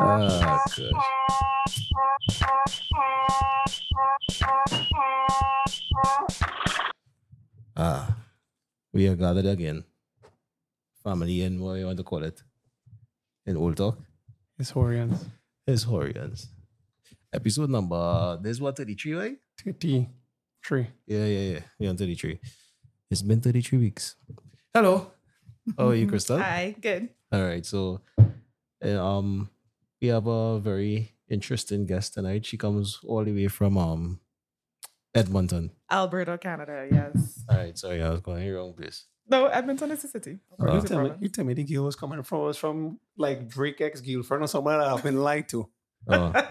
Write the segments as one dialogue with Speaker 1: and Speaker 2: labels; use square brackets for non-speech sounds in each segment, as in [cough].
Speaker 1: Oh, good. Ah, we are gathered again. Family and what you want to call it in Old Talk
Speaker 2: It's Horians.
Speaker 1: is Horians. Episode number, this one 33, right?
Speaker 2: 33.
Speaker 1: Yeah, yeah, yeah. We're on 33. It's been 33 weeks. Hello. How are you, Crystal?
Speaker 3: Hi, good.
Speaker 1: All right, so uh, um, we have a very interesting guest tonight. She comes all the way from um Edmonton.
Speaker 3: Alberta, Canada, yes.
Speaker 1: All right, sorry, I was going the wrong place.
Speaker 3: No, Edmonton is a city.
Speaker 1: Uh,
Speaker 2: Oh, you,
Speaker 3: Alberta's a
Speaker 2: tell me,
Speaker 3: province.
Speaker 2: you tell me the girl was coming from was from like Drake ex girlfriend or somebody that I've been lied to.
Speaker 1: [laughs] Oh,
Speaker 2: I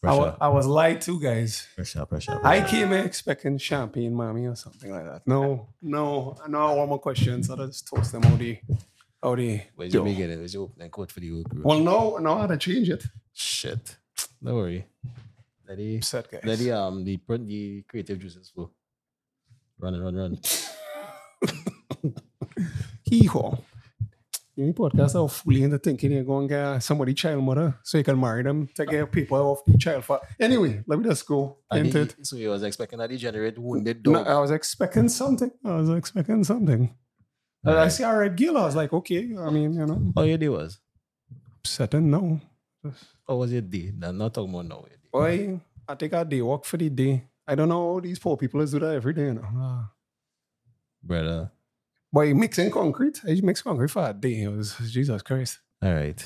Speaker 1: pressure,
Speaker 2: wa- I was lied to, guys.
Speaker 1: pressure, pressure.
Speaker 2: I came here expecting champagne, mommy, or something like that. No, no, I know I want more questions. So I just toss them out the, out the.
Speaker 1: Where's your
Speaker 2: door.
Speaker 1: beginning? Where's your opening quote for the whole group?
Speaker 2: Well, no, no, I had to change it.
Speaker 1: Shit, don't worry. Let the
Speaker 2: Upset, guys.
Speaker 1: let the um the print the creative juices flow. Run, run, [laughs] run.
Speaker 2: Hijo. Any podcast are fully into thinking you're going to get somebody child mother so you can marry them to get people off the child. For anyway, let me just go
Speaker 1: And
Speaker 2: into it.
Speaker 1: the, so he was expecting that he generate wounded
Speaker 2: No,
Speaker 1: dog.
Speaker 2: I was expecting something. I was expecting something.
Speaker 1: All
Speaker 2: I
Speaker 1: right.
Speaker 2: see all right, Gil. I was like, okay. I mean, you know,
Speaker 1: How Oh, your day was?
Speaker 2: upsetting. No,
Speaker 1: How was your day? No, not talking about now. your day.
Speaker 2: boy, I take a day walk for the day. I don't know how these poor people do that every day. You know, Ah.
Speaker 1: brother.
Speaker 2: boy, mixing concrete. I mix concrete for a day. It was Jesus Christ.
Speaker 1: All right.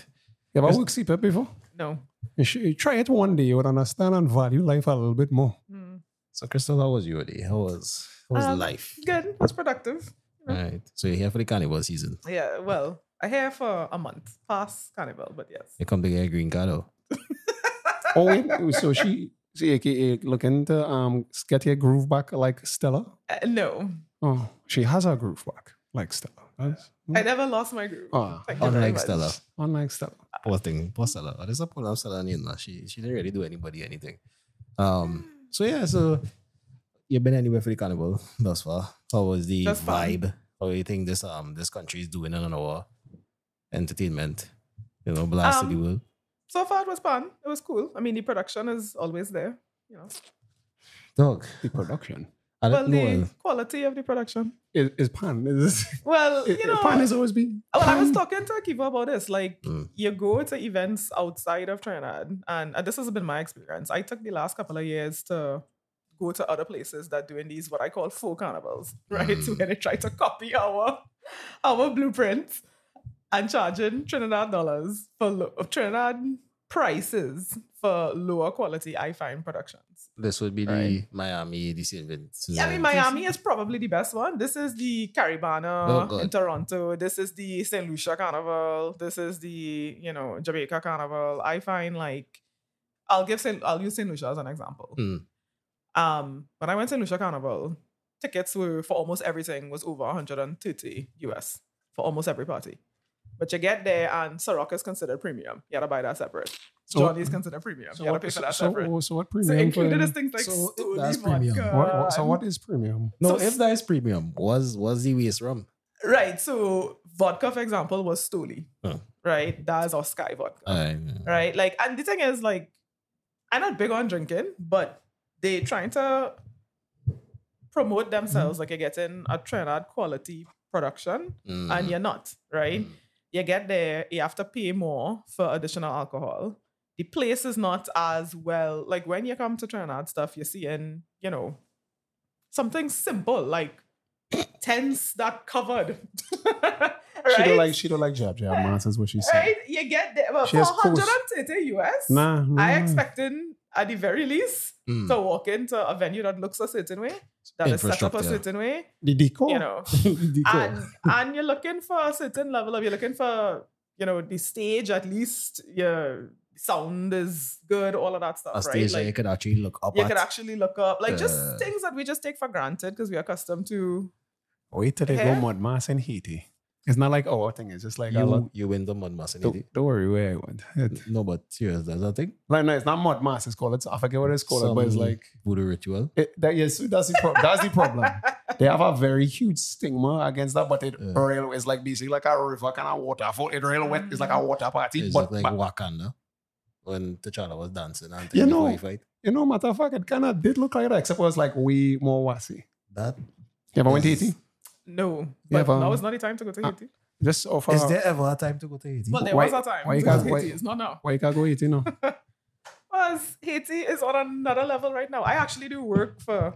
Speaker 2: You ever
Speaker 1: Just-
Speaker 2: work CPAP before?
Speaker 3: [laughs] No.
Speaker 2: You should you try it one day. You would understand and value life a little
Speaker 1: [laughs]
Speaker 2: bit more.
Speaker 3: Mm.
Speaker 1: So, Crystal, how was your day? How was how was
Speaker 3: Um,
Speaker 1: life?
Speaker 3: Good. It was productive.
Speaker 1: All right. So you're here for the carnival season.
Speaker 3: Yeah, well, I here for a month past carnival, but yes.
Speaker 1: You come to get a green card, oh.
Speaker 2: Oh, wait, so she, so aka looking to um get your groove back like Stella.
Speaker 3: Uh, no,
Speaker 2: Oh, she has her groove back like Stella. Yes.
Speaker 3: I never lost my groove.
Speaker 2: Ah,
Speaker 3: Thank you very
Speaker 1: Unlike
Speaker 3: much.
Speaker 1: Stella.
Speaker 2: unlike Stella.
Speaker 1: Poor thing. Poor Stella. There's a poor Stella in there. She she didn't really do anybody anything. Um.
Speaker 3: Mm.
Speaker 1: So yeah. So you've been anywhere for the carnival thus far. How was the
Speaker 3: Just fun.
Speaker 1: vibe? How do you think this um this country is doing on our entertainment? You know, blast to the
Speaker 3: Um,
Speaker 1: world.
Speaker 3: So far, it was fun. It was cool. I mean, the production is always there. You know,
Speaker 1: Dog.
Speaker 2: The production
Speaker 1: I
Speaker 3: well,
Speaker 1: don't
Speaker 3: the
Speaker 1: know.
Speaker 3: quality of the production.
Speaker 2: is, is pan. Is
Speaker 3: Well,
Speaker 2: it, [laughs]
Speaker 3: you know,
Speaker 2: pan has always been.
Speaker 3: Well, Oh, I was
Speaker 2: pan.
Speaker 3: talking to Akiva about this. Like,
Speaker 1: Mm.
Speaker 3: you go to events outside of Trinidad, and, and this has been my experience. I took the last couple of years to go to other places that doing these what I call full carnivals, [laughs] right?
Speaker 1: Mm.
Speaker 3: Where they try to copy our our blueprint and charging Trinidad dollars for lo- Trinidad prices for lower quality I find productions.
Speaker 1: This would be the
Speaker 3: Right.
Speaker 1: Miami DC event.
Speaker 3: I mean, Miami is probably the best one. This is the
Speaker 1: Oh,
Speaker 3: Caribana
Speaker 1: God.
Speaker 3: in Toronto. This is the St. Lucia Carnival. This is the, you know, Jamaica Carnival. I find like, I'll give St. I'll use St. Lucia as an example.
Speaker 1: Mm.
Speaker 3: Um, when I went to St. Lucia Carnival, tickets were for almost everything was over 130 US for almost every party. But you get there and Ciroc is considered premium. You gotta buy that separate.
Speaker 2: So-
Speaker 3: Johnny's considered premium.
Speaker 2: So
Speaker 3: you gotta
Speaker 2: what,
Speaker 3: pay for
Speaker 2: so,
Speaker 3: that separate.
Speaker 2: so, so what
Speaker 3: So
Speaker 2: premium?
Speaker 3: included
Speaker 2: for-
Speaker 3: is things like
Speaker 1: So if
Speaker 3: Stoli
Speaker 1: that's premium,
Speaker 3: vodka.
Speaker 2: what, what, so
Speaker 3: and-
Speaker 2: what is premium?
Speaker 1: No,
Speaker 3: So-
Speaker 1: if that is premium, was was the waste rum?
Speaker 3: Right. So vodka, for example, was Stoli.
Speaker 1: Huh.
Speaker 3: Right. That's our sky vodka.
Speaker 1: Alright.
Speaker 3: Right. Like, and the thing is, like, I'm not big on drinking, but they trying to promote themselves like you're getting a Trinidad quality production,
Speaker 1: Mm.
Speaker 3: and you're not. Right.
Speaker 1: Mm.
Speaker 3: You get there, you have to pay more for additional alcohol. The place is not as well. Like when you come to Trinidad stuff, you're seeing, you know, something simple like [coughs] tents that covered. [laughs] right?
Speaker 2: She don't like she don't like jab jab man. That's what she said.
Speaker 3: right? You get there. Well,
Speaker 2: She
Speaker 3: for
Speaker 2: has post.
Speaker 3: 130 US,
Speaker 2: Nah, nah. Hmm.
Speaker 3: I expected at the very least
Speaker 1: Mm.
Speaker 3: to walk into a venue that looks a certain way, that is set up a
Speaker 1: Infrastructure.
Speaker 3: certain way,
Speaker 2: the decor.
Speaker 3: you know
Speaker 2: [laughs] the decor.
Speaker 3: and and you're looking for a certain level of you're looking for you know the stage at least your sound is good all of that stuff
Speaker 1: a
Speaker 3: right
Speaker 1: stage that you
Speaker 3: like
Speaker 1: could actually look up
Speaker 3: you
Speaker 1: at.
Speaker 3: could actually look up like
Speaker 1: Uh,
Speaker 3: just things that we just take for granted because we're accustomed to
Speaker 2: Wait till they go
Speaker 3: Hair?
Speaker 2: mud mass in Haiti. It's not like our thing. It's just like a lot.
Speaker 1: You, you win the mud mass. and
Speaker 2: Don't,
Speaker 1: it-
Speaker 2: don't worry where I went. It-
Speaker 1: No, but serious, that's a thing.
Speaker 2: like, no, it's not mud mass. It's called. It's I forget what it's called, but it's
Speaker 1: Some
Speaker 2: like
Speaker 1: Voodoo ritual.
Speaker 2: it, Eh, that. Yes, that's the pro- that's the
Speaker 3: [laughs]
Speaker 2: problem. They have a very huge stigma against that, but it
Speaker 1: Yeah.
Speaker 2: real is like basically like a river kind of waterfall. It real wet. It's like
Speaker 3: Mm.
Speaker 2: a water party,
Speaker 1: It's
Speaker 2: but,
Speaker 1: like
Speaker 2: but
Speaker 1: Wakanda when T'Challa was dancing and
Speaker 2: You know-
Speaker 1: before he fight.
Speaker 2: you know, matter of fact, it kind of did look like that, except it was like way more wassy.
Speaker 1: That
Speaker 2: You ever went to
Speaker 1: Is-
Speaker 2: Haiti?
Speaker 3: No, but
Speaker 2: Yeah, but-
Speaker 3: now is not the time to go to Haiti.
Speaker 2: Just so far.
Speaker 1: is there ever a time to go to Haiti?
Speaker 3: Well, there
Speaker 2: why-
Speaker 3: was a time.
Speaker 2: why
Speaker 3: Why
Speaker 2: you
Speaker 3: you guys
Speaker 2: can't- why-
Speaker 3: [laughs] Haiti? It's not now.
Speaker 2: Why you can't go Haiti?
Speaker 3: [laughs]
Speaker 2: No.
Speaker 3: Um. Because Haiti is on another level right now. I actually do work for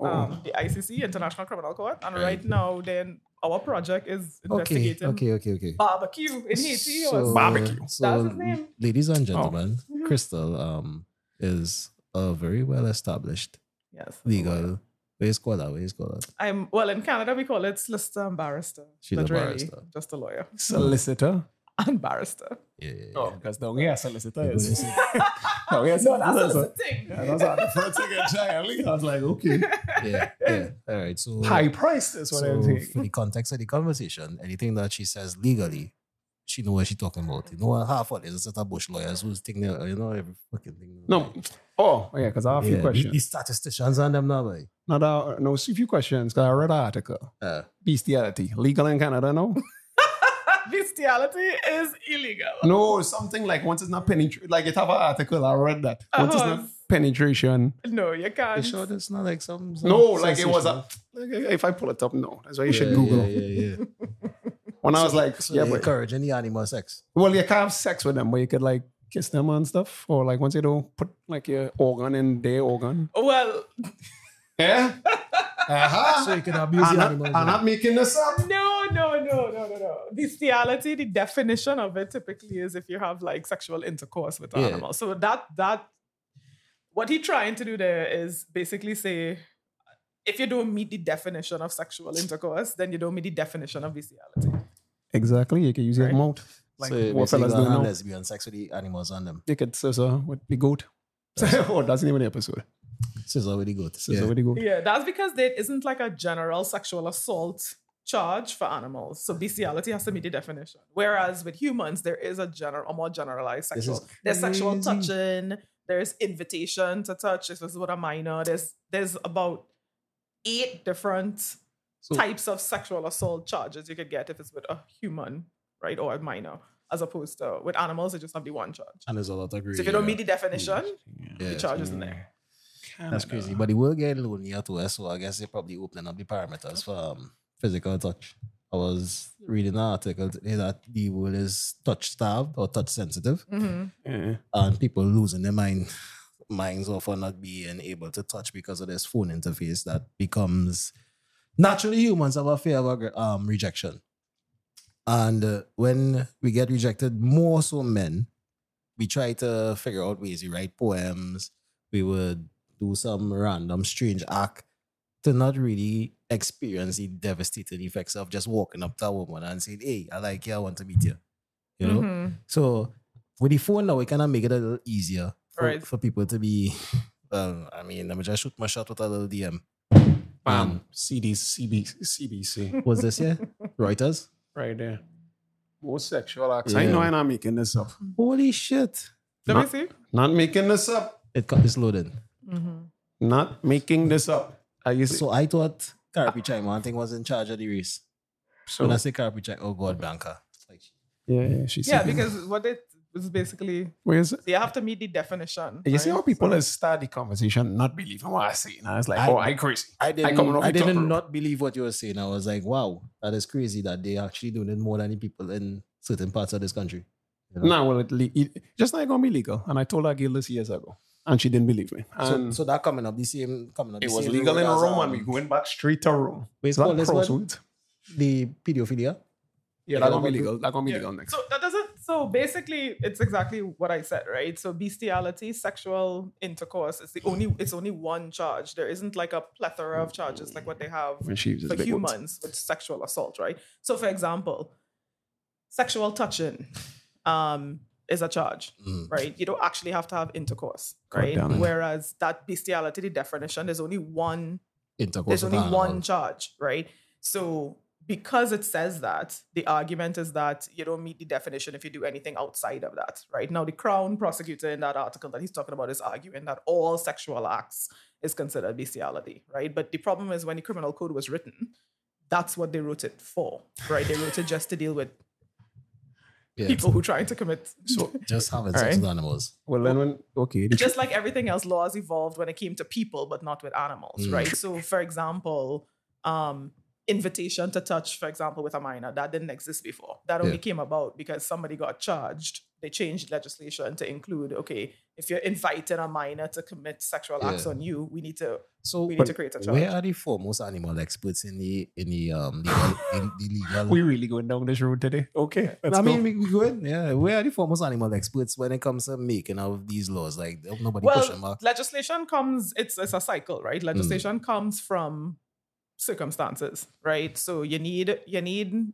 Speaker 2: Oh.
Speaker 3: um, the ICC, International Criminal Court, and
Speaker 1: Right.
Speaker 3: right now, then our project is
Speaker 1: okay,
Speaker 3: investigating
Speaker 1: okay, okay, okay.
Speaker 3: barbecue in Haiti.
Speaker 1: So-
Speaker 3: or something.
Speaker 2: Barbecue.
Speaker 1: so,
Speaker 3: That's his name.
Speaker 1: Ladies and gentlemen,
Speaker 3: Mhm.
Speaker 1: Crystal um is a very well established
Speaker 3: yes,
Speaker 1: legal. What is called that? What is called that?
Speaker 3: I'm well in Canada. We call it solicitor and barrister.
Speaker 1: She's a
Speaker 3: Not really,
Speaker 1: barrister.
Speaker 3: just a lawyer [laughs]
Speaker 2: Solicitor.
Speaker 3: and barrister.
Speaker 1: Yeah, yeah, yeah.
Speaker 2: Oh, because down here, solicitor is.
Speaker 1: Because-
Speaker 2: [laughs] down here,
Speaker 3: [laughs] No, that's
Speaker 2: solicitor.
Speaker 3: the thing.
Speaker 2: Yeah,
Speaker 3: [laughs]
Speaker 2: that's how the first thing I tried. I was
Speaker 1: [laughs]
Speaker 2: like, okay.
Speaker 1: yeah,
Speaker 2: [laughs]
Speaker 1: yeah. All right. So,
Speaker 2: High price is what
Speaker 1: so
Speaker 2: I'm
Speaker 1: for
Speaker 2: saying.
Speaker 1: the context of the conversation, anything that she says legally, she know what she talking about. You know what? Half of it is a set of bush lawyers who's thinking, uh, you know, every fucking thing.
Speaker 2: No. Oh, yeah, because I have a few
Speaker 1: yeah, the, the
Speaker 2: questions.
Speaker 1: statisticians and them now, boy.
Speaker 2: Not a, no, see a few questions because I read an article.
Speaker 1: Uh,
Speaker 2: Bestiality. Legal in Canada, no?
Speaker 3: Bestiality is illegal.
Speaker 2: [laughs] no, something like once it's not penetration. Like it have an article, I read that. Once it's not
Speaker 3: Uh-huh.
Speaker 2: penetration.
Speaker 3: No, you
Speaker 1: you
Speaker 3: can't.
Speaker 1: sure that's not like some? some
Speaker 2: No, like it was a.
Speaker 1: sensational-
Speaker 2: Like, if I pull it up, no. That's why you
Speaker 1: Yeah,
Speaker 2: should Google.
Speaker 1: Yeah, yeah,
Speaker 2: [laughs]
Speaker 1: yeah.
Speaker 2: When I was like,
Speaker 1: So
Speaker 2: yeah,
Speaker 1: they
Speaker 2: but
Speaker 1: encourage any animal sex.
Speaker 2: Well, you can't have sex with them, but you could like kiss them and stuff, or like once you don't put like your organ in their organ.
Speaker 3: Well,
Speaker 2: Yeah. [laughs] uh-huh.
Speaker 1: So you can abuse
Speaker 2: I'm
Speaker 1: the
Speaker 2: not,
Speaker 1: animals.
Speaker 2: I'm not making this up.
Speaker 3: no, no, no, no, no, no. Bestiality, the definition of it typically is if you have like sexual intercourse with an
Speaker 1: Yeah.
Speaker 3: animal. So that that what he trying to do there is basically say if you don't meet the definition of sexual intercourse, then you don't meet the definition of bestiality.
Speaker 2: Exactly. You could use your
Speaker 3: Right.
Speaker 2: mouth. Like
Speaker 1: so
Speaker 2: what fellas
Speaker 1: basically,
Speaker 2: do
Speaker 1: you
Speaker 2: now.
Speaker 1: lesbian sex with the animals on them.
Speaker 2: You could scissor with the goat. [laughs] oh, that's the name of the episode.
Speaker 1: Scissor with the goat.
Speaker 2: Scissor with the goat.
Speaker 3: Yeah, that's because there isn't like a general sexual assault charge for animals. So bestiality has to meet the definition. Whereas with humans, there is a general, a more generalized
Speaker 1: This
Speaker 3: sexual.
Speaker 1: is
Speaker 3: There's sexual
Speaker 1: crazy.
Speaker 3: touching. There's invitation to touch. This is what a minor. There's there's about eight different
Speaker 1: So-
Speaker 3: types of sexual assault charges you could get if it's with a human, right, or a minor, as opposed to with animals, it just have the one charge.
Speaker 1: And there's a lot of greed.
Speaker 3: So if you don't meet the definition,
Speaker 1: yeah, mm,
Speaker 3: the charge
Speaker 1: mm-hmm.
Speaker 3: isn't there.
Speaker 1: That's crazy. But it will get lonelier to us, so I guess they're probably opening up the parameters for um, physical touch. I was reading an article today that the world is touch starved or touch sensitive,
Speaker 3: Mhm.
Speaker 2: Yeah.
Speaker 1: and people losing their mind minds off for not being able to touch because of this phone interface that becomes naturally humans have a fear of aggr- um, rejection. And uh, when we get rejected, more so men, we try to figure out ways. We write poems, we would do some random strange act to not really experience the devastating effects of just walking up to a woman and saying, Hey, I like you, I want to meet you. You know?
Speaker 3: Mhm.
Speaker 1: So with the phone now, we kind of make it a little easier for,
Speaker 3: Right.
Speaker 1: for people to be. [laughs] Um, I mean, I'm just shoot my shot with a little DM.
Speaker 2: Bam. CDC, CBC, CBC.
Speaker 1: What's this here? Reuters.
Speaker 2: right there. More sexual acts. I
Speaker 1: Yeah.
Speaker 2: know I'm not making this up.
Speaker 1: Holy shit!
Speaker 3: Let
Speaker 2: Not-
Speaker 3: me see.
Speaker 2: Not making this up.
Speaker 1: It got it's loaded.
Speaker 3: Mhm.
Speaker 2: Not making this up. I used
Speaker 1: So I thought Carpi Chaiman thing was in charge of the race.
Speaker 2: so
Speaker 1: When I say Carpi Chai, oh god, Blanca. Like,
Speaker 2: yeah, yeah, she
Speaker 3: Yeah,
Speaker 2: said-
Speaker 3: because what it is basically,
Speaker 2: where is it?
Speaker 3: you have to meet the definition.
Speaker 2: You see
Speaker 3: right?
Speaker 2: how people is start the conversation not believing what I say. And I was like,
Speaker 1: I-
Speaker 2: oh, I crazy.
Speaker 1: I didn't.
Speaker 2: coming off
Speaker 1: I
Speaker 2: the top
Speaker 1: didn't
Speaker 2: rope.
Speaker 1: not believe what you were saying. I was like, wow, that is crazy that they actually doing it more than the people in certain parts of this country. You know?
Speaker 2: No, well, it, le- it just not gonna be legal. And I told her girl this years ago, and she didn't believe me.
Speaker 1: So,
Speaker 2: And
Speaker 1: so that coming up, the same coming up.
Speaker 2: it
Speaker 1: the
Speaker 2: was
Speaker 1: same
Speaker 2: legal in
Speaker 1: road as,
Speaker 2: Rome,
Speaker 1: um,
Speaker 2: and we going back straight to Rome.
Speaker 1: wait,
Speaker 2: Is that
Speaker 1: what is what?
Speaker 2: crossroads?
Speaker 1: the pedophilia. Yeah,
Speaker 2: Yeah, that gonna be
Speaker 1: but-
Speaker 2: legal. That gonna be
Speaker 3: Yeah.
Speaker 2: legal next.
Speaker 3: So that doesn't. So basically, it's exactly what I said, right? So bestiality, sexual intercourse, it's the only. It's only one charge. There isn't like a plethora of charges like what they have
Speaker 2: When she uses
Speaker 3: for
Speaker 2: big words.
Speaker 3: humans with sexual assault, right? So, for example, sexual touching um, is a charge.
Speaker 1: Mm.
Speaker 3: right? You don't actually have to have intercourse,
Speaker 2: God
Speaker 3: right?
Speaker 2: damn it.
Speaker 3: Whereas that bestiality, the definition, there's only one.
Speaker 1: Intercourse.
Speaker 3: There's
Speaker 1: with
Speaker 3: only
Speaker 1: animal.
Speaker 3: one charge, right? So because it says that, the argument is that you don't meet the definition if you do anything outside of that, right? Now, the Crown prosecutor in that article that he's talking about is arguing that all sexual acts is considered bestiality, right? But the problem is when the criminal code was written, that's what they wrote it for, right? They wrote it just to deal with
Speaker 1: Yeah.
Speaker 3: [laughs] people who trying to commit.
Speaker 1: [laughs] Just having sex
Speaker 3: Alright.
Speaker 1: with animals.
Speaker 2: Well, then when okay,
Speaker 3: [laughs]
Speaker 2: the
Speaker 3: just like everything else, laws evolved when it came to people, but not with animals,
Speaker 1: Mm.
Speaker 3: right? So, for example, um, invitation to touch, for example, with a minor, that didn't exist before. That only
Speaker 1: Yeah.
Speaker 3: came about because somebody got charged. They changed legislation to include, okay, if you're inviting a minor to commit sexual acts
Speaker 1: Yeah.
Speaker 3: on you, we need to
Speaker 1: So
Speaker 3: we need to create a charge.
Speaker 1: where are the foremost animal experts in the in the um legal,
Speaker 3: [laughs]
Speaker 1: in the legal
Speaker 2: we really going down this road today. Okay, let's
Speaker 1: I
Speaker 2: go.
Speaker 1: mean, we we good. Yeah, where are the foremost animal experts when it comes to making of these laws? Like nobody
Speaker 3: well,
Speaker 1: pushing back.
Speaker 3: legislation comes it's it's a cycle right
Speaker 1: Mm.
Speaker 3: legislation comes from circumstances right so you need you need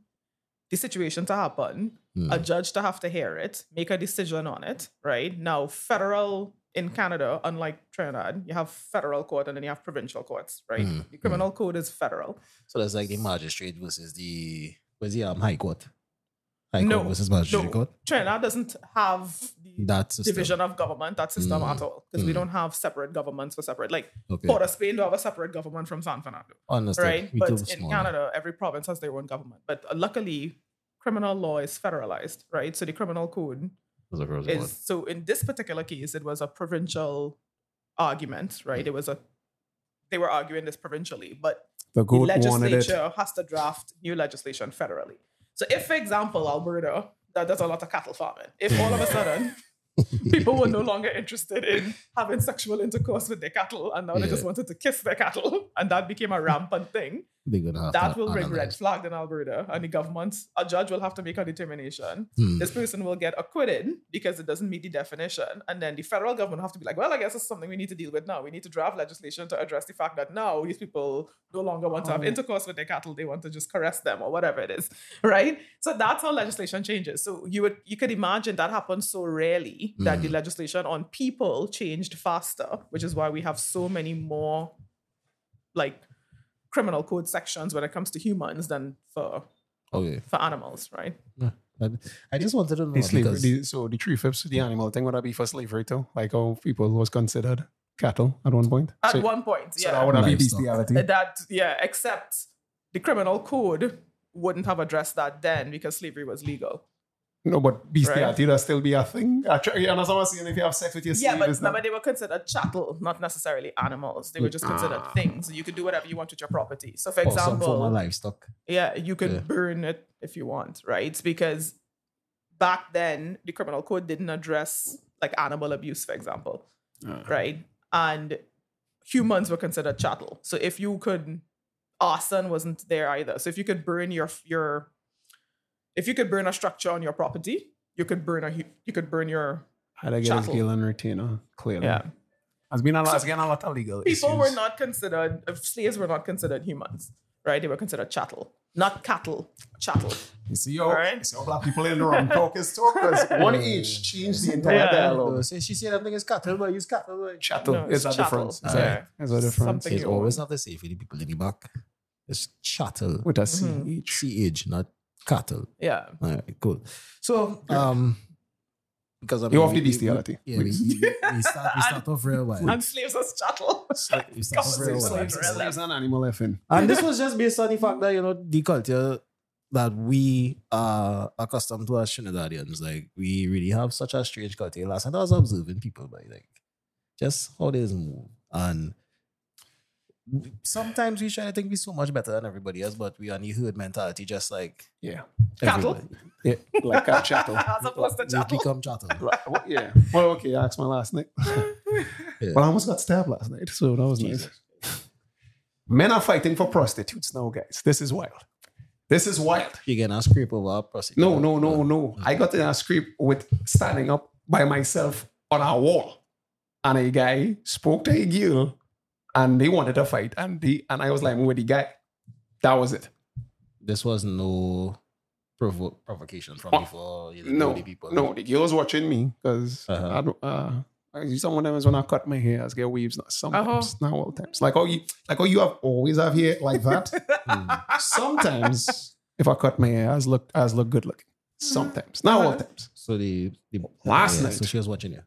Speaker 3: the situation to happen
Speaker 1: Hmm.
Speaker 3: a judge to have to hear it make a decision on it right now federal in canada unlike trinidad you have federal court and then you have provincial courts right
Speaker 1: Mm,
Speaker 3: the criminal code is federal
Speaker 1: So that's like the magistrate versus the where's the um, high court? High court
Speaker 3: No,
Speaker 1: versus magistrate
Speaker 3: no.
Speaker 1: court.
Speaker 3: trinidad doesn't have the
Speaker 1: That system.
Speaker 3: division of government that system
Speaker 1: Mm,
Speaker 3: at all because we
Speaker 1: mm.
Speaker 3: don't have separate governments for separate like
Speaker 1: Okay.
Speaker 3: port of spain do have a separate government from san fernando
Speaker 1: Understood.
Speaker 3: right?
Speaker 1: We
Speaker 3: But
Speaker 1: too
Speaker 3: in
Speaker 1: small.
Speaker 3: Canada, every province has their own government. But uh, luckily, criminal law is federalized, right? So the criminal code
Speaker 1: Those are girls'
Speaker 3: is
Speaker 1: board.
Speaker 3: so in this particular case, it was a provincial argument, right? It was a they were arguing this provincially, but
Speaker 2: the
Speaker 3: the
Speaker 2: goat wanted it.
Speaker 3: legislature has to draft new legislation federally. So if, for example, Alberta, that does a lot of cattle farming, if all of a sudden people were no longer interested in having sexual intercourse with their cattle and now they just
Speaker 1: Yeah.
Speaker 3: wanted to kiss their cattle and that became a rampant thing,
Speaker 1: They're gonna have
Speaker 3: that
Speaker 1: to
Speaker 3: will bring red
Speaker 1: analyze.
Speaker 3: flag in Alberta and the government, a judge will have to make a determination.
Speaker 2: Mm.
Speaker 1: Hmm.
Speaker 3: This person will get acquitted because it doesn't meet the definition. And then the federal government will have to be like, well, I guess it's something we need to deal with now. We need to draft legislation to address the fact that now these people no longer want to have
Speaker 2: Oh.
Speaker 3: intercourse with their cattle. They want to just caress them or whatever it is. [laughs] Right? So that's how legislation changes. So you would you could imagine that happens so rarely that the
Speaker 2: Mm.
Speaker 1: Mhm.
Speaker 3: legislation on people changed faster, which is why we have so many more like criminal code sections when it comes to humans than for
Speaker 1: Okay.
Speaker 3: for animals, right?
Speaker 1: But I just wanted to know
Speaker 2: The slavery,
Speaker 1: because
Speaker 2: the- so the three fifths of the animal thing would that be for slavery too? Like how people was considered cattle at one point.
Speaker 3: At
Speaker 2: so,
Speaker 3: one point,
Speaker 2: so
Speaker 3: yeah.
Speaker 2: that would have be
Speaker 1: Livestock.
Speaker 2: bestiality.
Speaker 3: Uh, that yeah, except the criminal code wouldn't have addressed that then because slavery was legal.
Speaker 2: No, but bestiality that still be a thing. Actually, and as I was saying, if you have sex with your
Speaker 3: Yeah,
Speaker 2: slave,
Speaker 3: but
Speaker 2: it's not-
Speaker 3: remember they were considered chattel, not necessarily animals. They were just considered things. You could do whatever you want with your property. So for
Speaker 1: for Ah. some form of
Speaker 3: example,
Speaker 1: livestock.
Speaker 3: yeah, you could
Speaker 1: Yeah.
Speaker 3: burn it if you want, right? Because back then the criminal code didn't address like animal abuse, for example. right? And humans were considered chattel. So if you could, arson wasn't there either. So if you could burn your your, if you could burn a structure on your property, you could burn a hu- you could burn your
Speaker 2: Had I get his
Speaker 3: chattel.
Speaker 2: gill and retainer, clearly.
Speaker 3: yeah.
Speaker 2: Has been a lot, has been a lot of legal
Speaker 3: People
Speaker 2: issues.
Speaker 3: were not considered uh, slaves were not considered humans, right? They were considered chattel, not cattle, chattel.
Speaker 2: You see, your,
Speaker 3: Alright.
Speaker 2: you see your black people in the wrong talk is talk because
Speaker 3: [laughs]
Speaker 2: one each changed the entire
Speaker 3: Yeah.
Speaker 2: dialogue.
Speaker 1: Say she said I think it's cattle, but use cattle. but-
Speaker 2: Chattel
Speaker 3: No,
Speaker 2: is a
Speaker 3: it's chattel.
Speaker 2: difference. It's,
Speaker 1: Yeah.
Speaker 2: a, it's a difference.
Speaker 3: Something-
Speaker 1: It's always have to say for the people in the back. It's chattel.
Speaker 2: With a C
Speaker 3: Mhm.
Speaker 2: each.
Speaker 1: CH, not cattle.
Speaker 3: Yeah.
Speaker 1: All right, cool. So, um, because I
Speaker 2: You
Speaker 1: mean,
Speaker 2: off the
Speaker 1: we- we-
Speaker 2: bestiality.
Speaker 1: Yeah, we, we, we start, [laughs] we start off real wild.
Speaker 3: And slaves as chattel. [laughs]
Speaker 1: [laughs] We start off real
Speaker 2: Slaves
Speaker 3: Slavery.
Speaker 1: wild.
Speaker 2: slaves- slaves and animal effing.
Speaker 1: And this was just based on the fact that, you know, the culture that we are accustomed to as Trinidadians, like, we really have such a strange culture. Last night I was observing people, by like, just how they move. And sometimes we try to think we're so much better than everybody else, but we are in the herd mentality, just like
Speaker 2: Yeah.
Speaker 3: Cattle.
Speaker 1: everybody.
Speaker 2: yeah. Like a
Speaker 3: [laughs]
Speaker 2: chattel.
Speaker 3: as opposed to
Speaker 1: We
Speaker 3: chattel. [laughs]
Speaker 1: become chattel.
Speaker 2: Like, what- yeah. Well, okay, that's my last name.
Speaker 1: Yeah.
Speaker 2: Well, I almost got stabbed last night, so that was nice. Men are fighting for prostitutes now, guys. This is wild. This is wild.
Speaker 1: You're gonna scrape over our prostitute.
Speaker 2: No, no, no, no. I got in a scrape with standing up by myself on a wall. And a guy spoke to a girl and they wanted to fight. And they, and I was like with the guy. That was it.
Speaker 1: This was no provo- provocation from
Speaker 2: Oh,
Speaker 1: before. You know,
Speaker 2: No,
Speaker 1: the people.
Speaker 2: no, the girl was watching me because
Speaker 1: Uh-huh.
Speaker 2: I don't, uh, Like, some of them is when I cut my hair, I get waves. Not sometimes,
Speaker 3: Uh-huh.
Speaker 2: not all times. Like oh, you, like oh, you have always have hair like that.
Speaker 1: Hmm.
Speaker 2: sometimes, if I cut my hair, I look, I look good looking. Sometimes, not all times.
Speaker 1: So the, the
Speaker 2: Last
Speaker 1: yeah,
Speaker 2: night.
Speaker 1: So she was watching you.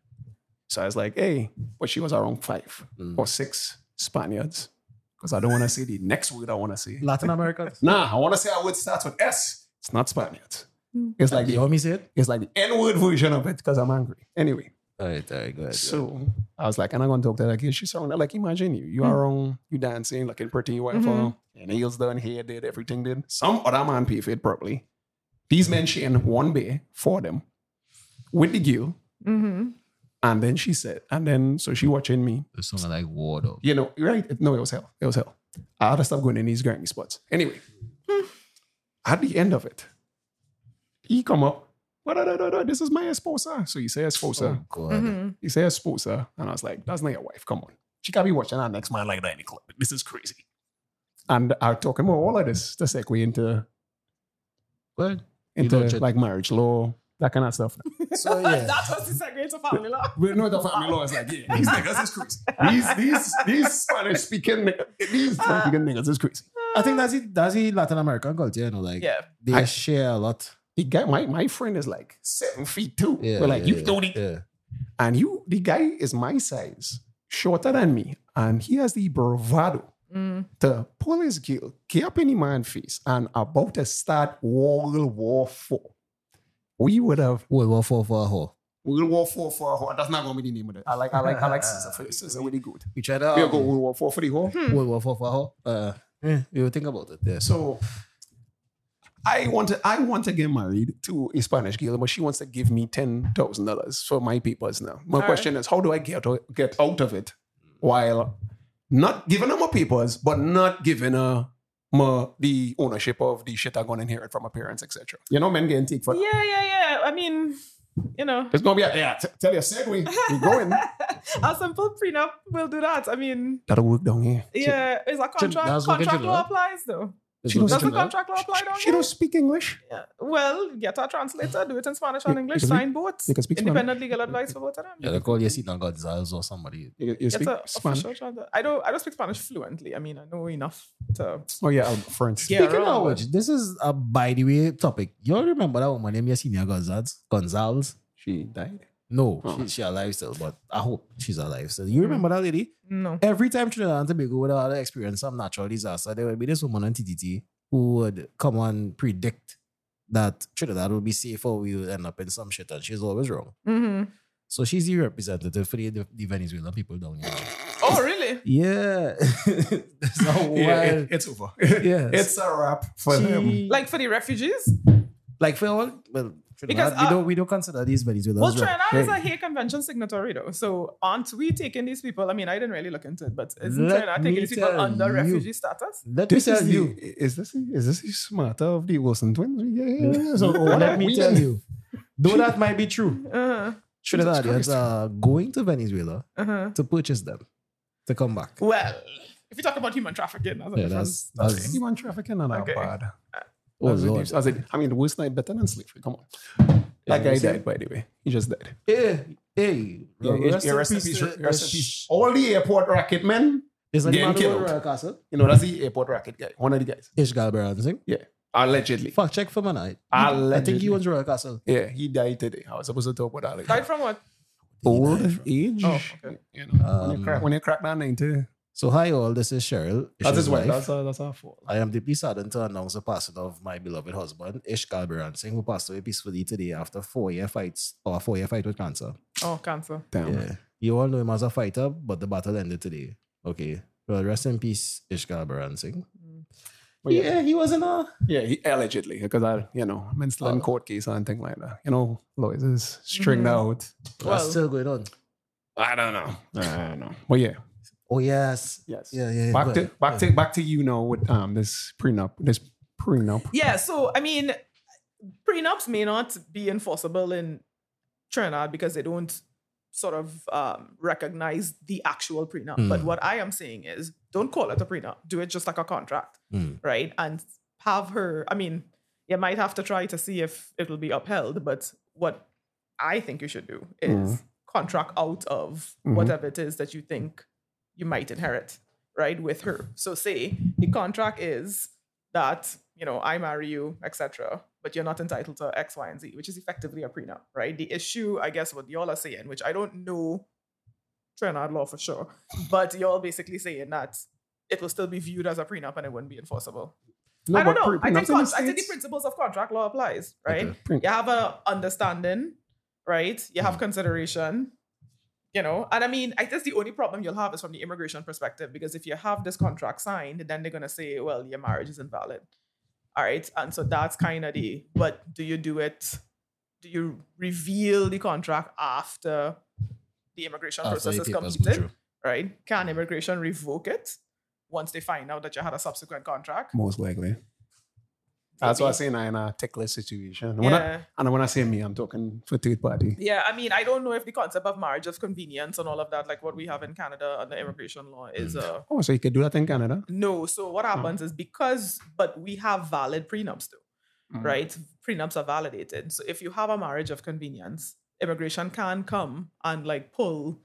Speaker 2: So I was like, hey, but she was around five
Speaker 1: Mm.
Speaker 2: or six Spaniards because I don't want to say the next word I want to say.
Speaker 1: Latin [laughs] America.
Speaker 2: Nah, I want to say a word starts with S. It's not Spaniards.
Speaker 3: Mm.
Speaker 2: It's like
Speaker 1: you
Speaker 2: the
Speaker 1: want me to say it?
Speaker 2: it's like the N word version of it because I'm angry. Anyway,
Speaker 1: All right, all right, Oh, go ahead.
Speaker 2: so I was like, and I'm gonna talk to that kid. She's around. there. Like, imagine you, you are wrong, you dancing, looking pretty, whatever.
Speaker 3: Mhm.
Speaker 2: And nails done, hair did, everything did. Some other man pay for it properly. These men she in one bay for them with the girl.
Speaker 3: Mm-hmm.
Speaker 2: And then she said, and then so she watching me.
Speaker 1: It's something like war, though.
Speaker 2: You know, right? No, it was hell. It was hell. I had to stop going in these granny spots. Anyway, at the end of it, he come up. "What, what, what, what, what, This is my esposa. So you say esposa.
Speaker 1: Oh, God.
Speaker 3: Mm-hmm.
Speaker 2: He said esposa. And I was like, that's not your wife. Come on. She can't be watching our next man like that in the club. This is crazy. And I talk about all of this to segue into
Speaker 1: Well, You
Speaker 2: into
Speaker 1: don't check-
Speaker 2: like marriage law, that kind of stuff.
Speaker 1: So, Oh,
Speaker 3: [laughs]
Speaker 1: yeah.
Speaker 3: Ah, that was the secretary to family law.
Speaker 2: We know the family law is like, yeah, these niggas is crazy. These these these Spanish speaking niggas, these Spanish speaking niggas is crazy.
Speaker 1: I think that's it. That's the Latin American culture, you know, like
Speaker 3: Yeah.
Speaker 1: they
Speaker 2: I-
Speaker 1: share a lot.
Speaker 2: The guy, my my friend is like seven feet two.
Speaker 1: Yeah,
Speaker 2: We're like,
Speaker 1: yeah,
Speaker 2: you
Speaker 1: yeah,
Speaker 2: know the
Speaker 1: yeah.
Speaker 2: and you the guy is my size, shorter than me, and he has the bravado
Speaker 3: Mm.
Speaker 2: the police girl get up in the man's face and about to start World War Four. We would have
Speaker 1: World War Four for a whole.
Speaker 2: World War Four for a whole. That's not gonna be the name of it. I like I like I
Speaker 1: [laughs]
Speaker 2: like Caesar. for- Caesar really good.
Speaker 1: We tried out.
Speaker 2: We'll go World War Four for the whole.
Speaker 3: Hmm.
Speaker 1: World War Four for a whole. Uh, yeah, you think about it. Yeah. So
Speaker 2: So I want to I want to get married to a Spanish girl, but she wants to give me ten thousand dollars for my papers now. My
Speaker 3: right.
Speaker 2: question is, how do I get get out of it while not giving her my papers, but not giving her my, the ownership of the shit I'm gonna inherit from my parents, etc. You know, men getting take for
Speaker 3: Yeah, yeah, yeah. I mean, you know, [laughs]
Speaker 2: it's gonna be a yeah. T- tell you, segue, we going.
Speaker 3: a simple prenup will do that. I mean,
Speaker 2: That'll work down here.
Speaker 3: yeah, is a contract.
Speaker 1: that's what
Speaker 3: Contract
Speaker 1: you
Speaker 3: law
Speaker 1: know.
Speaker 3: applies though.
Speaker 1: it's
Speaker 2: she
Speaker 1: not
Speaker 2: was-
Speaker 3: Does
Speaker 1: just
Speaker 3: the
Speaker 2: Doesn't
Speaker 1: enough.
Speaker 3: contract law apply down
Speaker 2: She
Speaker 3: here?
Speaker 2: don't speak English.
Speaker 3: Yeah. Well, get a translator, do it in Spanish and
Speaker 2: You-
Speaker 3: English,
Speaker 2: you can read-
Speaker 3: sign both.
Speaker 2: you can speak Spanish.
Speaker 3: Independent legal advice for both of them.
Speaker 1: Yeah, they call you Sitting Gonzalez or somebody.
Speaker 2: You, you
Speaker 3: It's
Speaker 2: speak
Speaker 3: a
Speaker 2: Spanish.
Speaker 3: official translation. I don't I don't speak Spanish fluently. I mean, I know enough to
Speaker 2: Oh yeah, um, French.
Speaker 3: Yeah,
Speaker 1: Speaking
Speaker 3: right.
Speaker 1: of which, this is a by the way topic. You all remember that woman named Yesenia Gonzalez? Gonzalez?
Speaker 2: She died.
Speaker 1: No,
Speaker 2: Oh.
Speaker 3: Mm-hmm.
Speaker 1: she, she alive still, but I hope she's alive still. You remember that lady?
Speaker 3: no.
Speaker 1: every time Trinidad and Tobago would have experienced some natural disaster, there would be this woman on TTT who would come and predict that Trinidad would be safe or we would end up in some shit, and she's always wrong.
Speaker 3: Mm-hmm.
Speaker 1: So she's the representative for the, the, Venezuelan people down here.
Speaker 3: Oh really?
Speaker 1: [laughs] Yeah, that's how wild.
Speaker 2: [laughs] Yeah,
Speaker 1: Yeah,
Speaker 2: it- it's over.
Speaker 1: [laughs] Yes.
Speaker 2: It's a wrap for them.
Speaker 3: Like for the refugees?
Speaker 1: like for all, well, Trinidad,
Speaker 3: Because,
Speaker 1: we
Speaker 3: uh,
Speaker 1: don't we don't consider these Venezuelans.
Speaker 3: Well,
Speaker 1: right?
Speaker 3: Trinidad is a
Speaker 1: Hey,
Speaker 3: Hague Convention signatory, though. So aren't we taking these people? I mean, I didn't really look into it, but isn't
Speaker 1: Let
Speaker 3: Trinidad taking
Speaker 1: me
Speaker 3: these people
Speaker 1: tell
Speaker 3: under
Speaker 1: you.
Speaker 3: refugee status?
Speaker 1: Let me
Speaker 2: This
Speaker 1: tell
Speaker 2: is
Speaker 1: you.
Speaker 2: you. Is this is this the smarter of the Wilson twins? Yeah, yeah,
Speaker 1: [laughs]
Speaker 2: yeah. [laughs] So oh, what
Speaker 1: oh, Let
Speaker 2: are
Speaker 1: me
Speaker 2: we
Speaker 1: tell
Speaker 2: in?
Speaker 1: you. Though that might be true,
Speaker 3: Uh-huh.
Speaker 1: Trinidadians
Speaker 2: Christ.
Speaker 1: are going to Venezuela
Speaker 3: Uh-huh.
Speaker 1: to purchase them to come back.
Speaker 3: Well, if you talk about human trafficking, that's a
Speaker 1: Yeah,
Speaker 3: different
Speaker 1: that's-
Speaker 3: story.
Speaker 1: that's-
Speaker 2: Human trafficking and
Speaker 3: Okay.
Speaker 2: okay. bad.
Speaker 1: Oh,
Speaker 2: As it
Speaker 1: Lord.
Speaker 2: is- as it- I mean, the worst night better than slavery. Come on. That
Speaker 1: Yeah,
Speaker 2: guy
Speaker 1: you see?
Speaker 2: died, by the way. He just died.
Speaker 1: Hey, hey.
Speaker 2: Yeah, yeah,
Speaker 1: rest in
Speaker 2: rest in
Speaker 1: peace
Speaker 2: peace,
Speaker 1: to
Speaker 2: rest in
Speaker 1: the
Speaker 2: peace.
Speaker 1: sh-
Speaker 2: All the airport racket men.
Speaker 1: It's like
Speaker 2: Getting
Speaker 1: Manu
Speaker 2: killed.
Speaker 1: Royal Castle.
Speaker 2: You know, that's the airport racket guy. One of the guys.
Speaker 1: Ishgal Brown.
Speaker 2: Allegedly.
Speaker 1: Fact check for my night. I
Speaker 2: Allegedly.
Speaker 1: think he owns Royal Castle.
Speaker 2: Yeah, he died today. I was supposed to talk about that.
Speaker 3: Died
Speaker 2: later.
Speaker 3: from what?
Speaker 2: Old age.
Speaker 3: Oh, okay.
Speaker 2: You know, when,
Speaker 1: Um,
Speaker 2: you crack, when you crack that 90.
Speaker 1: So hi all, this is Cheryl.
Speaker 2: That's
Speaker 1: Ish's
Speaker 2: his wife.
Speaker 1: wife.
Speaker 2: That's, uh, that's our fault.
Speaker 1: I am deeply saddened to announce the passing of my beloved husband, Ishgal Brown Singh, who passed away peacefully today after four year fights or four year fight with cancer.
Speaker 3: Oh, cancer.
Speaker 2: Damn.
Speaker 1: Yeah. You all know him as a fighter, but the battle ended today. Okay. Well, rest in peace, Ishgal Brown Singh.
Speaker 2: But yeah.
Speaker 1: he uh, was in a
Speaker 2: Yeah, he, allegedly, because I, you know, I'm in still in
Speaker 1: Oh.
Speaker 2: court case and thing like that. You know, lawyers is stringed out.
Speaker 1: that's
Speaker 3: Well-
Speaker 1: still going on.
Speaker 2: Mm-hmm. I don't know. I don't know. Well, yeah,
Speaker 1: Oh yes.
Speaker 2: yes,
Speaker 1: Yeah, yeah. yeah.
Speaker 2: Back
Speaker 1: Go
Speaker 2: to
Speaker 1: ahead.
Speaker 2: back to back to you know with um this prenup, this prenup.
Speaker 3: Yeah, so I mean, prenups may not be enforceable in Trinidad because they don't sort of um, recognize the actual prenup. But
Speaker 1: Mm.
Speaker 3: what I am saying is, don't call it a prenup. Do it just like a contract,
Speaker 1: Mm.
Speaker 3: right? And have her. I mean, you might have to try to see if it'll be upheld. But what I think you should do is
Speaker 2: Mm.
Speaker 3: contract out of
Speaker 2: Mhm.
Speaker 3: whatever it is that you think you might inherit, right? With her. So say the contract is that, you know, I marry you, etc. But you're not entitled to X, Y, and Z, which is effectively a prenup, right? The issue, I guess, what y'all are saying, which I don't know Trinidad law for sure, but y'all basically saying that it will still be viewed as a prenup and it wouldn't be enforceable.
Speaker 2: No,
Speaker 3: I don't
Speaker 2: but
Speaker 3: know.
Speaker 2: pre-
Speaker 3: I
Speaker 2: prenups
Speaker 3: think
Speaker 2: in the
Speaker 3: con- I think the
Speaker 2: States-
Speaker 3: principles of contract law applies, right?
Speaker 1: Okay.
Speaker 2: Pre-
Speaker 3: You have a understanding, right? You have
Speaker 1: Mhm.
Speaker 3: consideration, you know. And I mean, I guess the only problem you'll have is from the immigration perspective because if you have this contract signed, then they're gonna say, well, your marriage is invalid, all right? And so that's kind of the. But do you do it? Do you reveal the contract after the immigration
Speaker 1: After
Speaker 3: process
Speaker 1: the
Speaker 3: is
Speaker 1: papers
Speaker 3: completed?
Speaker 1: go through.
Speaker 3: right? Can immigration revoke it once they find out that you had a subsequent contract?
Speaker 2: Most likely. That's
Speaker 3: Maybe.
Speaker 2: why I say I'm in a ticklish situation. When I,
Speaker 3: Yeah.
Speaker 2: and when I say me, I'm talking for third party.
Speaker 3: yeah, I mean, I don't know if the concept of marriage of convenience and all of that, like what we have in Canada under immigration law, is uh,
Speaker 2: Oh, so you could do that in Canada?
Speaker 3: no. So what happens is because, but we have valid prenups too. right? Prenups are validated. So if you have a marriage of convenience, immigration can come and like pull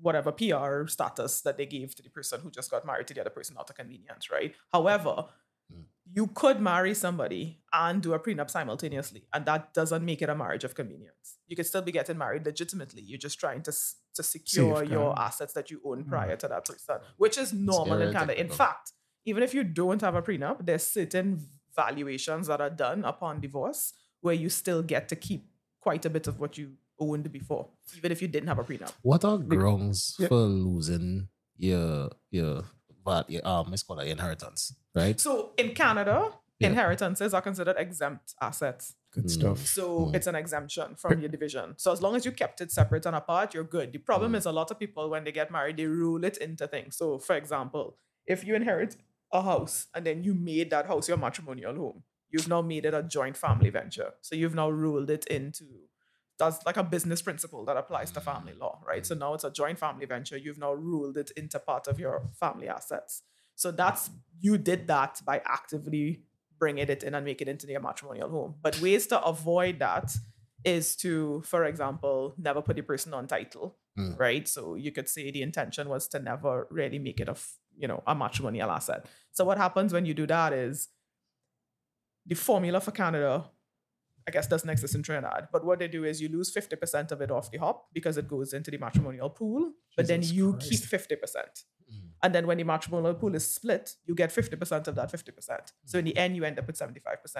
Speaker 3: whatever PR status that they gave to the person who just got married to the other person out of convenience, right? However,
Speaker 1: Mm.
Speaker 3: you could marry somebody and do a prenup simultaneously, and that doesn't make it a marriage of convenience. You could still be getting married legitimately. You're just trying to s- to secure your
Speaker 2: Safeguard.
Speaker 3: assets that you own
Speaker 2: Mm.
Speaker 3: prior to that person, which is normal in Canada. In
Speaker 1: Stereotypical.
Speaker 3: fact, even if you don't have a prenup, there's certain valuations that are done upon divorce where you still get to keep quite a bit of what you owned before, even if you didn't have a prenup.
Speaker 1: What are grounds
Speaker 2: Yeah.
Speaker 1: for losing your your but your, um it's called an inheritance, right?
Speaker 3: So in Canada,
Speaker 1: Yeah.
Speaker 3: inheritances are considered exempt assets.
Speaker 2: Good
Speaker 1: Mm.
Speaker 2: stuff.
Speaker 3: So
Speaker 1: Mm.
Speaker 3: it's an exemption from your division. So as long as you kept it separate and apart, you're good. The problem
Speaker 1: Mm.
Speaker 3: is a lot of people when they get married, they rule it into things. So for example, if you inherit a house and then you made that house your matrimonial home, you've now made it a joint family venture. So you've now ruled it into that's like a business principle that applies to family law, right? So now it's a joint family venture. You've now ruled it into part of your family assets. So that's you did that by actively bringing it in and making it into your matrimonial home. But ways to avoid that is to, for example, never put the person on title,
Speaker 1: Mm.
Speaker 3: right? So you could say the intention was to never really make it a f- you know a matrimonial asset. So what happens when you do that is the formula for Canada. I guess doesn't exist in Trinidad. But what they do is you lose 50% of it off the hop because it goes into the matrimonial pool, but then
Speaker 2: Jesus
Speaker 3: you
Speaker 2: Christ.
Speaker 3: keep 50%.
Speaker 1: Mm.
Speaker 3: And then when the matrimonial pool is split, you get 50% of that 50%. So in the end, you end up with 75%.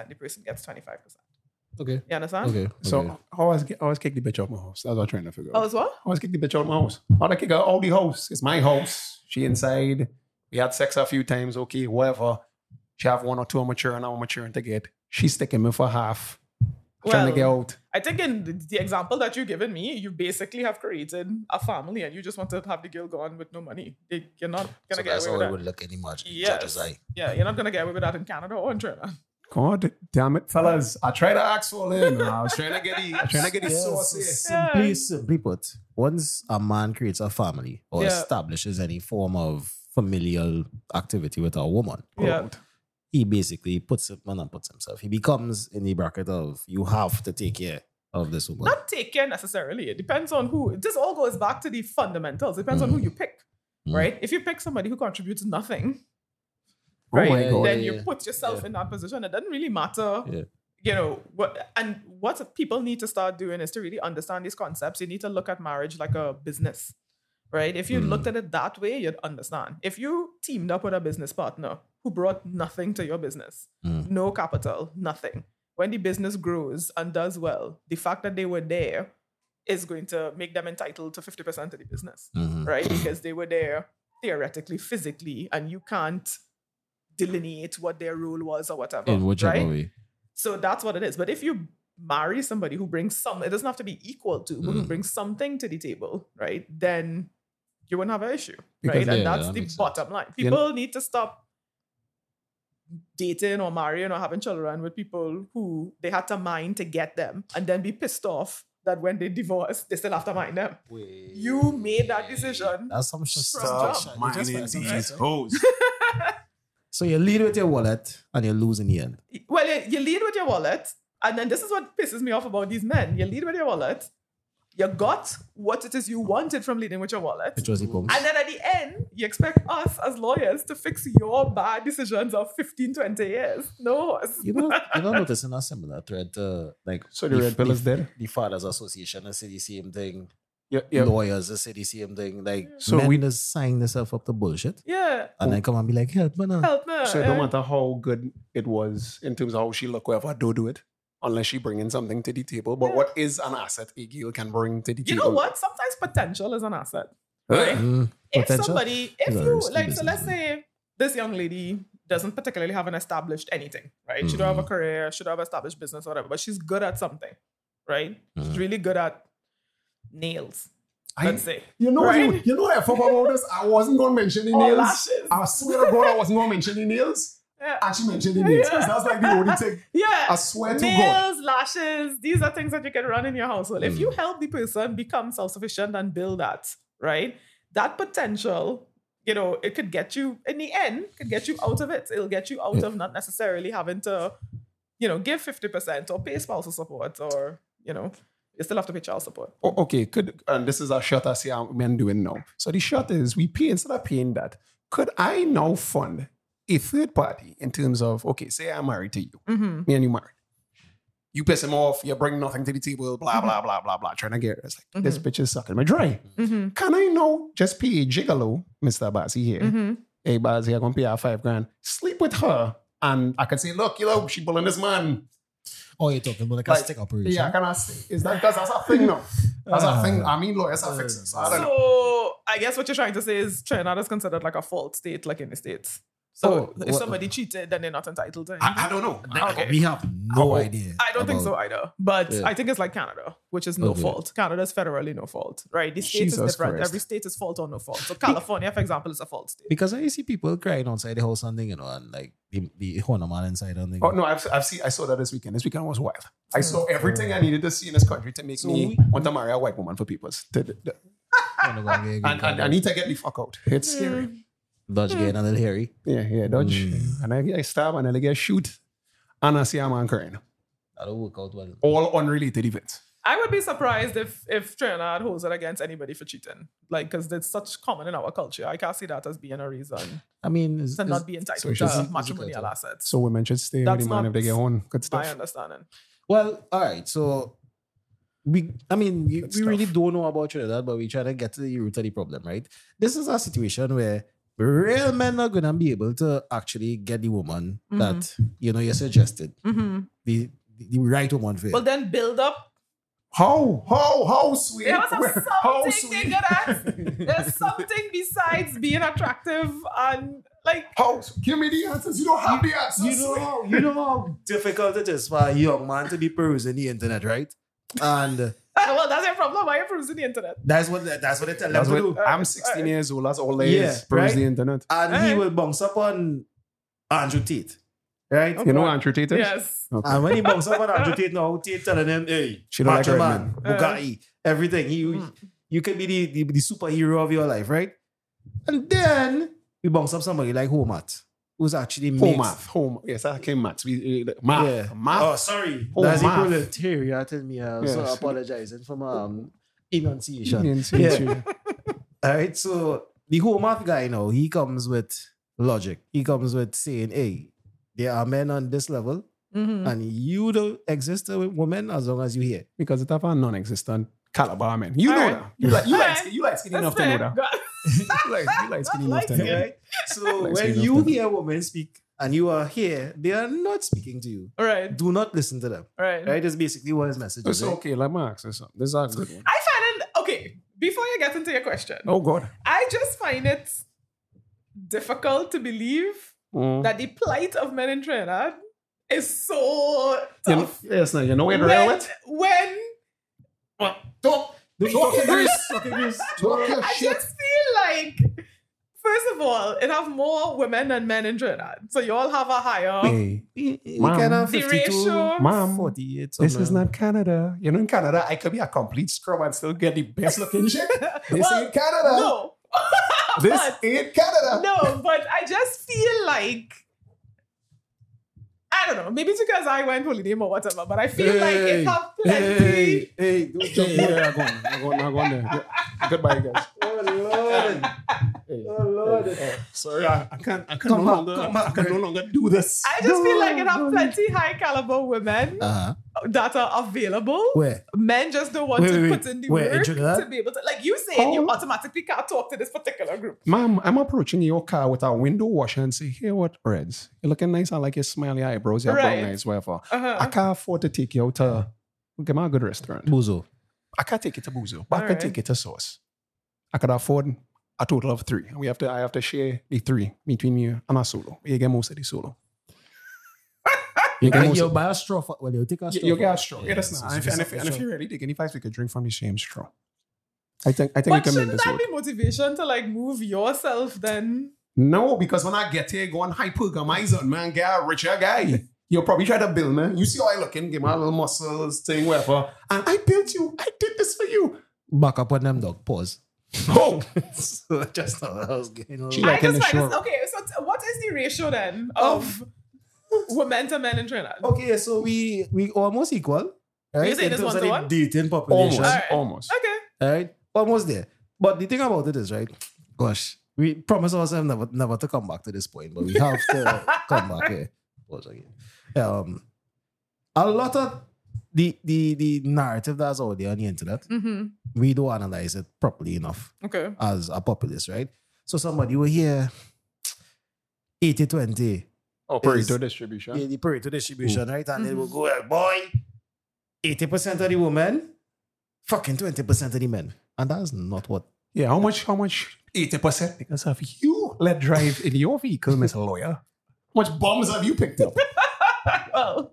Speaker 3: The person gets 25%.
Speaker 1: Okay.
Speaker 3: You understand?
Speaker 1: Okay.
Speaker 2: So
Speaker 1: okay.
Speaker 2: I always, I always kick the bitch out my house. That's what I'm trying to figure out.
Speaker 3: Oh, as well?
Speaker 2: I always kick the bitch out my house. How'd I kick her out the house? It's my house. She inside. We had sex a few times, okay, whatever. She have one or two mature and I'm maturing to get. She's taking me for half. trying to get
Speaker 3: Well,
Speaker 2: out.
Speaker 3: I think in the- the example that you've given me, you basically have created a family and you just want to have the girl gone with no money. They, you're not going to
Speaker 1: So
Speaker 3: get
Speaker 1: that's
Speaker 3: away
Speaker 1: how
Speaker 3: with
Speaker 1: it
Speaker 3: that.
Speaker 1: would look any much.
Speaker 3: Yes. Yeah, you're not going to get away with that in Canada or in Trinidad.
Speaker 2: God damn it, fellas. I tried to ask all in. I was trying to get the, [laughs] I was trying to get the source here.
Speaker 3: Yeah.
Speaker 1: Simply, simply put, once a man creates a family or
Speaker 3: Yeah.
Speaker 1: establishes any form of familial activity with a woman,
Speaker 3: Yeah.
Speaker 2: God.
Speaker 1: he basically puts him, well, not puts himself, he becomes in the bracket of you have to take care of this woman.
Speaker 3: Not take care necessarily. It depends on who. This all goes back to the fundamentals. It depends on who you pick,
Speaker 1: Mm.
Speaker 3: right? If you pick somebody who contributes nothing,
Speaker 2: Oh my
Speaker 1: Yeah,
Speaker 2: God.
Speaker 3: then
Speaker 1: yeah,
Speaker 3: you
Speaker 1: yeah.
Speaker 3: put yourself
Speaker 1: Yeah.
Speaker 3: in that position. It doesn't really matter.
Speaker 1: Yeah.
Speaker 3: You know what? And what people need to start doing is to really understand these concepts. You need to look at marriage like a business, right? If you
Speaker 1: Mm.
Speaker 3: looked at it that way, you'd understand. If you teamed up with a business partner who brought nothing to your business,
Speaker 1: Mm.
Speaker 3: no capital, nothing. When the business grows and does well, the fact that they were there is going to make them entitled to 50% of the business
Speaker 1: Mhm.
Speaker 3: right? Because they were there theoretically, physically, and you can't delineate what their role was or whatever.
Speaker 1: In whichever
Speaker 3: right?
Speaker 1: way.
Speaker 3: So that's what it is. But if you marry somebody who brings some, it doesn't have to be equal to, but who
Speaker 1: Mm.
Speaker 3: brings something to the table, right? Then you wouldn't have an issue,
Speaker 2: Because-
Speaker 3: right? And
Speaker 1: Yeah,
Speaker 3: that's
Speaker 1: that
Speaker 3: the
Speaker 1: makes sense.
Speaker 3: bottom line.
Speaker 2: You
Speaker 3: People need to stop dating or marrying or having children with people who they had to mind to get them and then be pissed off that when they divorce, they still have to mind them. You made that decision
Speaker 1: That's some shit.
Speaker 3: Stop
Speaker 1: Just- just- just-
Speaker 2: hoes.
Speaker 1: So you lead with your wallet and you lose in the end.
Speaker 3: well, you, you lead with your wallet, and then this is what pisses me off about these men. You lead with your wallet, You got what it is you wanted from leading with your wallet.
Speaker 1: It was the pumps.
Speaker 3: And then at the end, you expect us as lawyers to fix your bad decisions of 15, 20 years. No, it's-
Speaker 1: You know, you know, noticing a similar thread to like
Speaker 2: So the red pill is there.
Speaker 1: the Fathers Association, I say the same thing.
Speaker 2: Yeah,
Speaker 1: Lawyers, I say the same thing. Like,
Speaker 2: So
Speaker 1: men
Speaker 2: we- Oh.
Speaker 1: just sign themselves up to bullshit
Speaker 3: yeah,
Speaker 1: and then come and be like, help me now.
Speaker 3: help me.
Speaker 2: So it don't
Speaker 3: eh?
Speaker 2: matter how good it was in terms of how she look, whatever, do do it. Unless she bringing something to the table. But
Speaker 3: Yeah.
Speaker 2: what is an asset Iggy can bring to the
Speaker 3: you
Speaker 2: table?
Speaker 3: know what? Sometimes potential is an asset.
Speaker 2: Huh?
Speaker 3: Oh.
Speaker 1: Mm,
Speaker 3: If
Speaker 1: potential.
Speaker 3: somebody, if
Speaker 1: It's a
Speaker 3: you
Speaker 1: risky
Speaker 3: like, so
Speaker 1: business,
Speaker 3: let's
Speaker 1: man.
Speaker 3: say this young lady doesn't particularly have an established anything, right? She don't have a career, she don't have established business, whatever, but she's good at something, right? She's
Speaker 1: Mhm.
Speaker 3: really good at nails.
Speaker 2: I-
Speaker 3: let's say
Speaker 2: you know,
Speaker 3: Right?
Speaker 2: you, you know, I forgot about this. I wasn't gonna
Speaker 3: [laughs]
Speaker 2: mention the
Speaker 3: Or
Speaker 2: nails.
Speaker 3: lashes.
Speaker 2: I swear to God, I wasn't gonna mention the nails.
Speaker 3: Yeah.
Speaker 2: And she mentioned the nails. 'cause That's like the only thing.
Speaker 3: yeah.
Speaker 2: I swear to God.
Speaker 3: Nails, lashes, these are things that you can run in your household. If
Speaker 1: Mm.
Speaker 3: you help the person become self sufficient and build that, right? That potential, you know, it could get you, in the end, could get you out of it. It'll get you out of not necessarily having to, you know, give 50% or pay spousal support or, you know, you still have to pay child support.
Speaker 2: O- Oh, okay, could and this is a shot I see our men doing now. So the shot is we pay instead of paying that. Could I now fund a third party in terms of okay, say I'm married to you,
Speaker 3: Mm-hmm.
Speaker 2: me and you married. You piss him off, you bring nothing to the table, blah
Speaker 1: Mm-hmm.
Speaker 2: blah blah blah blah. Trying to get it's like this bitch is sucking my dry.
Speaker 3: Mm-hmm.
Speaker 2: Can I now just pay a gigolo, Mister Bazzi here?
Speaker 3: Mm-hmm.
Speaker 2: Hey Bazzi, I'm gonna pay her five grand. Sleep with her, and I can say, look, you know, she bullying this man.
Speaker 1: Oh, you're talking about like,
Speaker 2: Like,
Speaker 1: a stick operation.
Speaker 2: Yeah, can I say? Is that because that's a thing now? That's a
Speaker 1: Ah.
Speaker 2: thing. I mean, lawyers are fixers. I don't know.
Speaker 3: So I guess what you're trying to say is Trinidad is considered like a fault state, like in the states. So
Speaker 1: Oh,
Speaker 3: if
Speaker 1: wha-
Speaker 3: somebody cheated, then they're not entitled to anything.
Speaker 2: I, I don't know. I-
Speaker 3: okay.
Speaker 1: We have no
Speaker 2: Oh,
Speaker 1: idea.
Speaker 3: I don't think so
Speaker 1: about-
Speaker 3: either. But
Speaker 1: Yeah.
Speaker 3: I think it's like Canada, which is no
Speaker 1: Okay.
Speaker 3: fault. Canada's federally no fault, right? The state
Speaker 2: Jesus
Speaker 3: is different.
Speaker 2: Christ.
Speaker 3: Every state is fault or no fault. So California, for example, is a fault state.
Speaker 1: Because I see people crying outside the house and thing, you know, and like the, the honor man inside and thing.
Speaker 2: Oh no, I've, I've seen. I saw that this weekend. This weekend was wild. I saw everything I needed to see in this country to make
Speaker 1: Mm. So
Speaker 2: me
Speaker 1: we-
Speaker 2: want to marry a white woman for peoples. To- to- to-
Speaker 1: Wanna go and get a green
Speaker 2: And, and I
Speaker 1: card.
Speaker 2: need to get the fuck out. It's scary.
Speaker 1: Dodge getting a little hairy.
Speaker 2: Yeah, yeah, dodge. And I get stabbed and I get shoot. And I see a man crying.
Speaker 1: That'll work out well.
Speaker 2: All unrelated events.
Speaker 3: I would be surprised if if Trinidad holds it against anybody for cheating, like because it's such common in our culture. I can't see that as being a reason
Speaker 1: I mean, it's,
Speaker 3: to
Speaker 1: it's-
Speaker 3: not be entitled
Speaker 2: social-
Speaker 3: to
Speaker 1: social
Speaker 3: matrimonial
Speaker 1: culture.
Speaker 3: assets.
Speaker 2: So women should stay with
Speaker 3: That's
Speaker 2: the man
Speaker 3: not
Speaker 2: if they get on. Good
Speaker 3: my
Speaker 2: stuff.
Speaker 3: understanding.
Speaker 1: well, all right. So we, I mean, we,
Speaker 2: Good
Speaker 1: we really
Speaker 2: stuff.
Speaker 1: don't know about Trinidad, but we try to get to the root of the problem, right? This is a situation where real men are gonna be able to actually get the woman
Speaker 3: Mhm.
Speaker 1: that you know you suggested,
Speaker 3: Mm-hmm.
Speaker 1: the the right woman for you.
Speaker 3: Well, then build up.
Speaker 2: How? How? How sweet?
Speaker 3: There was a
Speaker 2: How
Speaker 3: something they
Speaker 2: sweet?
Speaker 3: get at. There's something besides being attractive and like
Speaker 2: [laughs]
Speaker 3: [laughs]
Speaker 2: How? Give me the answers. You don't have the answers.
Speaker 1: you know how you know how difficult it is for a young man to be perusing the internet, right? And
Speaker 3: well, that's your problem. Why are you perusing the internet?
Speaker 1: that's what that's what they tell them
Speaker 2: That's
Speaker 1: to do.
Speaker 2: what, I'm 16 years old. That's all there is.
Speaker 1: Yeah,
Speaker 2: Peruse
Speaker 1: right?
Speaker 2: the internet.
Speaker 1: And he
Speaker 3: Alright.
Speaker 1: will bounce up on Andrew Tate, right?
Speaker 2: You know
Speaker 3: Okay.
Speaker 2: Andrew Tate? is?
Speaker 3: Yes.
Speaker 2: Okay.
Speaker 1: And when he bumps up on Andrew Tate now, Tate telling him, hey,
Speaker 2: She don't like
Speaker 1: macho
Speaker 2: red
Speaker 1: man,
Speaker 3: men.
Speaker 1: Bugatti, everything. You, you can be the, the, the superhero of your life, right? And then we bounce up somebody like Homat, who's actually
Speaker 2: Home
Speaker 1: mixed.
Speaker 2: math. Home. Yes, I came math. We, uh, math.
Speaker 1: Yeah.
Speaker 2: Math.
Speaker 1: Oh, sorry.
Speaker 2: Oh,
Speaker 1: That's the
Speaker 2: math.
Speaker 1: proletariat me. I'm so
Speaker 2: Yes.
Speaker 1: apologizing for my um, enunciation.
Speaker 2: Indian teacher.
Speaker 1: All right. So the whole math guy now, he comes with logic. He comes with saying, hey, there are men on this level,
Speaker 3: Mm-hmm.
Speaker 1: and you don't exist a woman as long as you're here.
Speaker 2: Because it's a non-existent caliber, man. You know
Speaker 3: Alright.
Speaker 2: that. You like, you like,
Speaker 3: Alright.
Speaker 2: you like skinny enough to know that. [laughs] You like, you like
Speaker 3: [laughs]
Speaker 2: skinny enough to know
Speaker 1: [laughs]
Speaker 2: that.
Speaker 1: Right? So
Speaker 2: Like
Speaker 1: when
Speaker 2: speaking of
Speaker 1: you
Speaker 2: them.
Speaker 1: hear women speak and you are here, they are not speaking to you.
Speaker 3: right,
Speaker 1: Do not listen to them.
Speaker 3: right.
Speaker 1: Right? It's basically what his message
Speaker 2: It's
Speaker 1: is. right?
Speaker 2: okay. Let me ask you something. This is a good one.
Speaker 3: I find it okay. Before you get into your question,
Speaker 2: Oh, God.
Speaker 3: I just find it difficult to believe
Speaker 2: Mm.
Speaker 3: that the plight of men in Trinidad is so
Speaker 2: You know,
Speaker 3: tough.
Speaker 2: yes, now you know where the real
Speaker 3: when,
Speaker 2: it.
Speaker 3: when
Speaker 2: Talk. Talk your grease.
Speaker 1: Okay, Chris.
Speaker 2: [laughs] Talk your
Speaker 3: I
Speaker 2: shit.
Speaker 3: just feel like, first of all, it have more women than men in Trinidad, so you all have a higher.
Speaker 2: Hey,
Speaker 1: We, we
Speaker 2: Ma'am.
Speaker 1: can have
Speaker 3: The
Speaker 1: 52,
Speaker 3: ratio.
Speaker 2: Ma'am,
Speaker 1: 48.
Speaker 2: this
Speaker 1: something.
Speaker 2: is
Speaker 1: [laughs]
Speaker 2: not Canada. You know, in Canada, I could be a complete scrub and still get the best looking
Speaker 3: [laughs]
Speaker 2: shit. This
Speaker 3: Well,
Speaker 2: ain't Canada.
Speaker 3: No,
Speaker 2: This
Speaker 3: But-
Speaker 2: ain't Canada.
Speaker 3: no, but I just feel like, I don't know. Maybe it's because I went holiday or whatever, but I feel like
Speaker 2: Hey,
Speaker 3: it have plenty.
Speaker 2: Hey, hey, don't jump
Speaker 1: Hey.
Speaker 2: over there. I'm going. I'm going. I'm going there. Go- Goodbye,
Speaker 3: [laughs]
Speaker 2: guys.
Speaker 1: Oh Lord.
Speaker 2: Hey.
Speaker 1: Oh, Lord.
Speaker 2: Hey. Sorry, I, I can't. I can
Speaker 1: Come back,
Speaker 2: no longer.
Speaker 1: come back,
Speaker 2: I can no
Speaker 1: Greg.
Speaker 2: longer do this.
Speaker 3: I just feel like it
Speaker 2: No,
Speaker 3: have
Speaker 2: no.
Speaker 3: plenty high caliber women
Speaker 1: Uh-huh.
Speaker 3: that are available.
Speaker 1: Where?
Speaker 3: Men just don't want
Speaker 1: Wait,
Speaker 3: to
Speaker 1: wait,
Speaker 3: put
Speaker 1: wait.
Speaker 3: in the
Speaker 1: Wait, in
Speaker 3: work
Speaker 1: Trinidad?
Speaker 3: to be able to, like you saying,
Speaker 2: Oh.
Speaker 3: you automatically can't talk to this particular group.
Speaker 2: Ma'am, I'm approaching your car with a window washer and say, "Hey, what, Reds? You're looking nice. I like your smiley eyebrows. Your
Speaker 3: Right.
Speaker 2: brown eyes, whatever.
Speaker 3: Uh-huh.
Speaker 2: I can't afford to take you out to give me a good restaurant.
Speaker 1: Buzo.
Speaker 2: I can't take it to Buzo, but I can
Speaker 3: Alright.
Speaker 2: take it to Sauce. I could afford a total of three. And we have to I have to share the three between me and a solo. You get most of the solo. you get
Speaker 1: And
Speaker 2: most
Speaker 1: you
Speaker 2: of
Speaker 1: buy a straw for, well, you take a
Speaker 2: you,
Speaker 1: straw.
Speaker 2: you
Speaker 1: for-
Speaker 2: get a straw. Yeah, that's
Speaker 1: so
Speaker 2: not.
Speaker 1: it's
Speaker 2: And if, and,
Speaker 1: just
Speaker 2: if,
Speaker 1: a
Speaker 2: and if
Speaker 1: straw.
Speaker 2: you're ready, take any five, we could drink from the same straw. I think I think we
Speaker 3: But
Speaker 2: can make
Speaker 3: shouldn't
Speaker 2: this
Speaker 3: that
Speaker 2: work.
Speaker 3: be motivation to like move yourself then?
Speaker 2: No, because when I get here, go on hypergamizer, man, get a richer guy. You'll probably try to build, man. You see how I looking, give my little muscles, thing, whatever. And I built you. I did this for you.
Speaker 1: Back up on them dog. Pause. [laughs]
Speaker 2: Oh,
Speaker 1: so just thought I was getting a
Speaker 2: She
Speaker 1: little-
Speaker 2: like-
Speaker 3: I
Speaker 2: in
Speaker 3: just
Speaker 2: the
Speaker 3: find this,
Speaker 2: short-
Speaker 3: okay, so t- what is the ratio then
Speaker 2: Oh.
Speaker 3: of women to men in Trinidad?
Speaker 1: Okay, so we we almost equal. Right?
Speaker 3: You say
Speaker 1: In
Speaker 3: this
Speaker 1: terms
Speaker 3: one
Speaker 1: of
Speaker 3: to
Speaker 1: the
Speaker 3: one?
Speaker 1: dating population. Almost.
Speaker 2: almost,
Speaker 3: Alright.
Speaker 2: almost.
Speaker 3: Okay.
Speaker 1: Right? Almost there. But the thing about it is, right? Gosh, we promise ourselves never never to come back to this point, but we have
Speaker 3: [laughs]
Speaker 1: to come back here. Pause again. Um a lot of the the the narrative that's out there on the internet,
Speaker 3: hmm
Speaker 1: we don't analyze it properly enough.
Speaker 3: Okay.
Speaker 1: as a populace, right? So somebody will hear 80 20,
Speaker 2: Oh,
Speaker 1: Pareto
Speaker 2: distribution.
Speaker 1: the Pareto distribution, right? And it
Speaker 3: Mhm.
Speaker 1: will go, "Well, boy, 80% of the women, fucking 20% of the men. And that's not what.
Speaker 2: Yeah, how much? How much? Eighty percent because have you let drive in your vehicle, Mister Lawyer? How much bombs have you picked up?
Speaker 3: Well, Oh.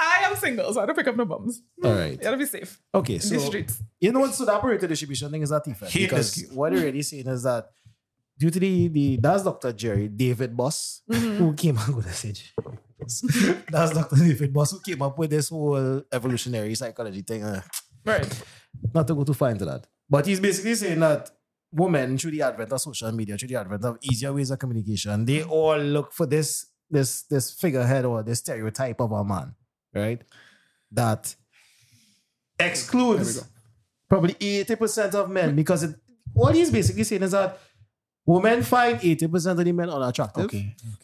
Speaker 3: I am single, so I don't pick up no bums.
Speaker 1: All right.
Speaker 3: You gotta be safe
Speaker 1: Okay,
Speaker 3: in these
Speaker 1: so
Speaker 3: streets.
Speaker 1: you know what? So the Pareto distribution thing is that effect.
Speaker 2: Hate
Speaker 1: Because
Speaker 2: this.
Speaker 1: what you're already saying is that due to the, the that's Dr. Jerry David Boss who came up with this. [laughs] That's Dr. David Boss who came up with this whole evolutionary psychology thing. uh,
Speaker 3: Right.
Speaker 1: not to go too far into that. But he's basically saying that women, through the advent of social media, through the advent of easier ways of communication, they all look for this this this figurehead or this stereotype of a man, right? That excludes
Speaker 2: There
Speaker 1: probably 80% of men because it, what he's basically saying is that women find 80% of the men unattractive.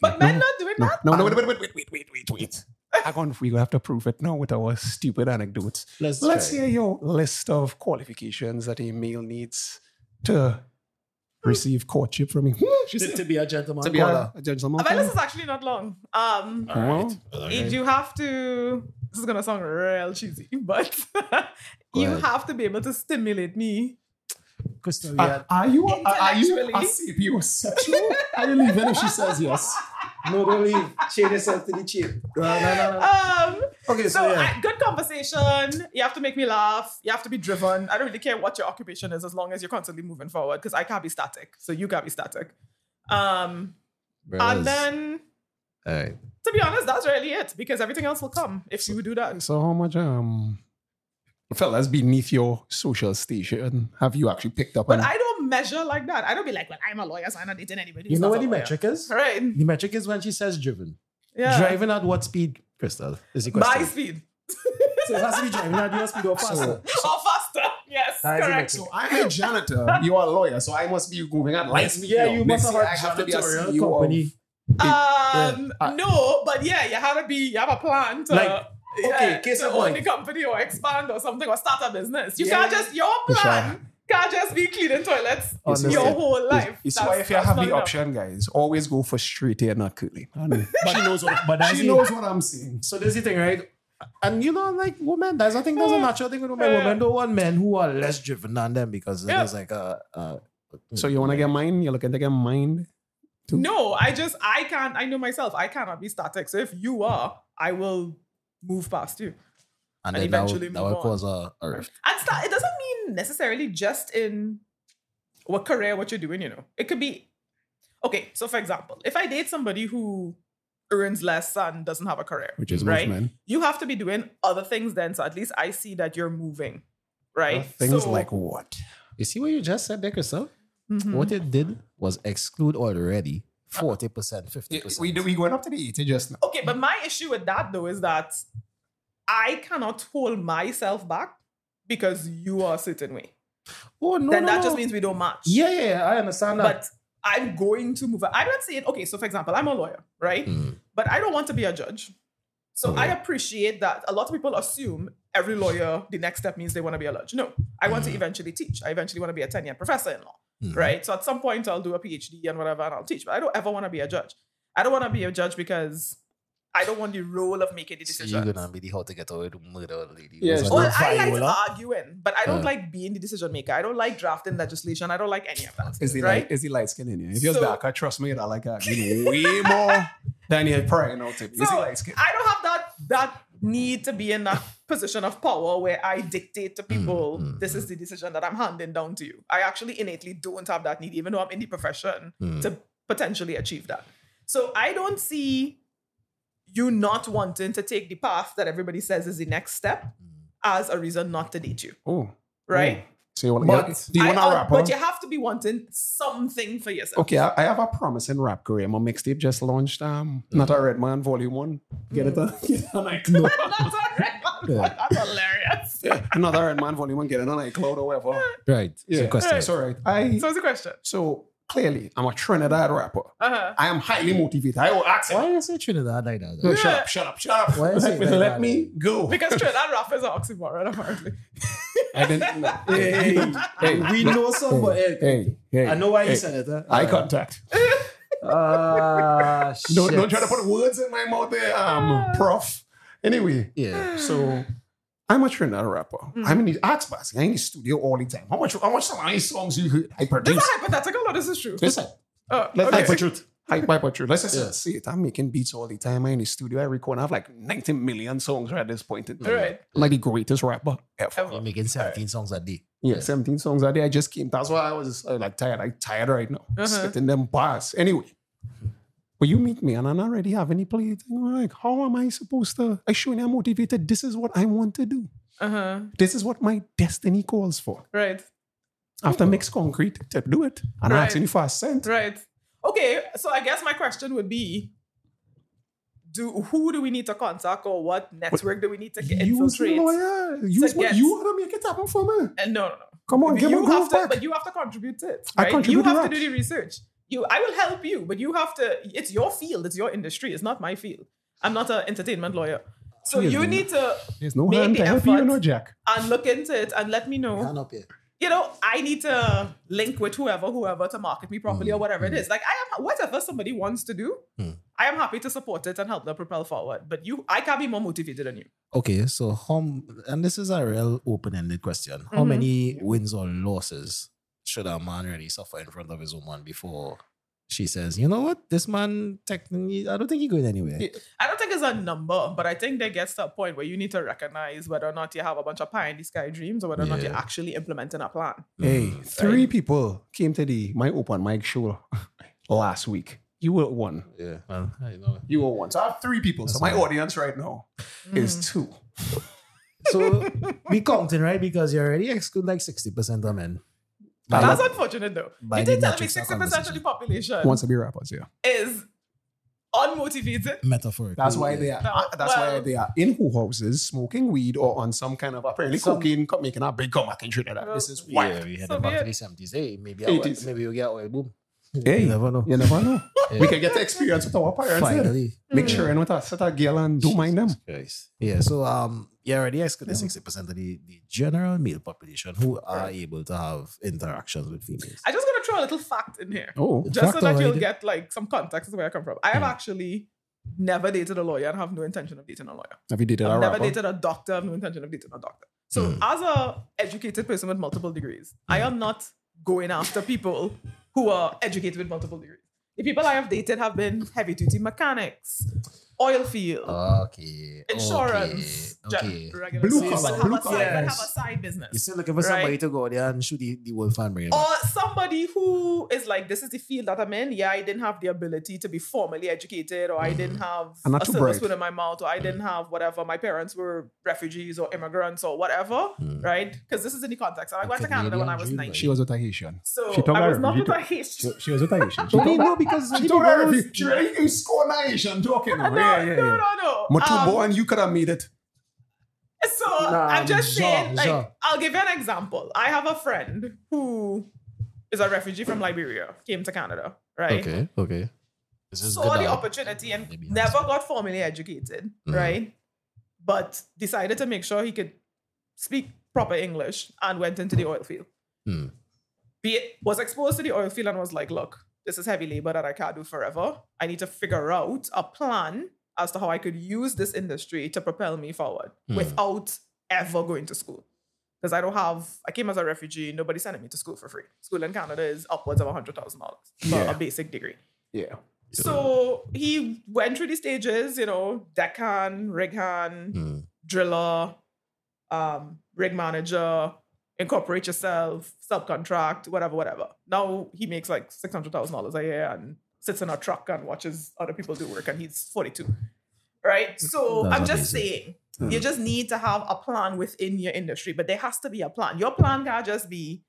Speaker 3: But men not doing
Speaker 2: No,
Speaker 3: that.
Speaker 2: no, no, wait, wait, wait, wait, wait, wait, wait, wait. I can't. We have to prove it now with our stupid anecdotes.
Speaker 1: Let's,
Speaker 2: Let's
Speaker 1: try.
Speaker 2: hear your list of qualifications that a male needs to receive courtship from [laughs] you.
Speaker 1: Hmm. To, to be a gentleman.
Speaker 2: To be
Speaker 1: caller.
Speaker 2: a, a gentleman.
Speaker 3: My list is actually not long. Um,
Speaker 2: Well,
Speaker 3: if you have to, this is gonna sound real cheesy, but [laughs] you
Speaker 1: ahead.
Speaker 3: have to be able to stimulate me.
Speaker 1: Crystal, we
Speaker 2: Are,
Speaker 1: had-
Speaker 2: Uh, are you a- are you a
Speaker 3: Intellectually.
Speaker 2: sapiosexual? Are you leaving if she says
Speaker 1: [laughs]
Speaker 2: yes?
Speaker 1: no, don't leave. Shade yourself to the chip.
Speaker 2: [laughs]
Speaker 1: No, no, no, no.
Speaker 3: Um,
Speaker 1: Okay, so,
Speaker 3: so
Speaker 1: yeah.
Speaker 3: I, good conversation. You have to make me laugh. You have to be driven. I don't really care what your occupation is, as long as you're constantly moving forward. Because I can't be static, so you can't be static. Um, and then
Speaker 1: all right.
Speaker 3: to be honest, that's really it because everything else will come if you do that.
Speaker 2: So how much um fellas beneath your social station have you actually picked up
Speaker 3: But
Speaker 2: on?
Speaker 3: I don't measure like that. I don't be like, well, I'm a lawyer, so I'm not dating anybody.
Speaker 1: You
Speaker 3: who's
Speaker 1: know what
Speaker 3: not a
Speaker 1: the
Speaker 3: lawyer."
Speaker 1: metric is?
Speaker 3: Right.
Speaker 1: The metric is when she says driven.
Speaker 3: Yeah.
Speaker 1: Driving at what speed, Crystal? Is the
Speaker 3: My
Speaker 1: question.
Speaker 3: speed. [laughs]
Speaker 1: so it has to be driving at your speed or faster.
Speaker 3: or faster. Yes.
Speaker 1: That is a
Speaker 3: Correct.
Speaker 1: metric.
Speaker 2: so I'm a janitor, you are a lawyer, so I must be moving at light speed.
Speaker 1: yeah,
Speaker 2: now.
Speaker 1: you
Speaker 2: Next
Speaker 1: must have
Speaker 2: year
Speaker 1: a
Speaker 2: I have to be a
Speaker 1: janitorial
Speaker 2: CEO of-
Speaker 1: company.
Speaker 3: Um,
Speaker 2: I-
Speaker 3: no, but yeah, you have to be, you have a plan to.
Speaker 1: Like,
Speaker 3: yeah,
Speaker 1: okay, case
Speaker 3: to
Speaker 1: in
Speaker 3: own
Speaker 1: point.
Speaker 3: the company or expand or something or start a business. You
Speaker 1: Yeah.
Speaker 3: can't just your
Speaker 2: Yes,
Speaker 3: plan can't just be cleaning toilets
Speaker 1: Understood.
Speaker 3: your whole life.
Speaker 2: You see
Speaker 3: That's-
Speaker 2: why if you
Speaker 3: that's
Speaker 2: have
Speaker 3: not
Speaker 2: the
Speaker 3: enough.
Speaker 2: option, guys, always go for straight hair, not curly. I know.
Speaker 1: But she knows what. But that's
Speaker 2: she
Speaker 1: the-
Speaker 2: knows what I'm saying.
Speaker 1: So there's the thing, right? And you know, like women, that's I think that's a natural thing with women.
Speaker 3: Yeah.
Speaker 1: Women don't want men who are less driven than them because
Speaker 3: Yeah.
Speaker 1: it's like a. a
Speaker 2: So you want to get mine? You're looking to get mine? too?
Speaker 3: No, I just I can't. I know myself. I cannot be static. So if you are, I will move past you.
Speaker 1: and,
Speaker 3: and
Speaker 1: then that would-
Speaker 3: eventually
Speaker 1: that
Speaker 3: move
Speaker 1: would
Speaker 3: on.
Speaker 1: cause a, a rift.
Speaker 3: And start, it doesn't mean necessarily just in what career, what you're doing, you know. It could be, okay, so for example, if I date somebody who earns less and doesn't have a career,
Speaker 2: Which is
Speaker 3: Right.
Speaker 2: most men.
Speaker 3: you have to be doing other things then. So at least I see that you're moving, right?
Speaker 2: Things
Speaker 3: So-
Speaker 2: like what? Hmm.
Speaker 1: You see what you just said there, Crystal?
Speaker 3: Mhm.
Speaker 1: What it did was exclude already 40 percent, 50 percent.
Speaker 2: We, we went up to
Speaker 3: E
Speaker 2: the 80 just now.
Speaker 3: Okay, but my issue with that though is that I cannot hold myself back because you are a certain way.
Speaker 1: Oh no,
Speaker 3: then
Speaker 1: no,
Speaker 3: that
Speaker 1: no.
Speaker 3: just means we don't match.
Speaker 1: yeah, yeah, yeah, I understand that.
Speaker 3: But I'm going to move. I'm not saying okay. So for example, I'm a lawyer, right?
Speaker 1: Mm.
Speaker 3: But I don't want to be a judge. So I appreciate that a lot of people assume every lawyer the next step means they want to be a judge. No, I want
Speaker 1: Hmm.
Speaker 3: to eventually teach. I eventually want to be a tenured professor in law,
Speaker 1: Mhm.
Speaker 3: right? So at some point I'll do a PhD and whatever, and I'll teach. But I don't ever want to be a judge. I don't want to be a judge because I don't want the role of making the
Speaker 1: So
Speaker 3: decision.
Speaker 1: you're gonna be the how to get away with murder lady.
Speaker 2: Yeah,
Speaker 1: Who's
Speaker 2: it's
Speaker 1: on
Speaker 3: Well,
Speaker 1: the
Speaker 3: I
Speaker 1: fire,
Speaker 3: like
Speaker 1: lah.
Speaker 3: arguing, but I don't
Speaker 1: Yeah.
Speaker 3: like being the decision maker. I don't like drafting legislation. I don't like any of that.
Speaker 2: Is he
Speaker 3: Right?
Speaker 2: light? Is he light skinned in here? If you're
Speaker 3: So-
Speaker 2: dark, I trust me. I like that.
Speaker 3: [laughs]
Speaker 2: You know, way more than you're praying out to be. Is he
Speaker 3: So,
Speaker 2: light skinned?
Speaker 3: I don't have that that need to be in that position of power where I dictate to people
Speaker 1: mm,
Speaker 3: this is the decision that I'm handing down to you. I actually innately don't have that need, even though I'm in the profession
Speaker 1: Mm.
Speaker 3: to potentially achieve that. So I don't see you not wanting to take the path that everybody says is the next
Speaker 1: Mm.
Speaker 3: step as a reason not to date you.
Speaker 2: Oh,
Speaker 3: Right?
Speaker 2: So you want
Speaker 1: But-
Speaker 2: to? Do you
Speaker 3: I-
Speaker 2: want to
Speaker 3: uh,
Speaker 2: rap?
Speaker 3: But
Speaker 2: huh?
Speaker 3: you have to be wanting something for yourself.
Speaker 2: Okay, I, I have a promising rap career. My mixtape just launched. Um, not
Speaker 3: Mm-hmm.
Speaker 2: a red man, volume one. Get it? on- [laughs] Get it on iCloud.
Speaker 3: [laughs] That's a record. That's hilarious.
Speaker 2: not a red man, volume one. Get it on iCloud or whatever.
Speaker 1: Hmm. Right. Yeah.
Speaker 2: Yeah.
Speaker 1: So question.
Speaker 2: It's all right. I
Speaker 3: So it's a question.
Speaker 2: so clearly I'm a Trinidad rapper.
Speaker 3: Uh-huh.
Speaker 2: I am highly motivated. I will ask him.
Speaker 1: Why is it Trinidad like that?
Speaker 2: No,
Speaker 1: though?
Speaker 2: shut up! Shut up! Shut up!
Speaker 1: Why is
Speaker 2: Let
Speaker 1: it
Speaker 2: me,
Speaker 1: like
Speaker 2: let
Speaker 1: that?
Speaker 2: me go.
Speaker 3: Because Trinidad Ralph is an oxymoron, apparently.
Speaker 2: I [laughs] didn't. Hey, hey,
Speaker 1: We know somebody.
Speaker 2: hey, hey.
Speaker 1: I know why
Speaker 2: hey.
Speaker 1: he said it. Huh?
Speaker 2: Eye contact.
Speaker 1: Ah,
Speaker 2: [laughs] Don't,
Speaker 1: shit.
Speaker 2: don't try to put words in my mouth there, um, prof. Anyway,
Speaker 1: Yeah.
Speaker 2: so I'm a Trinidad rapper. I'm in the arts basket. I'm in the studio all the time. How much, how much, how many songs you heard I
Speaker 3: This is
Speaker 2: produce?
Speaker 3: hypothetical or this is true?
Speaker 2: Listen,
Speaker 3: Oh,
Speaker 2: let's
Speaker 3: okay.
Speaker 2: hype for truth. Hype, hype for truth. Let's just
Speaker 1: Yeah.
Speaker 2: see it. I'm making beats all the time. I'm in the studio. I record. I have like 90 million songs right at this point in time.
Speaker 3: Right.
Speaker 2: I'm like the greatest rapper ever.
Speaker 1: You're making 17 songs a day.
Speaker 2: Yeah, 17 songs a day. I just came. That's why I was uh, like tired. i tired right now.
Speaker 3: Uh-huh.
Speaker 2: Spitting them bars. Anyway, but you meet me and I don't already have any play. I'm like, how am I supposed to? I showing I'm motivated. This is what I want to do.
Speaker 3: Uh-huh.
Speaker 2: This is what my destiny calls for.
Speaker 3: Right.
Speaker 2: After mix concrete, to do it. And
Speaker 3: Right.
Speaker 2: I'm asking you for a cent.
Speaker 3: Right. Okay. So I guess my question would be do who do we need to contact or what network do we need to get
Speaker 2: Use the
Speaker 3: infiltrate?
Speaker 2: lawyer. Use what
Speaker 3: get-
Speaker 2: you want to make it happen for me.
Speaker 3: And no, no, no.
Speaker 2: Come on, give me
Speaker 3: you
Speaker 2: groove
Speaker 3: have to,
Speaker 2: back.
Speaker 3: but you have to contribute to it.
Speaker 2: I
Speaker 3: Right? you
Speaker 2: contribute the
Speaker 3: have to
Speaker 2: raps.
Speaker 3: do the research. You, I will help you, but you have to. It's your field. It's your industry. It's not my field. I'm not an entertainment lawyer, so
Speaker 2: Excuse
Speaker 3: you
Speaker 2: me.
Speaker 3: need to
Speaker 2: There's no
Speaker 3: make
Speaker 2: hand
Speaker 3: the
Speaker 2: to help you, you
Speaker 3: effort.
Speaker 2: know, Jack.
Speaker 3: and look into it and let me know.
Speaker 1: Hand up here.
Speaker 3: You know, I need to link with whoever, whoever to market me properly or whatever it is. Like I am, whatever somebody wants to do,
Speaker 1: Mm.
Speaker 3: I am happy to support it and help them propel forward. But you, I can't be more motivated than you.
Speaker 1: Okay, so how, m- and this is a real open ended question. How
Speaker 2: Mm-hmm.
Speaker 3: Mhm.
Speaker 1: many wins or losses should a man really suffer in front of his woman before she says, you know what, this man technically, I don't think he's going anywhere?
Speaker 2: Yeah.
Speaker 3: I don't think it's a number, but I think there gets to a point where you need to recognize whether or not you have a bunch of pie in the sky dreams or whether or not
Speaker 1: Yeah.
Speaker 3: you're actually implementing a plan.
Speaker 2: Hey,
Speaker 1: Mm.
Speaker 2: three people came to the my open mic show last week. You were one.
Speaker 1: Yeah. Well, I know.
Speaker 2: You were one. So I have three people.
Speaker 1: That's
Speaker 2: so my
Speaker 1: right.
Speaker 2: audience right now
Speaker 3: Mm-hmm.
Speaker 2: is two.
Speaker 1: So be counting, right? Because you already exclude like 60% of men. By
Speaker 3: That's
Speaker 1: the-
Speaker 3: unfortunate though.
Speaker 1: by
Speaker 3: you
Speaker 1: the
Speaker 3: did tell me
Speaker 1: metrics of
Speaker 3: 60% of the
Speaker 1: conversation.
Speaker 3: population
Speaker 2: Wants to be rappers, yeah.
Speaker 3: is unmotivated.
Speaker 1: metaphorically.
Speaker 2: That's why they
Speaker 1: yeah.
Speaker 2: are.
Speaker 3: No,
Speaker 2: that's why
Speaker 3: well-
Speaker 2: they are in who houses smoking weed or on some kind of apparently
Speaker 1: Some-
Speaker 2: cocaine, co- making a big comeback in Trinidad.
Speaker 3: Well,
Speaker 2: this is
Speaker 1: Yeah,
Speaker 2: wild.
Speaker 1: we had
Speaker 3: So
Speaker 1: back
Speaker 3: weird.
Speaker 1: to the 70s. Hey, maybe, I will,
Speaker 2: 80s.
Speaker 1: maybe we'll get oil boom.
Speaker 2: Hey,
Speaker 1: You never know.
Speaker 2: you never know.
Speaker 1: Yeah.
Speaker 2: We can get to experience with our parents. yeah.
Speaker 1: Finally.
Speaker 2: Make
Speaker 1: Mm.
Speaker 2: sure and with a set of girl and don't mind them.
Speaker 1: Christ. Yeah, so um, yeah, already excluded sixty percent of the, the general male population who are able to have interactions with females.
Speaker 3: I'm just gonna throw a little fact in here.
Speaker 2: Oh,
Speaker 3: Just so that you'll
Speaker 1: Factoid.
Speaker 3: get like some context of where I come from. I have
Speaker 2: Hmm.
Speaker 1: Mm.
Speaker 3: actually never dated a lawyer and have no intention of dating a lawyer.
Speaker 2: have you dated a
Speaker 3: I've never
Speaker 2: rapper?
Speaker 3: dated a doctor, I have no intention of dating a doctor. So
Speaker 2: Hmm.
Speaker 1: Mm.
Speaker 3: as a educated person with multiple degrees, I am not going after people who are educated with multiple degrees. The people I have dated have been heavy duty mechanics, oil field,
Speaker 1: Okay.
Speaker 3: insurance, gen-
Speaker 1: Okay. okay.
Speaker 3: regular
Speaker 2: Oh, Blue
Speaker 3: business,
Speaker 2: collar,
Speaker 3: but have
Speaker 2: blue
Speaker 3: a side- but
Speaker 2: collar.
Speaker 3: have a side business.
Speaker 1: You're still looking for somebody
Speaker 3: Right.
Speaker 1: to go out there and shoot the, the wolf and bring it
Speaker 3: or
Speaker 1: back.
Speaker 3: somebody who is like, this is the field that I'm in. Yeah, I didn't have the ability to be formally educated, or I didn't have
Speaker 2: And not
Speaker 3: a
Speaker 2: too
Speaker 3: silver
Speaker 2: bright.
Speaker 3: spoon in my mouth, or I didn't have whatever. My parents were refugees or immigrants or whatever,
Speaker 1: Mm.
Speaker 3: right? Because this is in the context. I
Speaker 1: A
Speaker 3: went to Canada when I was
Speaker 1: Canadian dream,
Speaker 3: 19.
Speaker 2: She was with a Haitian.
Speaker 3: So
Speaker 4: She talk
Speaker 3: I
Speaker 4: about
Speaker 3: was
Speaker 4: her,
Speaker 3: not
Speaker 4: she
Speaker 3: with
Speaker 4: talk-
Speaker 3: a Haitian.
Speaker 4: She, she was with a Haitian. She
Speaker 1: Don't
Speaker 4: talk-
Speaker 1: even know because
Speaker 2: She told her if you, she really you score an Haitian talking.
Speaker 3: No,
Speaker 2: now. Oh, Yeah, yeah,
Speaker 3: no,
Speaker 2: yeah.
Speaker 3: no, no. Um,
Speaker 2: Matumbo and you could have made it.
Speaker 3: So
Speaker 1: Nah,
Speaker 3: I'm just
Speaker 1: Jean,
Speaker 3: saying, like,
Speaker 1: Jean.
Speaker 3: I'll give you an example. I have a friend who is a refugee from Liberia, came to Canada, right?
Speaker 1: Okay, okay. This is
Speaker 3: Saw
Speaker 1: good
Speaker 3: the
Speaker 1: now.
Speaker 3: opportunity and
Speaker 1: Maybe
Speaker 3: never
Speaker 1: husband.
Speaker 3: got formally educated,
Speaker 1: Mhm.
Speaker 3: right? But decided to make sure he could speak proper English and went into the oil field.
Speaker 1: Hmm.
Speaker 3: Be it, was exposed to the oil field and was like, look, this is heavy labor that I can't do forever. I need to figure out a plan as to how I could use this industry to propel me forward
Speaker 1: Hmm.
Speaker 3: without ever going to school. Because I don't have, I came as a refugee, nobody sending me to school for free. School in Canada is upwards of $100,000 for
Speaker 2: Yeah.
Speaker 3: a basic degree.
Speaker 2: Yeah.
Speaker 3: So he went through the stages, you know, deckhand, rig hand,
Speaker 1: Hmm.
Speaker 3: driller, um, rig manager, incorporate yourself, subcontract, whatever, whatever. Now he makes like six hundred thousand dollars a year and sits in a truck and watches other people do work, and he's forty-two, right? So
Speaker 1: Mm, That's
Speaker 3: I'm just
Speaker 1: amazing. Mm.
Speaker 3: saying, you just need to have a plan within your industry, but there has to be a plan. Your plan can't just be,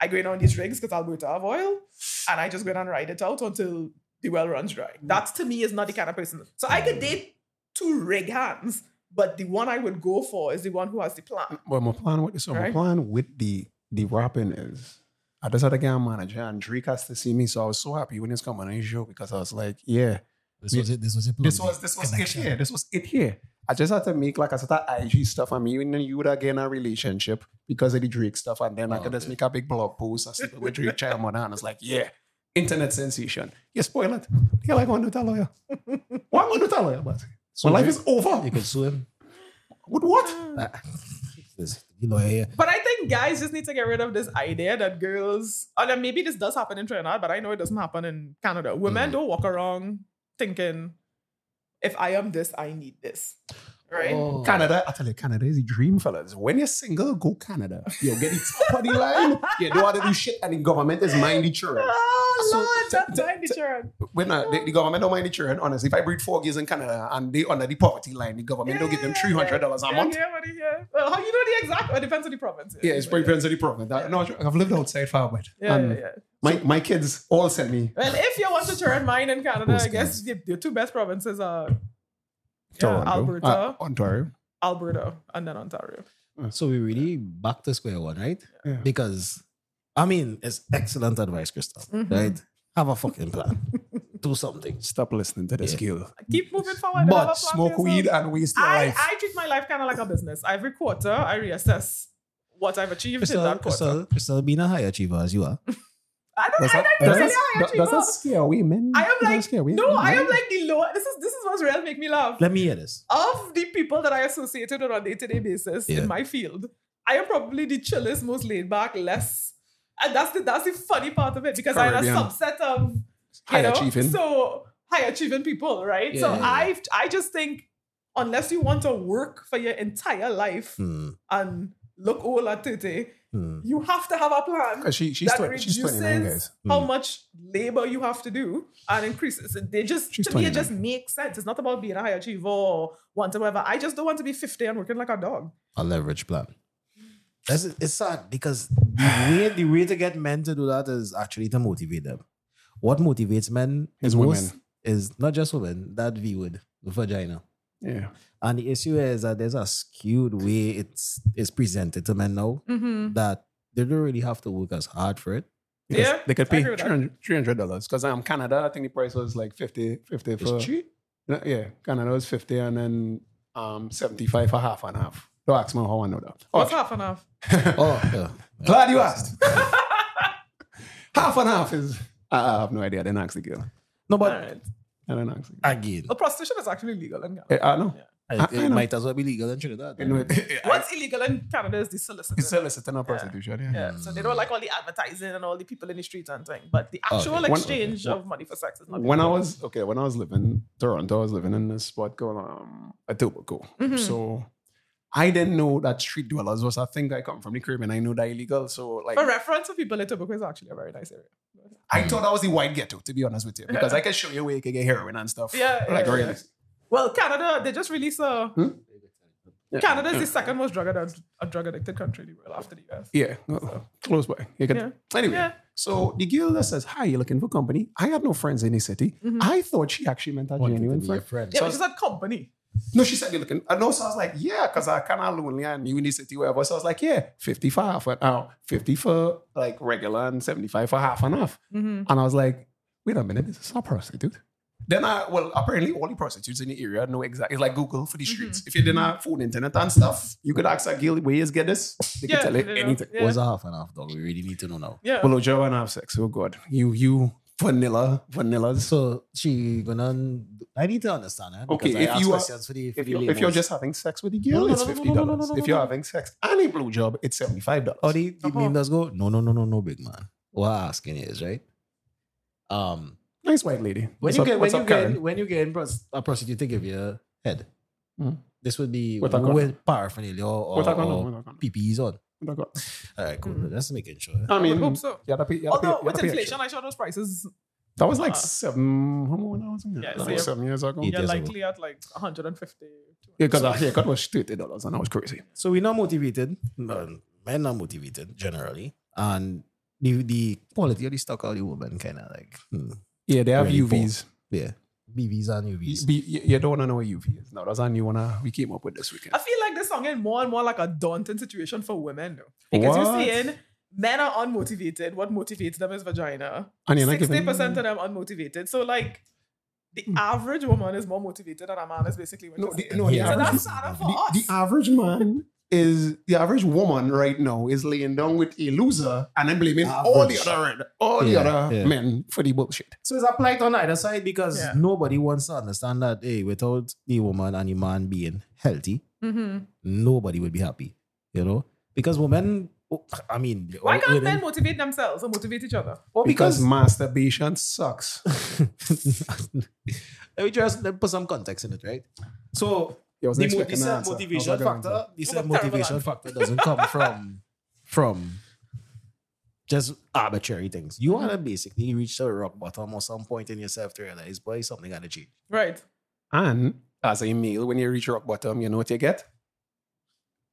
Speaker 3: I go in on these rigs because I'll go to have oil, and I just go in and ride it out until the well runs dry.
Speaker 1: Mm.
Speaker 3: That to me is not the kind of person. So I could date two rig hands, but the one I would go for is the one who has the plan.
Speaker 2: Well, my plan with this, so my
Speaker 3: Right.
Speaker 2: plan with the the rapping is I just had a game manager and Drake has to see me, so I was so happy when he's coming on his show because I was like, yeah,
Speaker 1: This was it. This was it.
Speaker 2: this was this was it here, this was it here. I just had to make like I said that IG stuff. I mean, you know, you would again a relationship because of the Drake stuff, and then I
Speaker 1: Oh,
Speaker 2: could just
Speaker 1: okay.
Speaker 2: make a big blog post. I sleep with Drake Childman, and it's like, yeah, internet sensation. You spoil it. Yeah, like going to tell lawyer. [laughs] Why am I going to tell lawyer? But
Speaker 1: So
Speaker 2: my life
Speaker 1: you-
Speaker 2: is over.
Speaker 1: You could sue him. [laughs]
Speaker 2: With what?
Speaker 1: Ah. This- You know, here.
Speaker 3: But I think guys just need to get rid of this idea that girls, and then maybe this does happen in Trinidad, but I know it doesn't happen in Canada. Women
Speaker 2: Mm-hmm.
Speaker 1: Mhm.
Speaker 3: don't walk around thinking, if I am this, I need this. Right?
Speaker 1: Oh.
Speaker 2: Canada, I tell you, Canada is a dream, fellas. When you're single, go Canada. You'll get the top of the
Speaker 1: [laughs]
Speaker 2: line. You don't have to do shit, and the government is mind the children.
Speaker 3: Oh,
Speaker 2: So,
Speaker 3: Lord,
Speaker 2: t-
Speaker 3: that's
Speaker 2: t-
Speaker 3: mind the
Speaker 2: t-
Speaker 3: children.
Speaker 2: When uh, the, the government don't mind the children, honestly, if I breed four years in Canada and they under the poverty line, the government don't give them three hundred dollars a
Speaker 3: Yeah,
Speaker 2: month.
Speaker 3: yeah, what do you hear? Well, how you know the exact? Well, it depends on the province.
Speaker 2: Yeah, it's pretty Um, friends of the problem. That- No, I've lived outside far, but
Speaker 3: Yeah,
Speaker 2: and
Speaker 3: yeah, yeah.
Speaker 2: my my kids all sent me
Speaker 3: Well, if you want to turn mine in Canada,
Speaker 2: Who's
Speaker 3: I guess the, the two best provinces are yeah,
Speaker 2: Toronto,
Speaker 3: Alberta,
Speaker 2: uh, Ontario.
Speaker 3: Alberta, and then Ontario.
Speaker 1: So we really back to square one, right?
Speaker 2: Yeah.
Speaker 1: Because, I mean, it's excellent advice, Crystal.
Speaker 3: Mhm.
Speaker 1: Right? Have a fucking plan. Do something.
Speaker 2: Stop listening to this
Speaker 1: Yeah.
Speaker 2: girl.
Speaker 3: Keep moving forward. and have
Speaker 2: But
Speaker 3: a plan for
Speaker 2: smoke
Speaker 3: yourself.
Speaker 2: weed and waste your
Speaker 3: I,
Speaker 2: life.
Speaker 3: I treat my life kind of like a business. Every quarter, I reassess what I've achieved in
Speaker 1: Crystal,
Speaker 3: that quarter.
Speaker 1: Crystal, Crystal, being a high achiever as you are.
Speaker 3: I don't.
Speaker 2: does
Speaker 3: I
Speaker 2: that,
Speaker 3: don't
Speaker 2: does
Speaker 3: really
Speaker 2: that-
Speaker 3: high
Speaker 2: does that
Speaker 3: achiever.
Speaker 2: scare we men?
Speaker 3: I am
Speaker 2: Does that
Speaker 3: like-
Speaker 2: scare we
Speaker 3: No,
Speaker 2: men?
Speaker 3: I am like the low. This is this is what's real make me laugh.
Speaker 1: Let me hear this.
Speaker 3: of the people that I associated with on a day-to-day basis
Speaker 1: Yeah.
Speaker 3: in my field, I am probably the chillest, most laid back, less. And that's the that's the funny part of it because I'm a
Speaker 2: Caribbean.
Speaker 3: subset of you
Speaker 2: high
Speaker 3: know,
Speaker 2: achieving.
Speaker 3: so high achieving people, right? so
Speaker 1: Yeah, yeah, yeah.
Speaker 3: I I just think unless you want to work for your entire life
Speaker 1: Hmm.
Speaker 3: and look old at 30,
Speaker 1: Hmm.
Speaker 3: you have to have a plan.
Speaker 2: 'Cause Uh, she, she's,
Speaker 3: that
Speaker 2: 20, she's 29, guys.
Speaker 3: reduces how
Speaker 1: Mm.
Speaker 3: much labor you have to do and increases. They just
Speaker 2: She's
Speaker 3: to me it just makes sense. It's not about being a high achiever or want to whatever. I just don't want to be 50 and working like a dog.
Speaker 1: A leverage plan. That's, it's sad because
Speaker 2: [sighs]
Speaker 1: the way, the way to get men to do that is actually to motivate them. What motivates men
Speaker 2: Is
Speaker 1: the
Speaker 2: women.
Speaker 1: most is not just women, that V word, vagina.
Speaker 2: Yeah.
Speaker 1: And the issue is that there's a skewed way it's it's presented to men now
Speaker 3: Mm-hmm.
Speaker 1: that they don't really have to work as hard for
Speaker 2: [laughs]
Speaker 1: it.
Speaker 2: Because
Speaker 3: Yeah,
Speaker 2: They could
Speaker 3: I
Speaker 2: pay
Speaker 3: agree with that.
Speaker 2: $300 because um, Canada, I think the price was like 50, 50 for.
Speaker 1: It's cheap.
Speaker 2: No, Yeah, Canada was 50 and then um, 75 for half and half. Don't ask me how I know that.
Speaker 3: What's
Speaker 2: Oh,
Speaker 3: half and half?
Speaker 1: Oh, yeah.
Speaker 2: glad you asked.
Speaker 3: [laughs]
Speaker 2: half and half is. I I have no idea. I didn't ask the girl.
Speaker 1: No,
Speaker 3: All
Speaker 1: but
Speaker 3: right.
Speaker 2: I didn't ask the girl.
Speaker 1: again,
Speaker 3: Well, prostitution is actually legal in Ghana.
Speaker 2: Eh, I know.
Speaker 1: It,
Speaker 2: I- I
Speaker 1: it
Speaker 2: know.
Speaker 1: might as well be legal in Trinidad.
Speaker 2: You know, it- I-
Speaker 3: What's illegal in Canada is the solicitor.
Speaker 2: [laughs] it's soliciting or prostitution. Yeah.
Speaker 3: Yeah, so they don't like all the advertising and all the people in the street and thing, but the actual
Speaker 1: okay.
Speaker 2: Oh, One-
Speaker 3: exchange of money for sex is not.
Speaker 2: when I was okay, when I was living in Toronto, I was living in this spot called um Etobicoke.
Speaker 3: Mhm.
Speaker 2: So I didn't know that street dwellers was a thing. I come from the Caribbean. I know that illegal. So like
Speaker 3: for reference, for people, Etobicoke is actually a very nice area.
Speaker 2: I thought that was the white ghetto, to be honest with you, because I can show you where you can get heroin and stuff.
Speaker 3: Yeah,
Speaker 2: like
Speaker 3: yeah,
Speaker 2: really.
Speaker 3: yeah. Well, Canada, they just released a.
Speaker 2: Yeah. Hmm.
Speaker 3: Canada is the second most drug addict, a drug addicted country in the world after the US.
Speaker 2: Yeah, well, close by. You can, Anyway,
Speaker 3: Yeah.
Speaker 2: so the girl that says, "Hi, you looking for company?" I have no friends in the city.
Speaker 3: Mm-hmm.
Speaker 2: I thought she actually meant a genuine friend.
Speaker 3: Yeah, but she's not company.
Speaker 2: No, she said you're looking. I know, so I was like, "Yeah," because I kind of lonely and new in the city, wherever. So I was like, "Yeah, fifty-five for an hour, fifty for like regular, and seventy-five for half and half."
Speaker 3: Mm-hmm.
Speaker 2: And I was like, wait a minute, this is not prostitute. Then I, well, apparently all the prostitutes in the area know exactly. It's like Google for the
Speaker 3: Mm-hmm.
Speaker 2: streets. If you didn't have phone, internet, and stuff, you could ask a girl, where you get this? They
Speaker 3: Yeah,
Speaker 2: can tell you
Speaker 3: they know.
Speaker 2: anything.
Speaker 3: Yeah.
Speaker 1: Was a half and half, dog. We really need to know now.
Speaker 3: Yeah.
Speaker 2: Well, Joe and I have sex. Oh, God. You, you, vanilla, vanillas.
Speaker 1: So she gonna. I need to understand that.
Speaker 2: Okay,
Speaker 1: because I
Speaker 2: if
Speaker 1: ask
Speaker 2: you are-
Speaker 1: questions for the, for
Speaker 2: If
Speaker 1: the
Speaker 2: you're, if you're
Speaker 1: labels.
Speaker 2: just having sex with the
Speaker 1: No,
Speaker 2: girl,
Speaker 1: no,
Speaker 2: it's
Speaker 1: no, no,
Speaker 2: $50.
Speaker 1: no, no, no, no,
Speaker 2: if
Speaker 1: no,
Speaker 2: you're
Speaker 1: no.
Speaker 2: having sex and a blue job, it's $75.
Speaker 1: Or the, the
Speaker 3: Uh-huh.
Speaker 1: members go, no, no, no, no, no, big man. What I'm asking is, right? Um,
Speaker 2: nice white lady.
Speaker 1: when
Speaker 2: What's
Speaker 1: you
Speaker 2: up-
Speaker 1: get when
Speaker 2: what's
Speaker 1: you
Speaker 2: up,
Speaker 1: get
Speaker 2: Karen?
Speaker 1: when you get in pros- a prostitute to give you a head,
Speaker 2: Mhm.
Speaker 1: this would be
Speaker 2: With
Speaker 1: with,
Speaker 2: a condom.
Speaker 1: paraphernalia or,
Speaker 2: What I
Speaker 1: or,
Speaker 2: got now,
Speaker 1: or
Speaker 2: what I got now,
Speaker 1: PPEs on.
Speaker 2: what I got
Speaker 1: All right, cool.
Speaker 3: Mhm.
Speaker 1: That's making sure.
Speaker 2: now. I
Speaker 3: I would
Speaker 2: mean,
Speaker 3: hope so.
Speaker 2: you had to pay- you had to pay-
Speaker 3: Although
Speaker 2: you had to
Speaker 3: with
Speaker 2: pay extra.
Speaker 3: inflation, I saw those prices.
Speaker 2: That was like
Speaker 3: Uh,
Speaker 2: seven, how long was it?
Speaker 3: Yeah,
Speaker 2: That
Speaker 3: so
Speaker 2: was
Speaker 3: you're-
Speaker 2: Ah. seven years ago.
Speaker 1: Eight
Speaker 3: You're
Speaker 1: years ago.
Speaker 3: likely at like 150.
Speaker 2: Yeah, because our haircut was thirty dollars, and I was crazy.
Speaker 1: So we're not motivated. No, men are motivated generally, and the the quality of the stock of the woman kind of like hmm,
Speaker 2: Yeah, they have
Speaker 1: Really poor.
Speaker 2: UVs.
Speaker 1: yeah, BVs and UVs.
Speaker 2: B- you, you don't want to know what UV is. No, that's a new one uh, we came up with this weekend.
Speaker 3: I feel like this song is more and more like a daunting situation for women, though. Because
Speaker 2: What?
Speaker 3: you're seeing men are unmotivated. What motivates them is vagina.
Speaker 2: And you're not
Speaker 3: Sixty
Speaker 2: giving-
Speaker 3: percent of them unmotivated. So like, the average woman is more motivated than a man is basically. What
Speaker 2: No,
Speaker 3: you're
Speaker 2: the,
Speaker 3: saying.
Speaker 2: no, the
Speaker 1: Yeah.
Speaker 3: so
Speaker 2: average,
Speaker 3: that's sad for
Speaker 2: the,
Speaker 3: us.
Speaker 2: the average man is the average woman right now is laying down with a loser and then blaming all the
Speaker 1: Average.
Speaker 2: other red, all
Speaker 1: Yeah,
Speaker 2: the other
Speaker 1: yeah.
Speaker 2: men for the bullshit.
Speaker 1: So it's applied on either side because
Speaker 3: Yeah.
Speaker 1: nobody wants to understand that hey, without the woman and the man being healthy,
Speaker 3: Mhm.
Speaker 1: nobody would be happy. You know, because women. oh, I mean,
Speaker 3: Why can't
Speaker 1: women- [laughs]
Speaker 3: men motivate themselves or motivate each other?
Speaker 1: Well,
Speaker 2: Because,
Speaker 1: because
Speaker 2: masturbation sucks.
Speaker 1: let me just let me put some context in it, right? So
Speaker 2: You wasn't
Speaker 1: the, mo- the
Speaker 2: expecting an
Speaker 1: self
Speaker 2: answer. I was
Speaker 1: motivation
Speaker 2: like,
Speaker 1: factor,
Speaker 2: answer.
Speaker 1: the
Speaker 3: What a
Speaker 1: self
Speaker 3: terrible
Speaker 1: motivation
Speaker 3: answer.
Speaker 1: factor doesn't come from from just arbitrary things. You want to basically reach a rock bottom or some point in yourself to realize, boy, something got to change.
Speaker 3: Right.
Speaker 2: And as a male, when Ah, you reach rock bottom, you know what you get?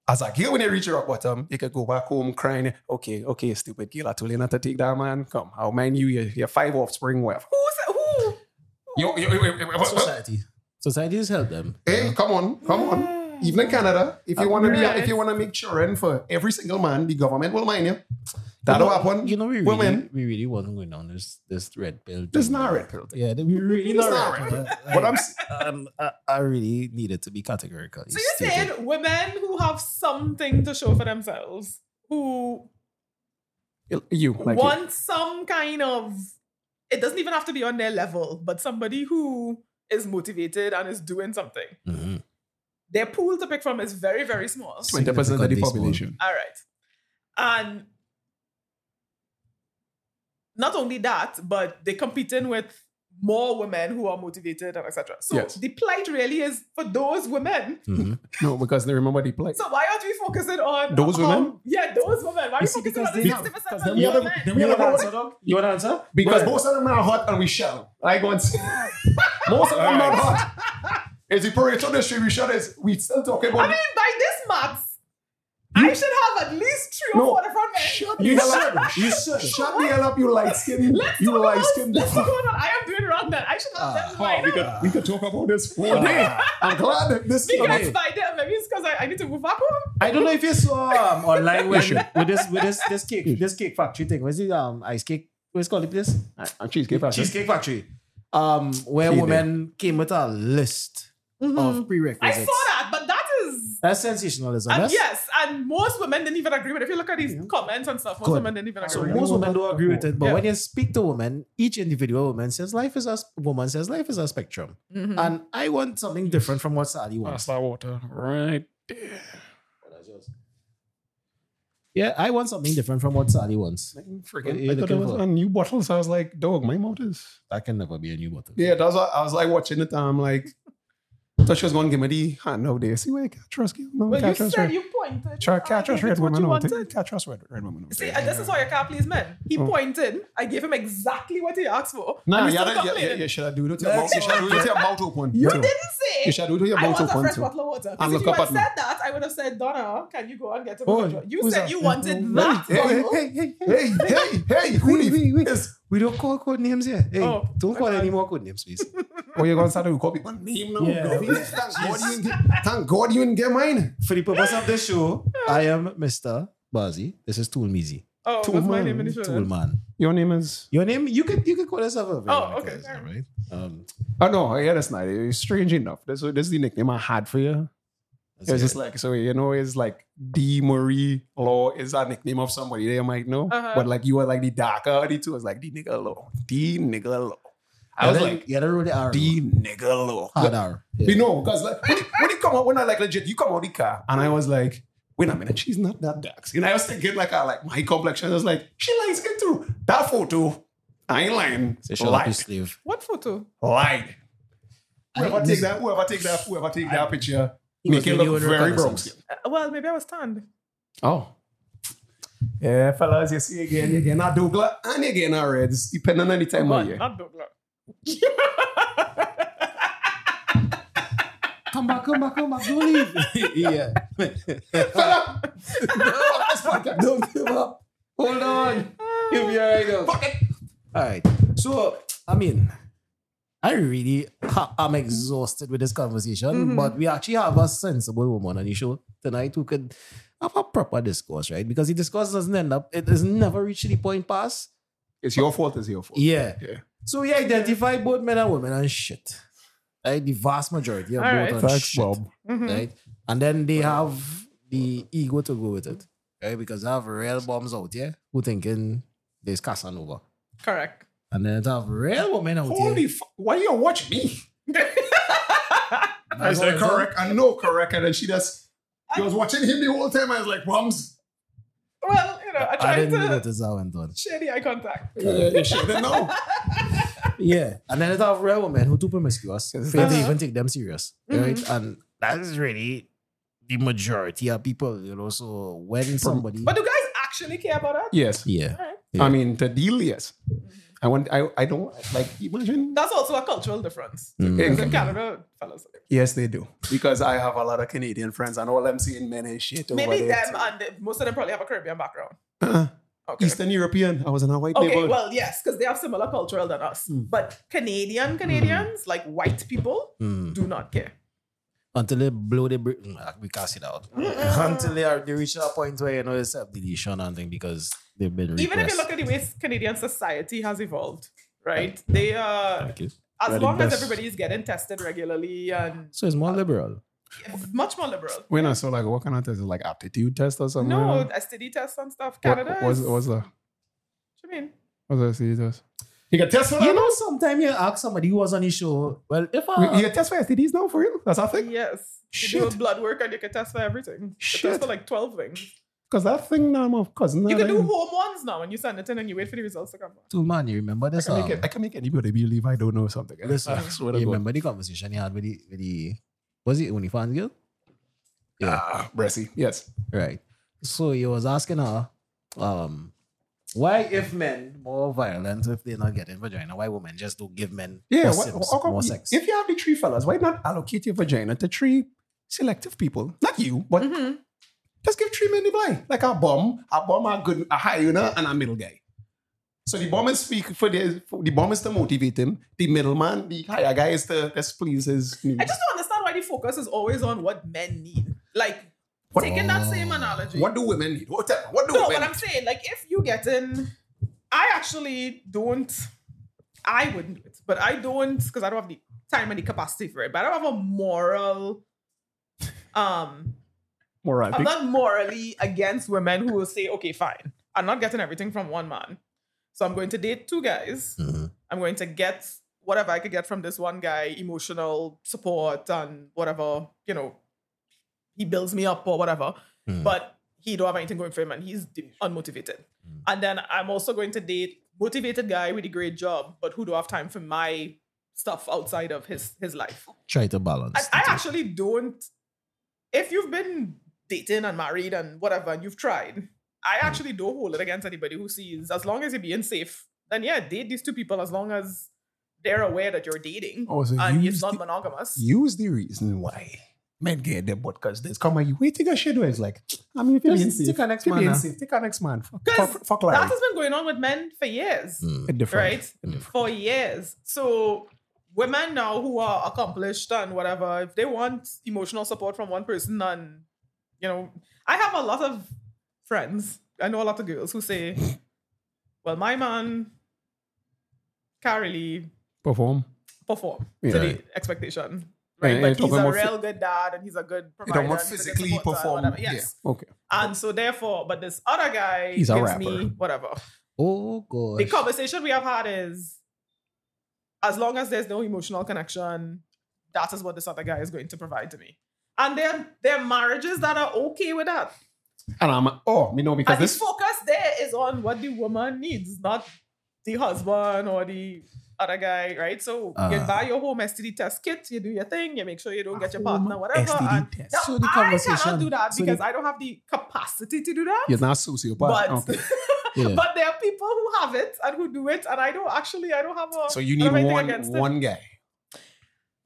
Speaker 2: As a girl, when you reach rock bottom, you can go back home crying, okay, okay, stupid girl, I told you not to take that man. Come, I'll mind you, you're, you're five offspring, whatever.
Speaker 3: Who? Said, who?
Speaker 2: You, you, you- you- you-
Speaker 1: Society, society has helped them. you
Speaker 2: hey,
Speaker 1: know?
Speaker 2: come on, come on. Even in Canada, if you want to be,
Speaker 3: Right.
Speaker 2: if you want to make children for every single man, the government will mind you. That'll
Speaker 1: you know,
Speaker 2: happen.
Speaker 1: You know, we really,
Speaker 2: women.
Speaker 1: we really wasn't going down this this red pill.
Speaker 2: This
Speaker 1: thing,
Speaker 2: not
Speaker 1: man.
Speaker 2: red pill thing.
Speaker 1: Yeah, we really
Speaker 2: This
Speaker 1: not
Speaker 2: not
Speaker 1: red
Speaker 2: red
Speaker 1: pill.
Speaker 2: But I'm, s-
Speaker 1: um, I, I really needed to be categorical.
Speaker 3: So you're saying women who have something to show for themselves, who
Speaker 2: you like you.
Speaker 3: want some kind of it doesn't even have to be on their level, but somebody who is motivated and is doing something.
Speaker 1: Mm-hmm,
Speaker 3: Their pool to pick from is very, very small.
Speaker 2: twenty percent of
Speaker 1: significantly
Speaker 2: the
Speaker 1: small.
Speaker 2: population.
Speaker 3: All right. And not only that, but they're competing with more women who are motivated and etc. So
Speaker 2: Yes.
Speaker 3: the plight really is for those women.
Speaker 1: mm-hmm.
Speaker 2: No, because they remember the plight.
Speaker 3: So why aren't we focusing on
Speaker 2: Those
Speaker 3: how-
Speaker 2: women?
Speaker 3: Yeah, those women. Why are we
Speaker 1: You see,
Speaker 3: focusing
Speaker 1: because
Speaker 3: on the
Speaker 1: they have,
Speaker 3: sixty
Speaker 1: because
Speaker 3: percent
Speaker 1: then
Speaker 3: of
Speaker 1: we have,
Speaker 3: women?
Speaker 1: a, then we have an answer, dog. You want an answer?
Speaker 2: Because
Speaker 1: Go ahead.
Speaker 2: most of them are hot and we shall. I go and see. most of them are hot. It's the Pareto distribution is we still talking
Speaker 3: I
Speaker 2: about.
Speaker 3: mean, by this maths, I should have at least three or
Speaker 2: No.
Speaker 3: four different men.
Speaker 2: Shut the hell up. You should. Shut the hell up, you light skin.
Speaker 3: [laughs] Let's
Speaker 2: You
Speaker 3: talk
Speaker 2: light
Speaker 3: about-
Speaker 2: skin.
Speaker 3: Let's talk about what I am doing wrong then. I should have them lined
Speaker 2: Ah, we, could, [laughs]
Speaker 3: up.
Speaker 2: we could talk about this all day. I'm glad that this is
Speaker 3: Because by then, maybe it's because I, I need to move back home.
Speaker 1: I don't know if you saw um, online
Speaker 2: You
Speaker 1: with,
Speaker 2: should.
Speaker 1: with this with this this cake this cake factory thing. Was it um ice cake? What's it called it this?
Speaker 2: I'm cheesecake factory.
Speaker 1: Cheesecake factory. Um, where
Speaker 2: Cheesecake.
Speaker 1: women came with a list of
Speaker 3: I
Speaker 1: prerequisites.
Speaker 3: saw that, but that is
Speaker 1: That's sensationalism.
Speaker 3: And
Speaker 1: That's-
Speaker 3: yes, and most women didn't even agree with it. If you look at these
Speaker 2: Yeah.
Speaker 3: comments and stuff, most
Speaker 1: Good.
Speaker 3: women didn't even agree
Speaker 1: So
Speaker 3: with
Speaker 2: Sorry,
Speaker 3: it.
Speaker 1: most
Speaker 2: I
Speaker 1: women
Speaker 2: don't
Speaker 1: don't
Speaker 2: know.
Speaker 1: agree with it, but
Speaker 3: Yeah.
Speaker 1: when you speak to women, each individual woman says life is a s- woman says life is a spectrum,
Speaker 3: Mhm.
Speaker 1: and I want something different from what Sally wants.
Speaker 2: That's that water right there.
Speaker 1: Yeah, I want something different from what Sally wants. What are
Speaker 2: Freaking,
Speaker 1: you
Speaker 2: I thought it
Speaker 1: looking
Speaker 2: was
Speaker 1: for?
Speaker 2: on new bottles. I was like, dog, my mouth is.
Speaker 1: That can never be a new bottle.
Speaker 2: Yeah, that's what I was like watching it. I'm like, thought she was going to give me the hand out there. See where you can't trust you. No,
Speaker 3: Well, you
Speaker 2: can't trust
Speaker 3: said
Speaker 2: red.
Speaker 3: you pointed.
Speaker 2: Try
Speaker 3: and I
Speaker 2: can't trust
Speaker 3: gave you
Speaker 2: red
Speaker 3: what
Speaker 2: women.
Speaker 3: you
Speaker 2: out there.
Speaker 3: wanted.
Speaker 2: Can't trust red red women. out
Speaker 3: See,
Speaker 2: there.
Speaker 3: and this is why you can't please men. He
Speaker 2: Oh.
Speaker 3: pointed. I gave him exactly what he asksked for.
Speaker 2: No,
Speaker 3: and
Speaker 2: no,
Speaker 3: he
Speaker 2: you
Speaker 3: still
Speaker 2: don't- you- you
Speaker 3: complaining.
Speaker 2: you should have do it with your mouth. You should have do it with your mouth open.
Speaker 3: You
Speaker 2: too. You
Speaker 3: didn't say.
Speaker 2: should have do it with your
Speaker 3: I
Speaker 2: mouth
Speaker 3: want a
Speaker 2: open
Speaker 3: fresh
Speaker 2: too.
Speaker 3: bottle of water.
Speaker 2: And
Speaker 3: Because if
Speaker 2: look
Speaker 3: you
Speaker 2: up
Speaker 3: had
Speaker 2: at
Speaker 3: said
Speaker 2: me.
Speaker 3: that, I would have said, Donna, can you go and get a
Speaker 2: Oh,
Speaker 3: bottle? You
Speaker 2: who's
Speaker 3: said
Speaker 2: that?
Speaker 3: you wanted
Speaker 2: Hey,
Speaker 3: that
Speaker 2: hey,
Speaker 3: bottle.
Speaker 2: hey, hey, hey, hey, hey, who
Speaker 1: Wait,
Speaker 2: the-
Speaker 1: wait, wait.
Speaker 2: is-
Speaker 1: We don't call code names here. Hey,
Speaker 3: Oh,
Speaker 1: don't call
Speaker 3: okay.
Speaker 1: any more code names, please.
Speaker 2: Oh, you're gonna start to copy one name now.
Speaker 1: Yeah.
Speaker 2: Thank God you didn't get- Thank God you didn't get mine.
Speaker 1: For the purpose of this show, I am Mr. Bazi. This is Toolmeezy.
Speaker 3: Oh, that's my name in the show. then.
Speaker 1: Toolman.
Speaker 2: Your name is?
Speaker 1: Your name, you could you could call yourself a
Speaker 3: Oh, okay,
Speaker 1: All right. Um,
Speaker 2: Oh no, yeah, that's not. It's strange enough. This this is the nickname I had for you. It was just like so you know it's like D Marie Law is that nickname of somebody they might know,
Speaker 3: Uh-huh.
Speaker 2: but like you were like the darker of the two. It's like D nigga Law, D nigga Law. I was like
Speaker 1: yeah, the road R.
Speaker 2: D nigga Law.
Speaker 1: hard R. Yeah.
Speaker 2: You know, because like when you, when you come out, when I like legit, you come out the car, and I was like, wait a minute, she's not that dark. You know, I was thinking like, I like my complexion. I was like, she light skin through that photo. I ain't lying.
Speaker 1: Say shut up your
Speaker 2: Lied,
Speaker 1: sleeve.
Speaker 3: What photo?
Speaker 2: lied.
Speaker 1: I
Speaker 2: Whoever
Speaker 1: think
Speaker 2: take
Speaker 1: this-
Speaker 2: that, whoever take that, whoever take that picture,
Speaker 1: He was
Speaker 2: make it
Speaker 1: really
Speaker 2: look
Speaker 1: doing
Speaker 2: very brown.
Speaker 1: reconnaissance.
Speaker 3: Uh, well, maybe I was tanned.
Speaker 2: Oh. Yeah, fellas, you see again, you getting a Douglas and you getting a Reds, depending on the time
Speaker 3: But
Speaker 2: of year.
Speaker 3: not Douglas.
Speaker 1: Come back, come back, come back. Don't
Speaker 3: [laughs]
Speaker 1: leave. [laughs] yeah. [laughs]
Speaker 2: Fella! This podcast.
Speaker 1: Don't give up. Hold on. You'll be all right. yo.
Speaker 2: Fuck it.
Speaker 1: All right. So, I mean, I really ha- I'm exhausted with this conversation,
Speaker 3: Mhm.
Speaker 1: but we actually have a sensible woman on the show tonight who could have a proper discourse, right? Because the discourse doesn't end up, it has never reached the point past.
Speaker 2: It's your fault, it's your fault.
Speaker 1: Yeah.
Speaker 2: Yeah.
Speaker 1: So we identify both men and women and shit. Right? The vast majority of
Speaker 3: All
Speaker 1: both
Speaker 3: right.
Speaker 1: and
Speaker 2: Thanks,
Speaker 1: shit.
Speaker 2: Bob.
Speaker 3: Mhm.
Speaker 1: Right? And then they have the ego to go with it. Right? Because I have real bombs out here who thinking there's Casanova.
Speaker 3: Correct.
Speaker 1: And then I have real women out here.
Speaker 2: Holy fuck, why you watch [laughs] me? I
Speaker 1: That's
Speaker 2: said
Speaker 1: what I'm
Speaker 2: correct and no correct, and then she just she was watching him the whole time. I was like, "Mums,
Speaker 3: Well, you know, I
Speaker 1: I
Speaker 3: tried
Speaker 1: didn't
Speaker 3: to
Speaker 1: notice that went on.
Speaker 3: share the eye contact.
Speaker 2: you shouldn't know."
Speaker 1: Yeah. And then it have real women who too
Speaker 2: [laughs]
Speaker 1: promiscuous.
Speaker 2: Yes.
Speaker 1: Fail to
Speaker 3: Uh-huh.
Speaker 1: even take them serious.
Speaker 3: Mm-hmm.
Speaker 1: Right? And that is really the majority of people, you know. So when somebody
Speaker 3: But do guys actually care about that?
Speaker 2: Yes,
Speaker 1: Yeah.
Speaker 3: Alright.
Speaker 1: Yeah.
Speaker 2: I mean the deal. Yes, I want. I I don't like imagine.
Speaker 3: That's also a cultural difference.
Speaker 1: Mm.
Speaker 3: Because in Canada, fellas,
Speaker 2: Yes, they do because I have a lot of Canadian friends, and all I'm seeing men is shit over
Speaker 3: maybe
Speaker 2: there.
Speaker 3: them and the- most of them probably have a Caribbean background.
Speaker 2: Uh-uh.
Speaker 3: Okay.
Speaker 2: Eastern European. I was in a white
Speaker 3: Okay,
Speaker 2: neighborhood.
Speaker 3: well, yes, because they have similar cultural than us. But Canadian Canadians, like white people,
Speaker 1: Mm.
Speaker 3: do not care.
Speaker 1: until they blow the br- mm, ah, we cast it out.
Speaker 3: Mm-hmm.
Speaker 1: until they are they reach a point where you know it's self deletion and thing because they've been repressed.
Speaker 3: Even if you look at the way Canadian society has evolved, right? They are
Speaker 1: Thank you.
Speaker 2: They're
Speaker 3: as
Speaker 2: the
Speaker 3: long as
Speaker 2: best.
Speaker 3: everybody is getting tested regularly and
Speaker 1: So it's more liberal.
Speaker 3: much more liberal.
Speaker 2: When I saw like what kind of test is it, like aptitude test or something?
Speaker 3: No,
Speaker 2: like
Speaker 3: STD tests and stuff.
Speaker 2: that?
Speaker 3: Canada.
Speaker 2: What was
Speaker 3: is-
Speaker 2: was the
Speaker 3: What do you mean?
Speaker 2: was the STD test? You can test for
Speaker 1: You
Speaker 2: that.
Speaker 1: know, sometimes you ask somebody who was on the show, well, if
Speaker 3: Uh,
Speaker 1: I
Speaker 2: You can test for STDs now for real. That's our thing.
Speaker 3: Yes. You do
Speaker 2: Shit.
Speaker 3: blood work and you can test for everything. You
Speaker 2: Shit.
Speaker 3: test for like 12 things.
Speaker 2: Because that thing now, of course,
Speaker 3: You can do home ones now and you send it in and you wait for the results to come back.
Speaker 1: two man, you remember this?
Speaker 2: I can,
Speaker 1: um,
Speaker 2: make it, I can make anybody believe I don't know something.
Speaker 3: Uh,
Speaker 1: Listen,
Speaker 2: I swear to
Speaker 1: you
Speaker 2: God.
Speaker 1: remember the conversation you had with the, with the was it OnlyFans girl? Yeah.
Speaker 2: Ah, Bressy. Yes.
Speaker 1: Right. So he was asking her, um, why if men more violent if they're not getting vagina, why women just don't give men
Speaker 2: Yeah.
Speaker 1: more,
Speaker 2: why-
Speaker 1: sims,
Speaker 2: how come
Speaker 1: more
Speaker 2: you-
Speaker 1: sex?
Speaker 2: If you have the three fellas, why not allocate your vagina to three selective people? Not you, but
Speaker 3: Mhm.
Speaker 2: just give three men the blind. Like a bomb, a bomb, a good, a hyena, and a middle guy. So the bomb is speak for the for the bomb is to motivate him. The middleman, the higher guy is to just please his needs.
Speaker 3: I just don't understand why the focus is always on what men need. Like,
Speaker 2: What-
Speaker 3: taking that same analogy.
Speaker 2: What do women need? What, what do
Speaker 3: no,
Speaker 2: women
Speaker 3: but I'm saying, like, if you get in, I actually don't, I wouldn't do it, but I don't, because I don't have the time and the capacity for it, but I don't have a moral um
Speaker 2: morality.
Speaker 3: I'm not morally against women who will say, okay, fine. I'm not getting everything from one man. So I'm going to date two guys.
Speaker 1: Mhm.
Speaker 3: I'm going to get whatever I could get from this one guy, emotional support and whatever, you know, he builds me up or whatever.
Speaker 1: Mhm.
Speaker 3: But he don't have anything going for him and he's de- unmotivated.
Speaker 1: Mhm.
Speaker 3: And then I'm also going to date motivated guy with a great job, but who don't have time for my stuff outside of his his life.
Speaker 1: Try to balance.
Speaker 3: I,
Speaker 1: the
Speaker 3: I
Speaker 1: two.
Speaker 3: actually don't. If you've been dating and married and whatever, and you've tried, I
Speaker 2: Hmm.
Speaker 3: actually don't hold it against anybody who sees as long as you're being safe. Then yeah, date these two people as long as they're aware that you're dating
Speaker 2: Oh, so
Speaker 3: and
Speaker 2: use
Speaker 3: it's not
Speaker 2: the-
Speaker 3: monogamous.
Speaker 2: use the reason why men get their podcast. This come on, you waiting a shit where it's like, I mean, if you're being
Speaker 1: Just
Speaker 2: safe,
Speaker 1: take our next
Speaker 2: if you're
Speaker 1: man
Speaker 2: being
Speaker 1: now.
Speaker 2: safe, take our next man. Fuck,
Speaker 3: Because
Speaker 2: fuck, fuck
Speaker 3: that
Speaker 2: life.
Speaker 3: has been going on with men for years,
Speaker 1: Mhm.
Speaker 2: It's different.
Speaker 3: right?
Speaker 1: Mm.
Speaker 3: For years. So women now who are accomplished and whatever, if they want emotional support from one person, and you know, I have a lot of friends. I know a lot of girls who
Speaker 2: [laughs]
Speaker 3: say, "Well, my man can't really
Speaker 2: Perform.
Speaker 3: perform
Speaker 2: Yeah.
Speaker 3: to
Speaker 1: Right.
Speaker 3: the expectation."
Speaker 2: Yeah,
Speaker 3: Right,
Speaker 2: yeah,
Speaker 3: but he's
Speaker 2: talking
Speaker 3: a
Speaker 2: about
Speaker 3: real good dad and he's a good
Speaker 2: It
Speaker 3: provider.
Speaker 2: almost
Speaker 3: and he's a good
Speaker 2: physically
Speaker 3: supporter and
Speaker 2: perform.
Speaker 3: whatever. Yes,
Speaker 2: Yeah. Okay.
Speaker 3: and so therefore, but this other guy
Speaker 2: He's a
Speaker 3: gives
Speaker 2: rapper.
Speaker 3: me whatever
Speaker 1: Oh gosh.
Speaker 3: the conversation we have had is as long as there's no emotional connection, that is what this other guy is going to provide to me. And there, there are marriages that are okay with that.
Speaker 2: And I'm oh, you know, because
Speaker 3: And the
Speaker 2: this
Speaker 3: focus there is on what the woman needs, not the husband or the other guy, right? So you
Speaker 1: Uh.
Speaker 3: buy your home STD test kit, you do your thing, you make sure you don't get your
Speaker 2: Home
Speaker 3: partner, whatever.
Speaker 2: STD
Speaker 3: and
Speaker 2: test.
Speaker 3: No,
Speaker 1: So the
Speaker 3: I cannot do
Speaker 1: conversation-
Speaker 3: that
Speaker 1: so
Speaker 3: because
Speaker 1: the-
Speaker 3: I don't have the capacity to do that.
Speaker 2: you're not a sociopath.
Speaker 3: But [laughs]
Speaker 2: okay.
Speaker 1: Yeah.
Speaker 3: but there are people who have it and who do it, and I don't actually I don't have a.
Speaker 2: So you
Speaker 3: I
Speaker 2: need
Speaker 3: don't have anything
Speaker 2: one
Speaker 3: against it.
Speaker 2: one guy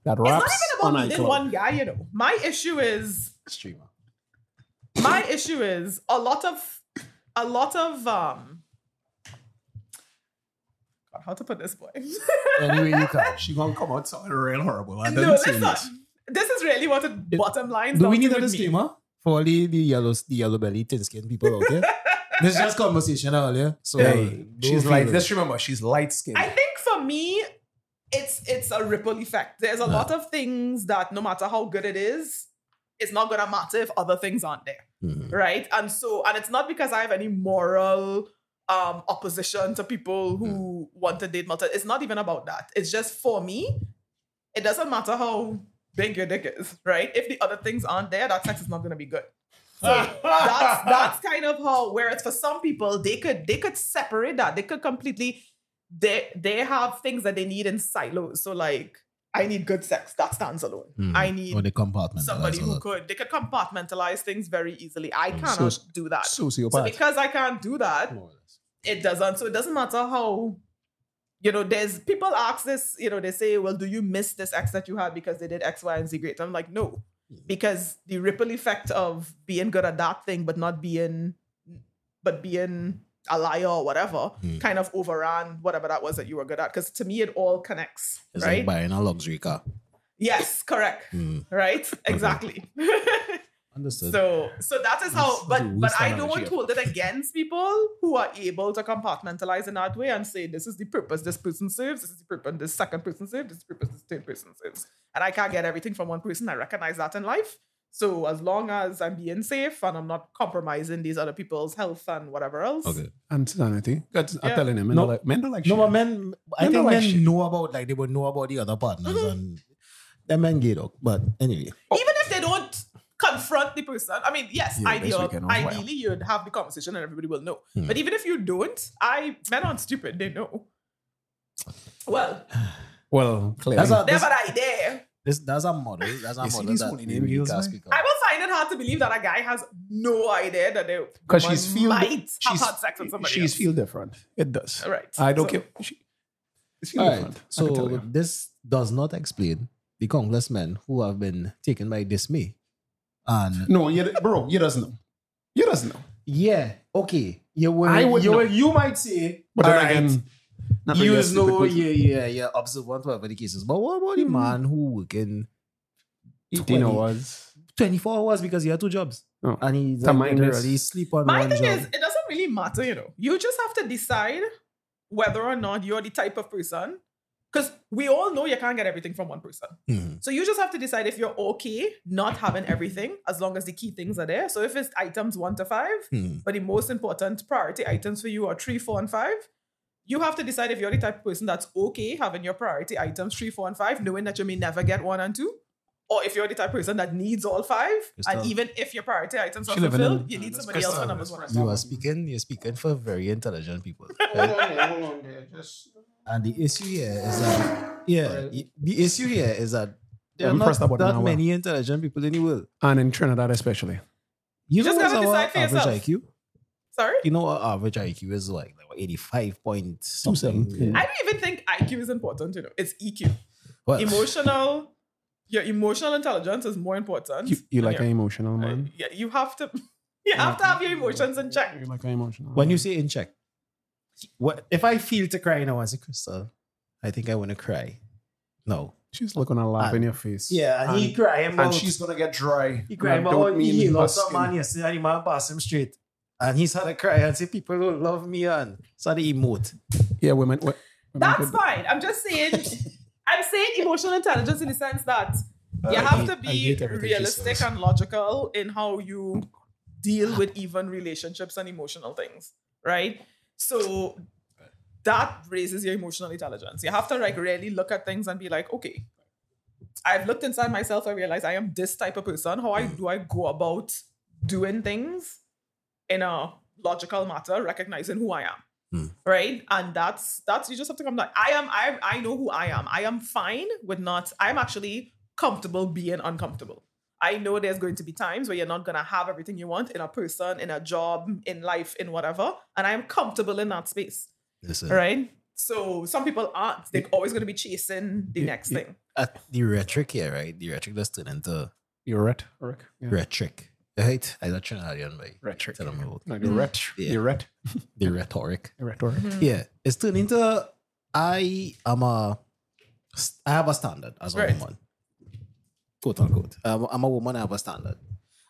Speaker 2: that
Speaker 3: It's not
Speaker 2: raps
Speaker 3: even about
Speaker 2: on
Speaker 3: needing
Speaker 2: iCloud.
Speaker 3: one guy, you know. My issue is
Speaker 1: streamer.
Speaker 3: my issue is a lot of a lot of um. God, how to put this boy?
Speaker 2: Anyway, you [laughs] can. She gonna come out sounding real horrible. I
Speaker 3: [laughs] no,
Speaker 2: didn't say
Speaker 3: let's not.
Speaker 2: this.
Speaker 3: This is really what it,
Speaker 1: It-
Speaker 3: bottom line.
Speaker 1: Do we need
Speaker 3: to
Speaker 1: a disclaimer for all the, the yellow, the yellow belly, thin skinned people out
Speaker 2: [laughs]
Speaker 1: there? this is just conversation earlier. So
Speaker 2: Hey,
Speaker 1: don't
Speaker 2: she's
Speaker 1: feel
Speaker 2: light.
Speaker 1: it.
Speaker 2: Just remember, she's light skinned. [laughs]
Speaker 3: I think for me, it's it's a ripple effect. There's a lot of things that no matter how good it is, it's not gonna matter if other things aren't there.
Speaker 1: Mhm.
Speaker 3: right and so and it's not because i have any moral um opposition to people who
Speaker 1: Hmm.
Speaker 3: want to date multiple it's not even about that it's just for me it doesn't matter how big your dick is right if the other things aren't there that sex is not going to
Speaker 1: [laughs]
Speaker 3: be good that's that's kind of how whereas for some people they could they could separate that they could completely they they have things that they need in silos so like i need good sex that stands alone
Speaker 1: Mhm.
Speaker 3: i need
Speaker 1: or the compartment.
Speaker 3: somebody
Speaker 1: that's all
Speaker 3: who
Speaker 1: that.
Speaker 3: could they could compartmentalize things very easily i
Speaker 1: Mm.
Speaker 3: cannot
Speaker 2: So-
Speaker 3: do that so,
Speaker 2: sociopath.
Speaker 3: because i can't do that
Speaker 1: More or less.
Speaker 3: it doesn't so it doesn't matter how you know there's people ask this you know they say well do you miss this ex that you had because they did x y and z great i'm like no because the ripple effect of being good at that thing but not being but being a liar or whatever
Speaker 1: Mm.
Speaker 3: kind of overran whatever that was that you were good at because to me it all connects
Speaker 1: It's
Speaker 3: right
Speaker 1: like buying a luxury car.
Speaker 3: yes correct
Speaker 1: Mhm. [laughs]
Speaker 3: right exactly [laughs]
Speaker 1: Understood.
Speaker 3: So so that is how
Speaker 1: That's- that's a
Speaker 3: but but
Speaker 1: waste
Speaker 3: I
Speaker 1: analogy,
Speaker 3: don't
Speaker 1: yeah.
Speaker 3: hold it against people who are able to compartmentalize in that way and say this is the purpose this person serves, this is the purpose this second person serves, this is the purpose this third person serves. And I can't get everything from one person. I recognize that in life. So as long as I'm being safe and I'm not compromising these other people's health and whatever else.
Speaker 1: okay.
Speaker 2: And sanity. That's- I'm
Speaker 3: Yeah.
Speaker 2: telling him, men,
Speaker 1: No.
Speaker 2: don't like, men don't like
Speaker 1: No,
Speaker 2: shit.
Speaker 1: but men, I
Speaker 2: Men
Speaker 1: think
Speaker 2: don't like
Speaker 1: men
Speaker 2: shit.
Speaker 1: know about like they would know about the other partners
Speaker 3: Mm-hmm.
Speaker 1: and the men gay though. But anyway,
Speaker 3: Even if they don't confront the person, I mean, yes,
Speaker 2: Yeah, that's
Speaker 3: ideal,
Speaker 2: what can-
Speaker 3: ideally you'd have the conversation and everybody will know.
Speaker 1: Hmm.
Speaker 3: But even if you don't, I men aren't stupid, they know. Well,
Speaker 2: Well, clearly.
Speaker 1: that's a
Speaker 3: they have
Speaker 1: this,
Speaker 3: an idea.
Speaker 1: this, that's a [sighs] model. That's a
Speaker 2: You see
Speaker 1: model
Speaker 2: these
Speaker 1: that
Speaker 2: holy
Speaker 1: we
Speaker 2: name heels,
Speaker 1: can't
Speaker 2: man?
Speaker 1: speak of.
Speaker 3: I will find it hard to believe that a guy has no idea that they
Speaker 2: 'Cause she's
Speaker 3: one
Speaker 2: feel-
Speaker 3: might have
Speaker 2: she's-
Speaker 3: had sex with somebody.
Speaker 2: she's
Speaker 3: else.
Speaker 2: feel different. It does.
Speaker 3: All right.
Speaker 2: I don't
Speaker 3: So,
Speaker 2: care. She, it's feel
Speaker 1: All
Speaker 2: different.
Speaker 1: right.
Speaker 2: I can tell
Speaker 1: [laughs] So
Speaker 2: you.
Speaker 1: this does not explain the congressmen who have been taken by dismay. And
Speaker 2: no, you, bro, you doesn't know. You doesn't know.
Speaker 1: yeah, okay, you will,
Speaker 2: I would
Speaker 1: you,
Speaker 2: know.
Speaker 1: will- you might say,
Speaker 2: But
Speaker 1: all
Speaker 2: then
Speaker 1: right,
Speaker 2: again, not
Speaker 1: you
Speaker 2: really a stupid
Speaker 1: know,
Speaker 2: question.
Speaker 1: yeah, yeah, yeah, observant whatever the cases. But what about the
Speaker 2: Mhm.
Speaker 1: man who working
Speaker 2: Eighteen hours.
Speaker 1: 24 hours because he had two jobs
Speaker 2: Oh.
Speaker 1: and he
Speaker 2: So
Speaker 1: like,
Speaker 2: mine is-
Speaker 1: literally sleep on
Speaker 3: My
Speaker 1: one
Speaker 3: thing
Speaker 1: job.
Speaker 3: is, it doesn't really matter, you know. You just have to decide whether or not you're the type of person Because we all know you can't get everything from one person.
Speaker 1: Mhm.
Speaker 3: So you just have to decide if you're okay not having everything as long as the key things are there. So if it's items one to five,
Speaker 1: Mhm.
Speaker 3: but the most important priority items for you are three, four, and five. You have to decide if you're the type of person that's okay having your priority items three, four, and five, knowing that you may never get one and two. Or if you're the type of person that needs all five, and
Speaker 1: Crystal.
Speaker 3: even if your priority items are
Speaker 4: She living
Speaker 3: fulfilled,
Speaker 4: in-
Speaker 3: you need
Speaker 4: uh,
Speaker 3: somebody else for
Speaker 4: Crystal.
Speaker 3: numbers one and two.
Speaker 1: You are speaking, you're speaking for very intelligent people.
Speaker 3: [laughs]
Speaker 2: Hold on there, hold on there. Just
Speaker 1: And the issue here is that yeah, y- the issue here is that there are
Speaker 2: I'm
Speaker 1: not
Speaker 2: pressed about an
Speaker 1: that
Speaker 2: hour.
Speaker 1: many intelligent people in the world.
Speaker 2: and in Trinidad especially.
Speaker 1: You
Speaker 3: Just
Speaker 1: know what's
Speaker 3: gotta
Speaker 1: our
Speaker 3: decide for
Speaker 1: average IQ?
Speaker 3: yourself. Sorry?
Speaker 1: You know our average IQ is like, like eighty five point something.
Speaker 2: Two seven.
Speaker 3: I don't even think IQ is important, you know. It's EQ.
Speaker 1: Well,
Speaker 3: Emotional, your emotional intelligence is more important.
Speaker 2: You, you
Speaker 3: than
Speaker 2: like
Speaker 3: your-
Speaker 2: an emotional man.
Speaker 3: Yeah, you have to [laughs] you have to have your emotions in check.
Speaker 2: You like an emotional.
Speaker 1: when
Speaker 2: man.
Speaker 1: you say in check, what if I feel to cry now? I say, Crystal, I think I want to cry. No.
Speaker 2: she's looking a laugh
Speaker 1: And-
Speaker 2: in your face.
Speaker 1: Yeah,
Speaker 2: and,
Speaker 1: he crying
Speaker 2: and she's gonna get dry.
Speaker 1: He cried
Speaker 2: And I
Speaker 1: about
Speaker 2: don't
Speaker 1: how
Speaker 2: mean
Speaker 1: he
Speaker 2: her
Speaker 1: lost a
Speaker 2: skin.
Speaker 1: man yesterday and the man passed him straight. And he's had a cry and say, people don't love me and so they emote.
Speaker 2: Yeah, women. wo- women
Speaker 3: That's
Speaker 2: could-
Speaker 3: fine. I'm just saying. I'm saying emotional intelligence in the sense that you have to
Speaker 2: hate- I
Speaker 3: be
Speaker 2: hate everything she
Speaker 3: realistic
Speaker 2: says.
Speaker 3: and logical in how you deal with even relationships and emotional things, right? So that raises your emotional intelligence. You have to like really look at things and be like, okay, I've looked inside myself. I realize I am this type of person. How I do I go about doing things in a logical matter, recognizing who I am right and that's that's you just have to come down i am i i know who i am i am fine with not i'm actually comfortable being uncomfortable i know there's going to be times where you're not going to have everything you want in a person in a job in life in whatever and i'm comfortable in that space
Speaker 1: Listen,
Speaker 3: right so some people aren't they're always going to be chasing the
Speaker 2: Yeah,
Speaker 3: next
Speaker 2: yeah. [laughs]
Speaker 3: thing
Speaker 1: at the rhetoric here, right? The rhetoric that's turned into
Speaker 2: You're red. Rick. Yeah.
Speaker 1: rhetoric, right? I don't Trinidadian, right?
Speaker 2: Rhetoric.
Speaker 1: Tell them about
Speaker 2: No, you're red.
Speaker 1: Yeah.
Speaker 2: You're red.
Speaker 1: the rhetoric.
Speaker 2: You're red. Or
Speaker 3: Mm. Mm-hmm.
Speaker 1: Yeah, it's turned into I am a I have a standard as a
Speaker 3: Right.
Speaker 1: woman, quote unquote. Um, I'm a woman. I have a standard,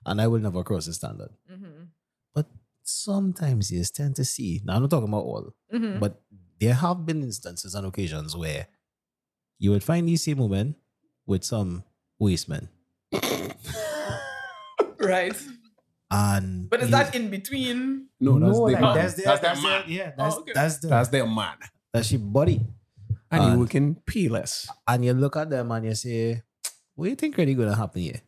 Speaker 1: and I will never cross the standard.
Speaker 3: mm-hmm.
Speaker 1: But sometimes you tend to see. Now I'm not talking about all,
Speaker 3: Mm-hmm.
Speaker 1: but there have been instances and occasions where you would find these same women with some waistmen,
Speaker 3: right
Speaker 1: and
Speaker 3: but is
Speaker 1: you-
Speaker 3: that in between [laughs]
Speaker 1: no?
Speaker 2: No, that's
Speaker 1: like,
Speaker 2: the man.
Speaker 1: that's their,
Speaker 2: that's
Speaker 1: that's,
Speaker 2: their
Speaker 1: their-
Speaker 2: man.
Speaker 1: yeah, that's
Speaker 3: Oh, okay.
Speaker 1: that's the,
Speaker 2: That's their man.
Speaker 1: that's your body.
Speaker 2: And
Speaker 1: And-
Speaker 2: you working peerless.
Speaker 1: and you look at them and you say, "What do you think really gonna happen here?"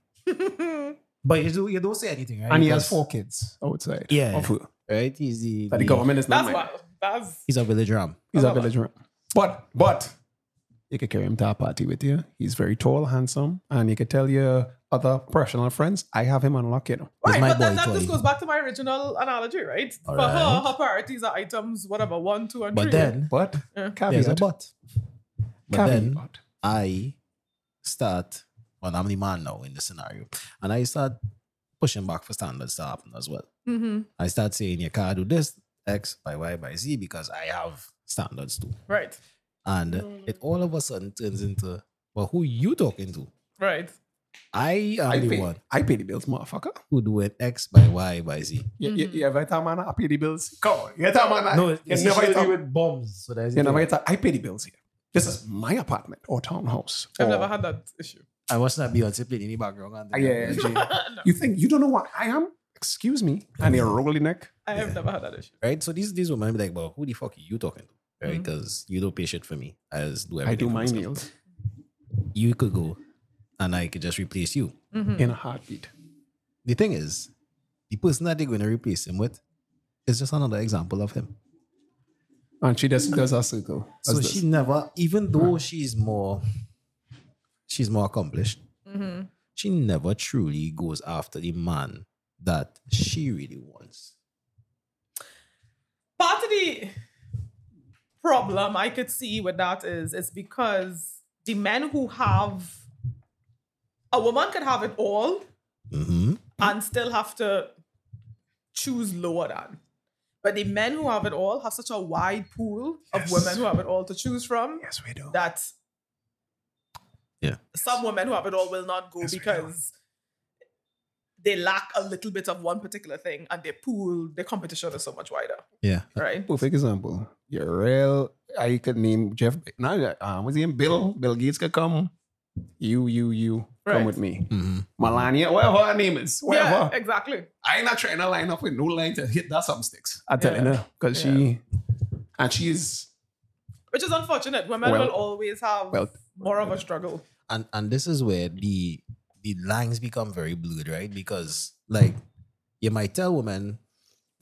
Speaker 1: But you do you don't say anything, right?
Speaker 2: And he has
Speaker 1: Because-
Speaker 2: four kids outside.
Speaker 1: Yeah.
Speaker 2: Of who?
Speaker 1: right? He's the,
Speaker 2: That the
Speaker 1: the-
Speaker 2: government is not. mine.
Speaker 3: that's what that's
Speaker 1: He's a village ram.
Speaker 2: He's a
Speaker 3: Another.
Speaker 2: village man. But but you could carry him to a party with you. He's very tall, handsome, and you could tell your other professional friends, I have him on lock, you know.
Speaker 1: That's
Speaker 3: Right,
Speaker 1: my
Speaker 3: but then
Speaker 1: boy,
Speaker 3: that just
Speaker 1: Tony.
Speaker 3: goes back to my original analogy, right? For her,
Speaker 1: Alright.
Speaker 3: her priorities are items, whatever, one, two, and
Speaker 1: But
Speaker 3: three.
Speaker 1: then
Speaker 2: But
Speaker 3: Yeah.
Speaker 1: there's a
Speaker 2: caveat.
Speaker 1: but. But
Speaker 2: caveat.
Speaker 1: then I start. Well, I'm the man now in the scenario, and I start pushing back for standards to happen as well.
Speaker 3: hmm
Speaker 1: I start saying you can't do this X by Y by Z because I have standards too,
Speaker 3: right,
Speaker 1: and it all of a sudden turns into well, who you talking to?
Speaker 3: right.
Speaker 1: I am
Speaker 2: I
Speaker 1: the
Speaker 2: pay,
Speaker 1: one
Speaker 2: I pay the bills, motherfucker.
Speaker 1: who doing X by Y by Z.
Speaker 2: You, you,
Speaker 3: Mhm.
Speaker 2: you ever tell man I pay the bills? Come on. You tell man I,
Speaker 1: No,
Speaker 2: you
Speaker 1: it's
Speaker 2: never
Speaker 1: usually
Speaker 2: tell-
Speaker 1: with bombs. So that's
Speaker 2: you
Speaker 1: it.
Speaker 2: never tell- I pay the bills here. This is my apartment or townhouse. or-
Speaker 3: I've
Speaker 1: Oh.
Speaker 3: never had that issue.
Speaker 1: I watched that Beyonce playing in the background.
Speaker 2: Ah,
Speaker 1: And
Speaker 2: yeah, yeah, yeah.
Speaker 3: [laughs] No,
Speaker 2: You think you don't know what I am? Excuse me. And you roll your neck.
Speaker 3: I have never had that issue.
Speaker 1: right? So these these women be like, "Well, who the fuck are you talking to?" Right? Because you don't pay shit for me. I just do everything.
Speaker 2: Mm-hmm. I do
Speaker 1: for
Speaker 2: my
Speaker 1: myself.
Speaker 2: meals
Speaker 1: You could go, and I could just replace you.
Speaker 3: Hmm.
Speaker 2: in a heartbeat.
Speaker 1: The thing is, the person that they're going to replace him with is just another example of him.
Speaker 2: And she does does a circle.
Speaker 1: so she never, even though she's more, she's more accomplished. She never truly goes after the man that she really wants.
Speaker 3: Part of the problem I could see with that is it's because the men who have a woman could have it all
Speaker 1: hmm
Speaker 3: and still have to choose lower than. But the men who have it all have such a wide pool of
Speaker 2: Yes.
Speaker 3: women who have it all to choose from
Speaker 2: Yes, we do.
Speaker 3: that
Speaker 1: Yeah.
Speaker 3: some women who have it all will not go
Speaker 2: Yes, we
Speaker 3: because they lack a little bit of one particular thing and their pool, their competition is so much wider,
Speaker 1: Yeah.
Speaker 3: right?
Speaker 2: Perfect example. Your real, I could name Jeff. No, uh, what's his name? Bill. Bill Gates could come. You, you, you, come
Speaker 3: Right.
Speaker 2: with me.
Speaker 1: hmm
Speaker 2: Melania, whatever her name is, whatever.
Speaker 3: Yeah, exactly.
Speaker 2: I ain't not trying to line up with no line to hit that some sticks. I tell you
Speaker 3: Yeah.
Speaker 2: now, because she and she's
Speaker 3: Which is unfortunate. Women
Speaker 2: Well-
Speaker 3: will always have
Speaker 2: well.
Speaker 3: more of a struggle.
Speaker 1: And and this is where the the lines become very blurred, right? Because like you might tell women,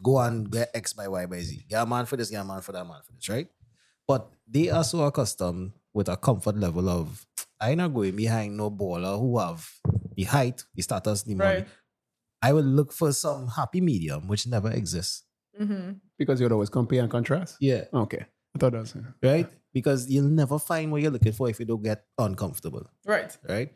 Speaker 1: go and get X by Y by Z. Get a man for this, get a man for that, man for this, right? But they are so accustomed with a comfort level of I not going behind no baller who have the height, the status, the money.
Speaker 3: Right.
Speaker 1: I will look for some happy medium, which never exists.
Speaker 3: Mm-hmm.
Speaker 2: because you'd always compare and contrast.
Speaker 1: Yeah.
Speaker 2: Okay, I thought that was
Speaker 1: Right? Because you'll never find what you're looking for if you don't get uncomfortable.
Speaker 3: Right.
Speaker 1: Right?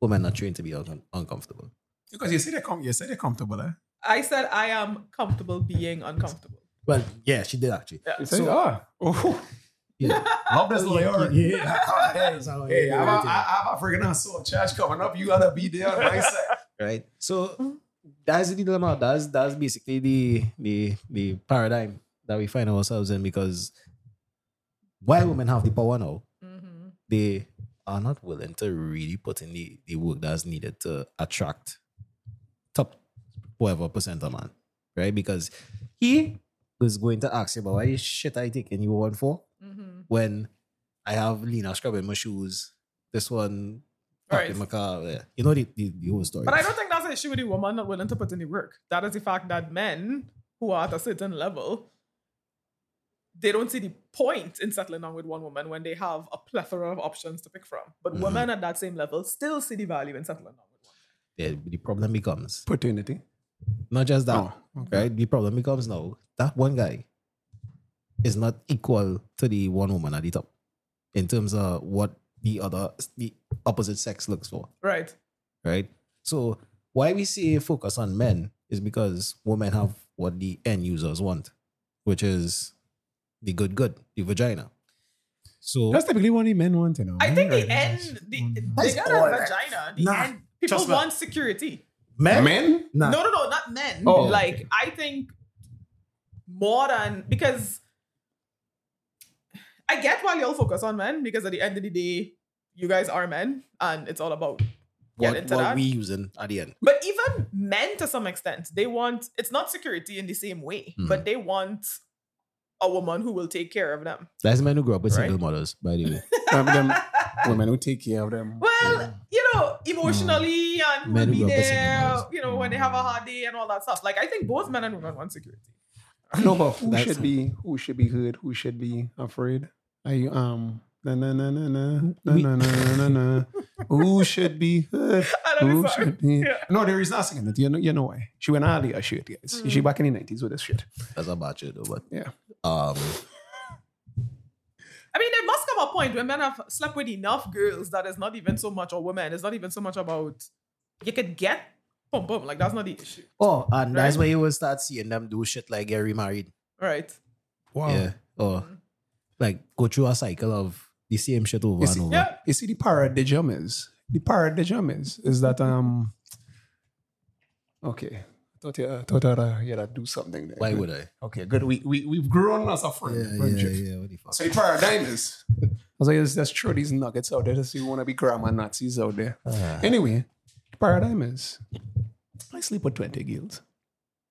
Speaker 1: Women are trained to be uncom uncomfortable.
Speaker 2: because you said they're com- you said they're comfortable. Eh?
Speaker 3: I said I am comfortable being uncomfortable.
Speaker 1: Well, yeah, she did actually.
Speaker 2: You
Speaker 3: Yeah.
Speaker 2: said,
Speaker 1: So-
Speaker 2: oh, oh, [laughs]
Speaker 1: Yeah.
Speaker 2: love this lawyer.
Speaker 1: Yeah.
Speaker 2: [laughs] Hey, I'm a, I, I'm a freaking asshole. Charge coming up. You gotta be there on my side. [laughs]
Speaker 1: right. So that's the dilemma. That's that's basically the the the paradigm that we find ourselves in because while women have the power now,
Speaker 3: Mhm.
Speaker 1: they are not willing to really put in the, the work that's needed to attract top whatever percent of man. Right? Because he is going to ask you about why shit I taking you on for
Speaker 3: Mhm.
Speaker 1: when I have Lena scrubbing my shoes. This one
Speaker 3: Right.
Speaker 1: in my car. Yeah. You know the, the, the whole story.
Speaker 3: But I don't think that's an issue with the woman not willing to put in the work. That is the fact that men who are at a certain level, they don't see the point in settling down with one woman when they have a plethora of options to pick from. But
Speaker 1: Mhm.
Speaker 3: women at that same level still see the value in settling down with one.
Speaker 1: Yeah, the problem becomes
Speaker 2: Opportunity.
Speaker 1: not just that,
Speaker 2: Oh, okay.
Speaker 1: right? The problem becomes now that one guy is not equal to the one woman at the top in terms of what the other the opposite sex looks for,
Speaker 3: Right.
Speaker 1: right? So why we say focus on men is because women have what the end users want, which is the good good, the vagina. So
Speaker 4: That's typically what the men want, you know.
Speaker 3: I think the
Speaker 4: Right.
Speaker 3: end, the, they
Speaker 1: Mm-hmm. That's
Speaker 3: got
Speaker 1: all
Speaker 3: a
Speaker 1: that-
Speaker 3: vagina. The
Speaker 1: Nah,
Speaker 3: end, people
Speaker 1: trust me.
Speaker 3: want security.
Speaker 1: men,
Speaker 2: Men?
Speaker 1: nah,
Speaker 3: No, no, no, not men.
Speaker 2: Oh,
Speaker 3: like I think more than because I get why y'all focus on men because at the end of the day, you guys are men, and it's all about. Get
Speaker 1: what,
Speaker 3: into
Speaker 1: what
Speaker 3: that.
Speaker 1: we using at the end.
Speaker 3: But even men, to some extent, they want it's not security in the same way,
Speaker 1: Hmm.
Speaker 3: but they want a woman who will take care of them.
Speaker 1: That's men who grew up with
Speaker 3: Right.
Speaker 1: single mothers, by the way.
Speaker 2: Um, [laughs] [laughs] them women who take care of them.
Speaker 3: Well, you know, emotionally and
Speaker 1: Hmm. Men
Speaker 3: will
Speaker 1: who
Speaker 3: be
Speaker 1: grow up as
Speaker 3: there,
Speaker 1: single
Speaker 3: you know, when they have a
Speaker 1: Hmm.
Speaker 3: hard day and all that stuff. Like I think both men and women want security.
Speaker 2: No, but who
Speaker 1: That's-
Speaker 2: should be who should be heard? Who should be afraid? Are you um na na na na na na
Speaker 1: We-
Speaker 2: na na na [laughs] na? Who should be heard?
Speaker 3: I don't
Speaker 2: Who
Speaker 3: know. sorry.
Speaker 2: should [laughs] be?
Speaker 3: Yeah.
Speaker 2: No, there is not singing it. You know, you know why? She went out of her shirt, guys. She back in the nineties with this shit.
Speaker 1: That's about you though, but
Speaker 2: Yeah.
Speaker 1: um
Speaker 3: I mean, there must come a point where men have slept with enough girls that it's not even so much, or women, it's not even so much about you could get boom, boom. Like, that's not the issue.
Speaker 1: Oh, and that's
Speaker 3: Right?
Speaker 1: where you will start seeing them do shit like get remarried.
Speaker 3: Right.
Speaker 2: Oh.
Speaker 4: Wow.
Speaker 1: Yeah. Or like go through a cycle of the same shit over
Speaker 2: Is
Speaker 1: and
Speaker 2: it-
Speaker 1: over.
Speaker 3: Yeah.
Speaker 2: You see, the paradigm is the paradigm is is that um. Okay, thought you uh, thought I'd uh, yeah, I'd do something there.
Speaker 1: Why would I?
Speaker 2: Okay, good. We we we've grown as a friend. friendship.
Speaker 1: What the fuck?
Speaker 2: So you paradigm is. I was like, let's just throw these nuggets out there to see who wanna be grammar Nazis out there.
Speaker 1: Ah.
Speaker 2: Anyway, paradigm is I sleep with 20 girls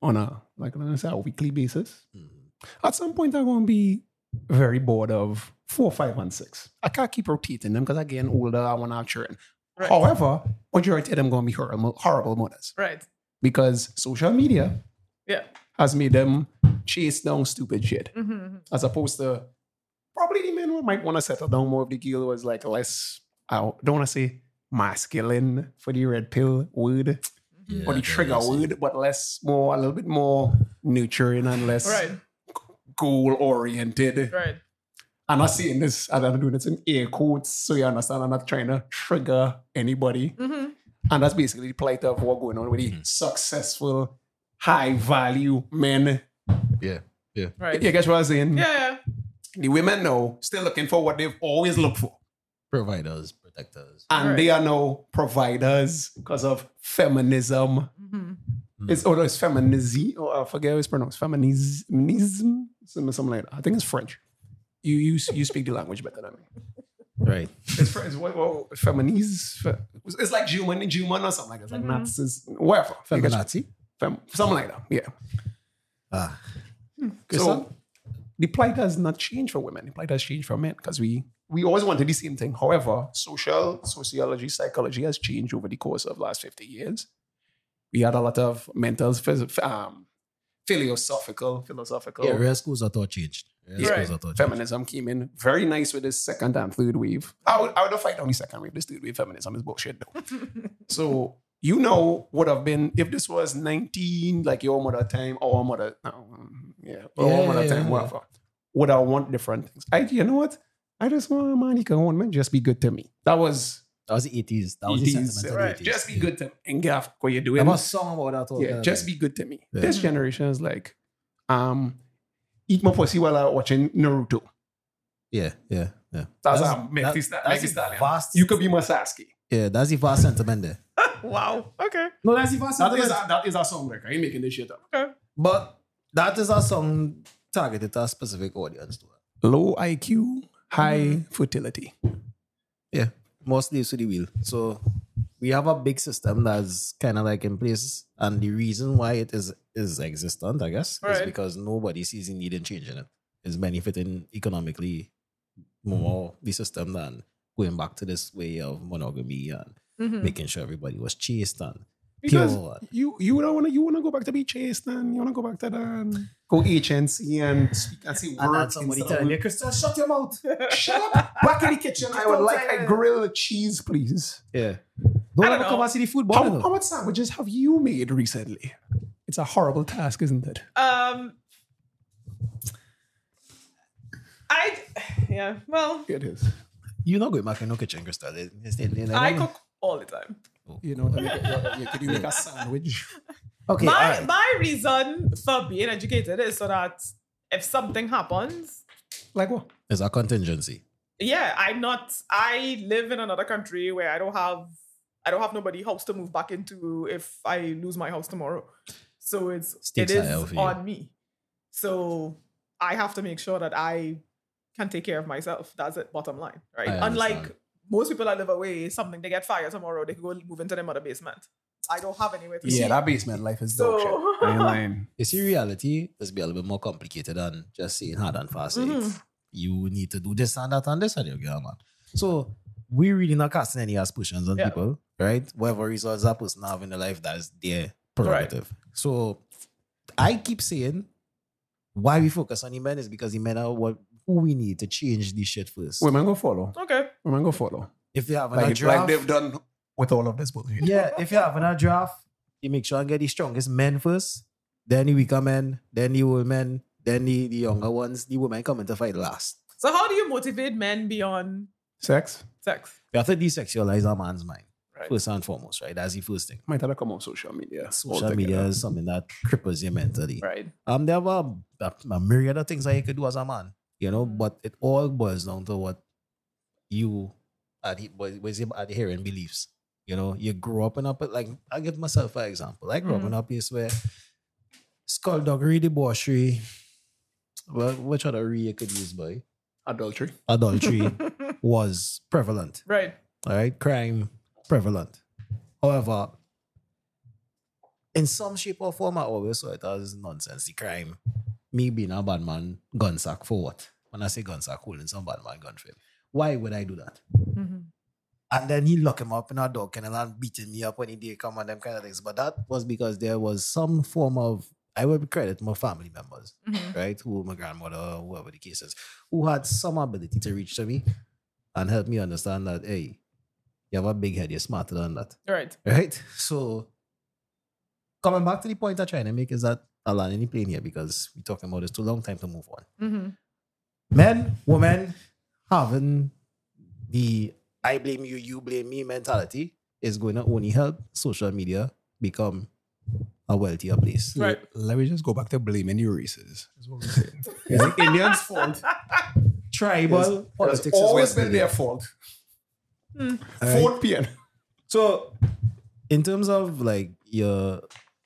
Speaker 2: on a like I say, a weekly basis.
Speaker 1: Mhm.
Speaker 3: Mm-hmm.
Speaker 2: At some point I'm gonna be very bored of four, five, and six. I can't keep rotating them because I'm getting older, I wanna have children.
Speaker 3: Right.
Speaker 2: However, majority of them gonna be horrible, horrible mothers
Speaker 3: Right.
Speaker 2: because social media
Speaker 3: Yeah.
Speaker 2: has made them chase down stupid shit
Speaker 3: Mhm.
Speaker 2: as opposed to probably the men who might want to settle down more if the girl was like less, I don't want to say masculine for the red pill word
Speaker 1: Yeah,
Speaker 2: or the
Speaker 1: that
Speaker 2: trigger
Speaker 1: is it.
Speaker 2: word, but less, more, a little bit more nurturing and less
Speaker 3: Right.
Speaker 2: goal oriented.
Speaker 3: Right.
Speaker 2: I'm not saying this, and I'm doing this in air quotes, so you understand I'm not trying to trigger anybody.
Speaker 3: Mhm.
Speaker 2: And that's basically the plight of what's going on with
Speaker 1: Mm-hmm.
Speaker 2: the successful, high value men.
Speaker 1: Yeah. Yeah.
Speaker 3: Right.
Speaker 2: You
Speaker 3: Yeah.
Speaker 2: guess what I'm saying?
Speaker 3: Yeah.
Speaker 2: The women now still looking for what they've always looked for.
Speaker 1: Providers. protectors.
Speaker 2: and
Speaker 3: Right.
Speaker 2: they are now providers because of feminism.
Speaker 3: Mhm.
Speaker 2: It's oh, no, it's feminism. Oh, I forget how it's pronounced. Feminism, something something like that. I think it's French. You you s- you speak the language better than me.
Speaker 1: Right.
Speaker 2: It's, Fr- it's what, what, feminis. fe- It's like German, German or something like that. It's like
Speaker 3: Mhm.
Speaker 2: Nazis, whatever. You get-
Speaker 1: Feminazi.
Speaker 2: Fem, something like that. Yeah.
Speaker 1: Ah.
Speaker 2: So the plight has not changed for women. The plight has changed for men because we we always wanted the same thing. However, social sociology, psychology has changed over the course of the last fifty years. We had a lot of mental, phys- um, philosophical, philosophical.
Speaker 1: Yeah, real schools are all changed. Real
Speaker 2: Oh. Yeah.
Speaker 1: schools are all changed.
Speaker 2: Feminism came in very nice with this second and third wave. I would, I would have fight on the second wave. This third wave feminism is bullshit though. so you know would have been if this was 19, like your mother time, or mother, um, yeah, or
Speaker 1: Yeah,
Speaker 2: mother
Speaker 1: yeah,
Speaker 2: time,
Speaker 1: yeah.
Speaker 2: whatever. Would I want different things? I, you know what? I just want a man who can want me, just be good to me. That was
Speaker 1: That was the eighties. That was
Speaker 2: 80s,
Speaker 1: the sentiment
Speaker 2: right.
Speaker 1: of the 80s.
Speaker 2: Just be
Speaker 1: Yeah.
Speaker 2: good to me. And Gaff, what you're doing
Speaker 1: There was a song about that. all
Speaker 2: yeah,
Speaker 1: the
Speaker 2: just
Speaker 1: time.
Speaker 2: be good to me.
Speaker 1: Yeah.
Speaker 2: This generation is like, um, eat my pussy while I'm watching Naruto.
Speaker 1: Yeah, yeah, yeah.
Speaker 2: That's,
Speaker 1: That's-
Speaker 2: how Meg
Speaker 1: that-
Speaker 2: Thee Sta-
Speaker 1: that's
Speaker 2: Meg Thee
Speaker 1: a
Speaker 2: Stallion.
Speaker 1: vast-
Speaker 2: You could be my Sasuke.
Speaker 1: Yeah, that's the vast sentiment there.
Speaker 3: wow. Okay.
Speaker 1: No, that's the vast
Speaker 2: That is a, that is a song record. I ain't making this shit up.
Speaker 3: Okay.
Speaker 1: But that is a song targeted to a specific audience. Too.
Speaker 2: Low IQ, high fertility.
Speaker 1: Yeah, mostly to the wheel. So we have a big system that's kind of like in place, and the reason why it is is existent, I guess, is
Speaker 3: Right.
Speaker 1: because nobody sees the need in changing it. It's benefiting economically more the system than going back to this way of monogamy and
Speaker 3: Mhm.
Speaker 1: making sure everybody was chaste and
Speaker 2: Because
Speaker 1: pure.
Speaker 2: you you don't wanna you wanna go back to be chased and you wanna go back to the um, go agency and speak and see
Speaker 1: And that's
Speaker 2: words
Speaker 1: somebody
Speaker 2: instead of-
Speaker 1: telling you, Christian, shut your mouth.
Speaker 2: [laughs] Shut up! Back in the kitchen. I would like a grilled cheese, please.
Speaker 1: Yeah.
Speaker 2: I
Speaker 1: Don't
Speaker 2: don't
Speaker 1: ever come
Speaker 2: know.
Speaker 1: and see the food
Speaker 2: How,
Speaker 1: board. you
Speaker 2: how
Speaker 1: know.
Speaker 2: much sandwiches have you made recently? It's a horrible task, isn't it?
Speaker 3: Um. I yeah. Well,
Speaker 2: It is.
Speaker 1: You're not going back in no kitchen, Crystal. They- they- they- they-
Speaker 3: I cook all the time.
Speaker 2: You know, to make a- you could you make a sandwich?
Speaker 1: Okay, all
Speaker 3: my
Speaker 1: right.
Speaker 3: my reason for being educated is so that if something happens,
Speaker 2: Like what?
Speaker 1: It's a contingency.
Speaker 3: yeah, I'm not. I live in another country where I don't have. I don't have nobody house to move back into if I lose my house tomorrow. So it's
Speaker 1: Stakes
Speaker 3: it
Speaker 1: are hell for
Speaker 3: is
Speaker 1: you.
Speaker 3: on me. So I have to make sure that I can take care of myself. That's it. Bottom line, right?
Speaker 1: I
Speaker 3: Unlike
Speaker 1: understand.
Speaker 3: most people that live away, something they get fired tomorrow, they can go move into their mother basement. I don't have anywhere to
Speaker 2: Yeah,
Speaker 3: sleep.
Speaker 2: that basement life is
Speaker 3: So-
Speaker 2: dog shit. I ain't lying.
Speaker 1: You see, reality is be a little bit more complicated than just saying hard and fast. eh?
Speaker 3: Mhm.
Speaker 1: You need to do this and that and this and you girl, man. So we really not casting any aspersions on
Speaker 3: Yeah.
Speaker 1: people, right? Whatever results that person have in their life, that is their prerogative. So I keep saying why we focus on the men is because the men are what who we need to change this shit first.
Speaker 2: Women go follow.
Speaker 3: [laughs] okay.
Speaker 2: Women go follow.
Speaker 1: If they have a
Speaker 2: Like, like
Speaker 1: draft,
Speaker 2: they've done with all of this bullshit.
Speaker 1: yeah, if you're having a draft, you make sure and get the strongest men first, then the weaker men, then the old men, then the, the younger ones, the women come into fight last.
Speaker 3: So how do you motivate men beyond
Speaker 2: Sex
Speaker 3: sex?
Speaker 1: We have to desexualize our man's mind,
Speaker 3: Right.
Speaker 1: first and foremost, right? That's the first thing.
Speaker 2: might have come on social media.
Speaker 1: Social media is something that cripples you mentally.
Speaker 3: Right.
Speaker 1: Um, there are a, a myriad of things that you could do as a man, you know, but it all boils down to what you adhe- what- what is it, adhere and beliefs. You know, you grow up in a pla- like I give myself an example. I grew up in a place where skullduggery, debauchery, well, which other re you could use by
Speaker 2: Adultery.
Speaker 1: adultery was prevalent.
Speaker 3: Right.
Speaker 1: All right, crime prevalent. However, in some shape or form, I always saw it as nonsense. The crime, me being a bad man, gun sack for what? When I say gun sack, holding some bad man gun for him. Why would I do that?
Speaker 3: Mm-hmm.
Speaker 1: And then he lock him up in a dog kennel and beating me up when he did come and them kind of things. But that was because there was some form of I would credit my family members,
Speaker 3: Mhm.
Speaker 1: right? Who my grandmother, whoever the case is, who had some ability to reach to me and help me understand that hey, you have a big head, you're smarter than that.
Speaker 3: Right.
Speaker 1: Right? [laughs] So coming back to the point I'm trying to make is that I'll land any plane here because we're talking about this too long time to move on.
Speaker 3: Mm-hmm.
Speaker 1: Men, women having the I blame you, you blame me mentality is going to only help social media become a wealthier place.
Speaker 3: Right.
Speaker 4: Let me just go back to blaming you races. That's what I'm
Speaker 2: [laughs]
Speaker 4: saying.
Speaker 2: It's the Indians' fault.
Speaker 1: Tribal
Speaker 2: It's
Speaker 1: politics is
Speaker 2: always
Speaker 1: what's
Speaker 2: been
Speaker 1: needed.
Speaker 2: their fault.
Speaker 1: Alright.
Speaker 2: 4 p.m.
Speaker 1: So, in terms of like your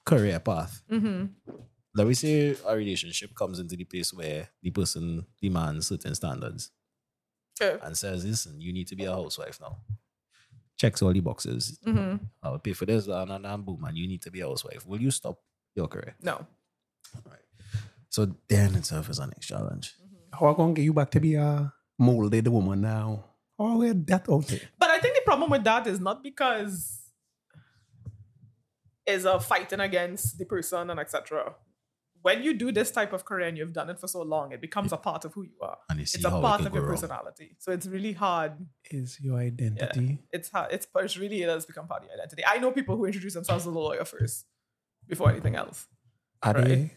Speaker 1: career path,
Speaker 3: Mm-hmm.
Speaker 1: let me say a relationship comes into the place where the person demands certain standards and says, "Listen, you need to be a housewife now." Checks all the boxes.
Speaker 3: Mm-hmm.
Speaker 1: I'll pay for this, and, and, and boom, and you need to be a housewife. Will you stop your career?
Speaker 3: No.
Speaker 1: So then itself is our next challenge.
Speaker 2: How I gonna get you back to be a molded woman now? Oh, we're that out there.
Speaker 3: But I think the problem with that is not because is a fighting against the person and etc. When you do this type of career and you've done it for so long, it becomes a part of who you are.
Speaker 1: And you see
Speaker 3: It's a
Speaker 1: how
Speaker 3: part
Speaker 1: it
Speaker 3: of
Speaker 1: could go
Speaker 3: your
Speaker 1: wrong.
Speaker 3: personality. So it's really hard.
Speaker 2: Is your identity?
Speaker 3: It's hard. It's, it's really it has become part of your identity. I know people who introduce themselves as a lawyer first before anything else.
Speaker 4: Are
Speaker 3: Right.
Speaker 4: they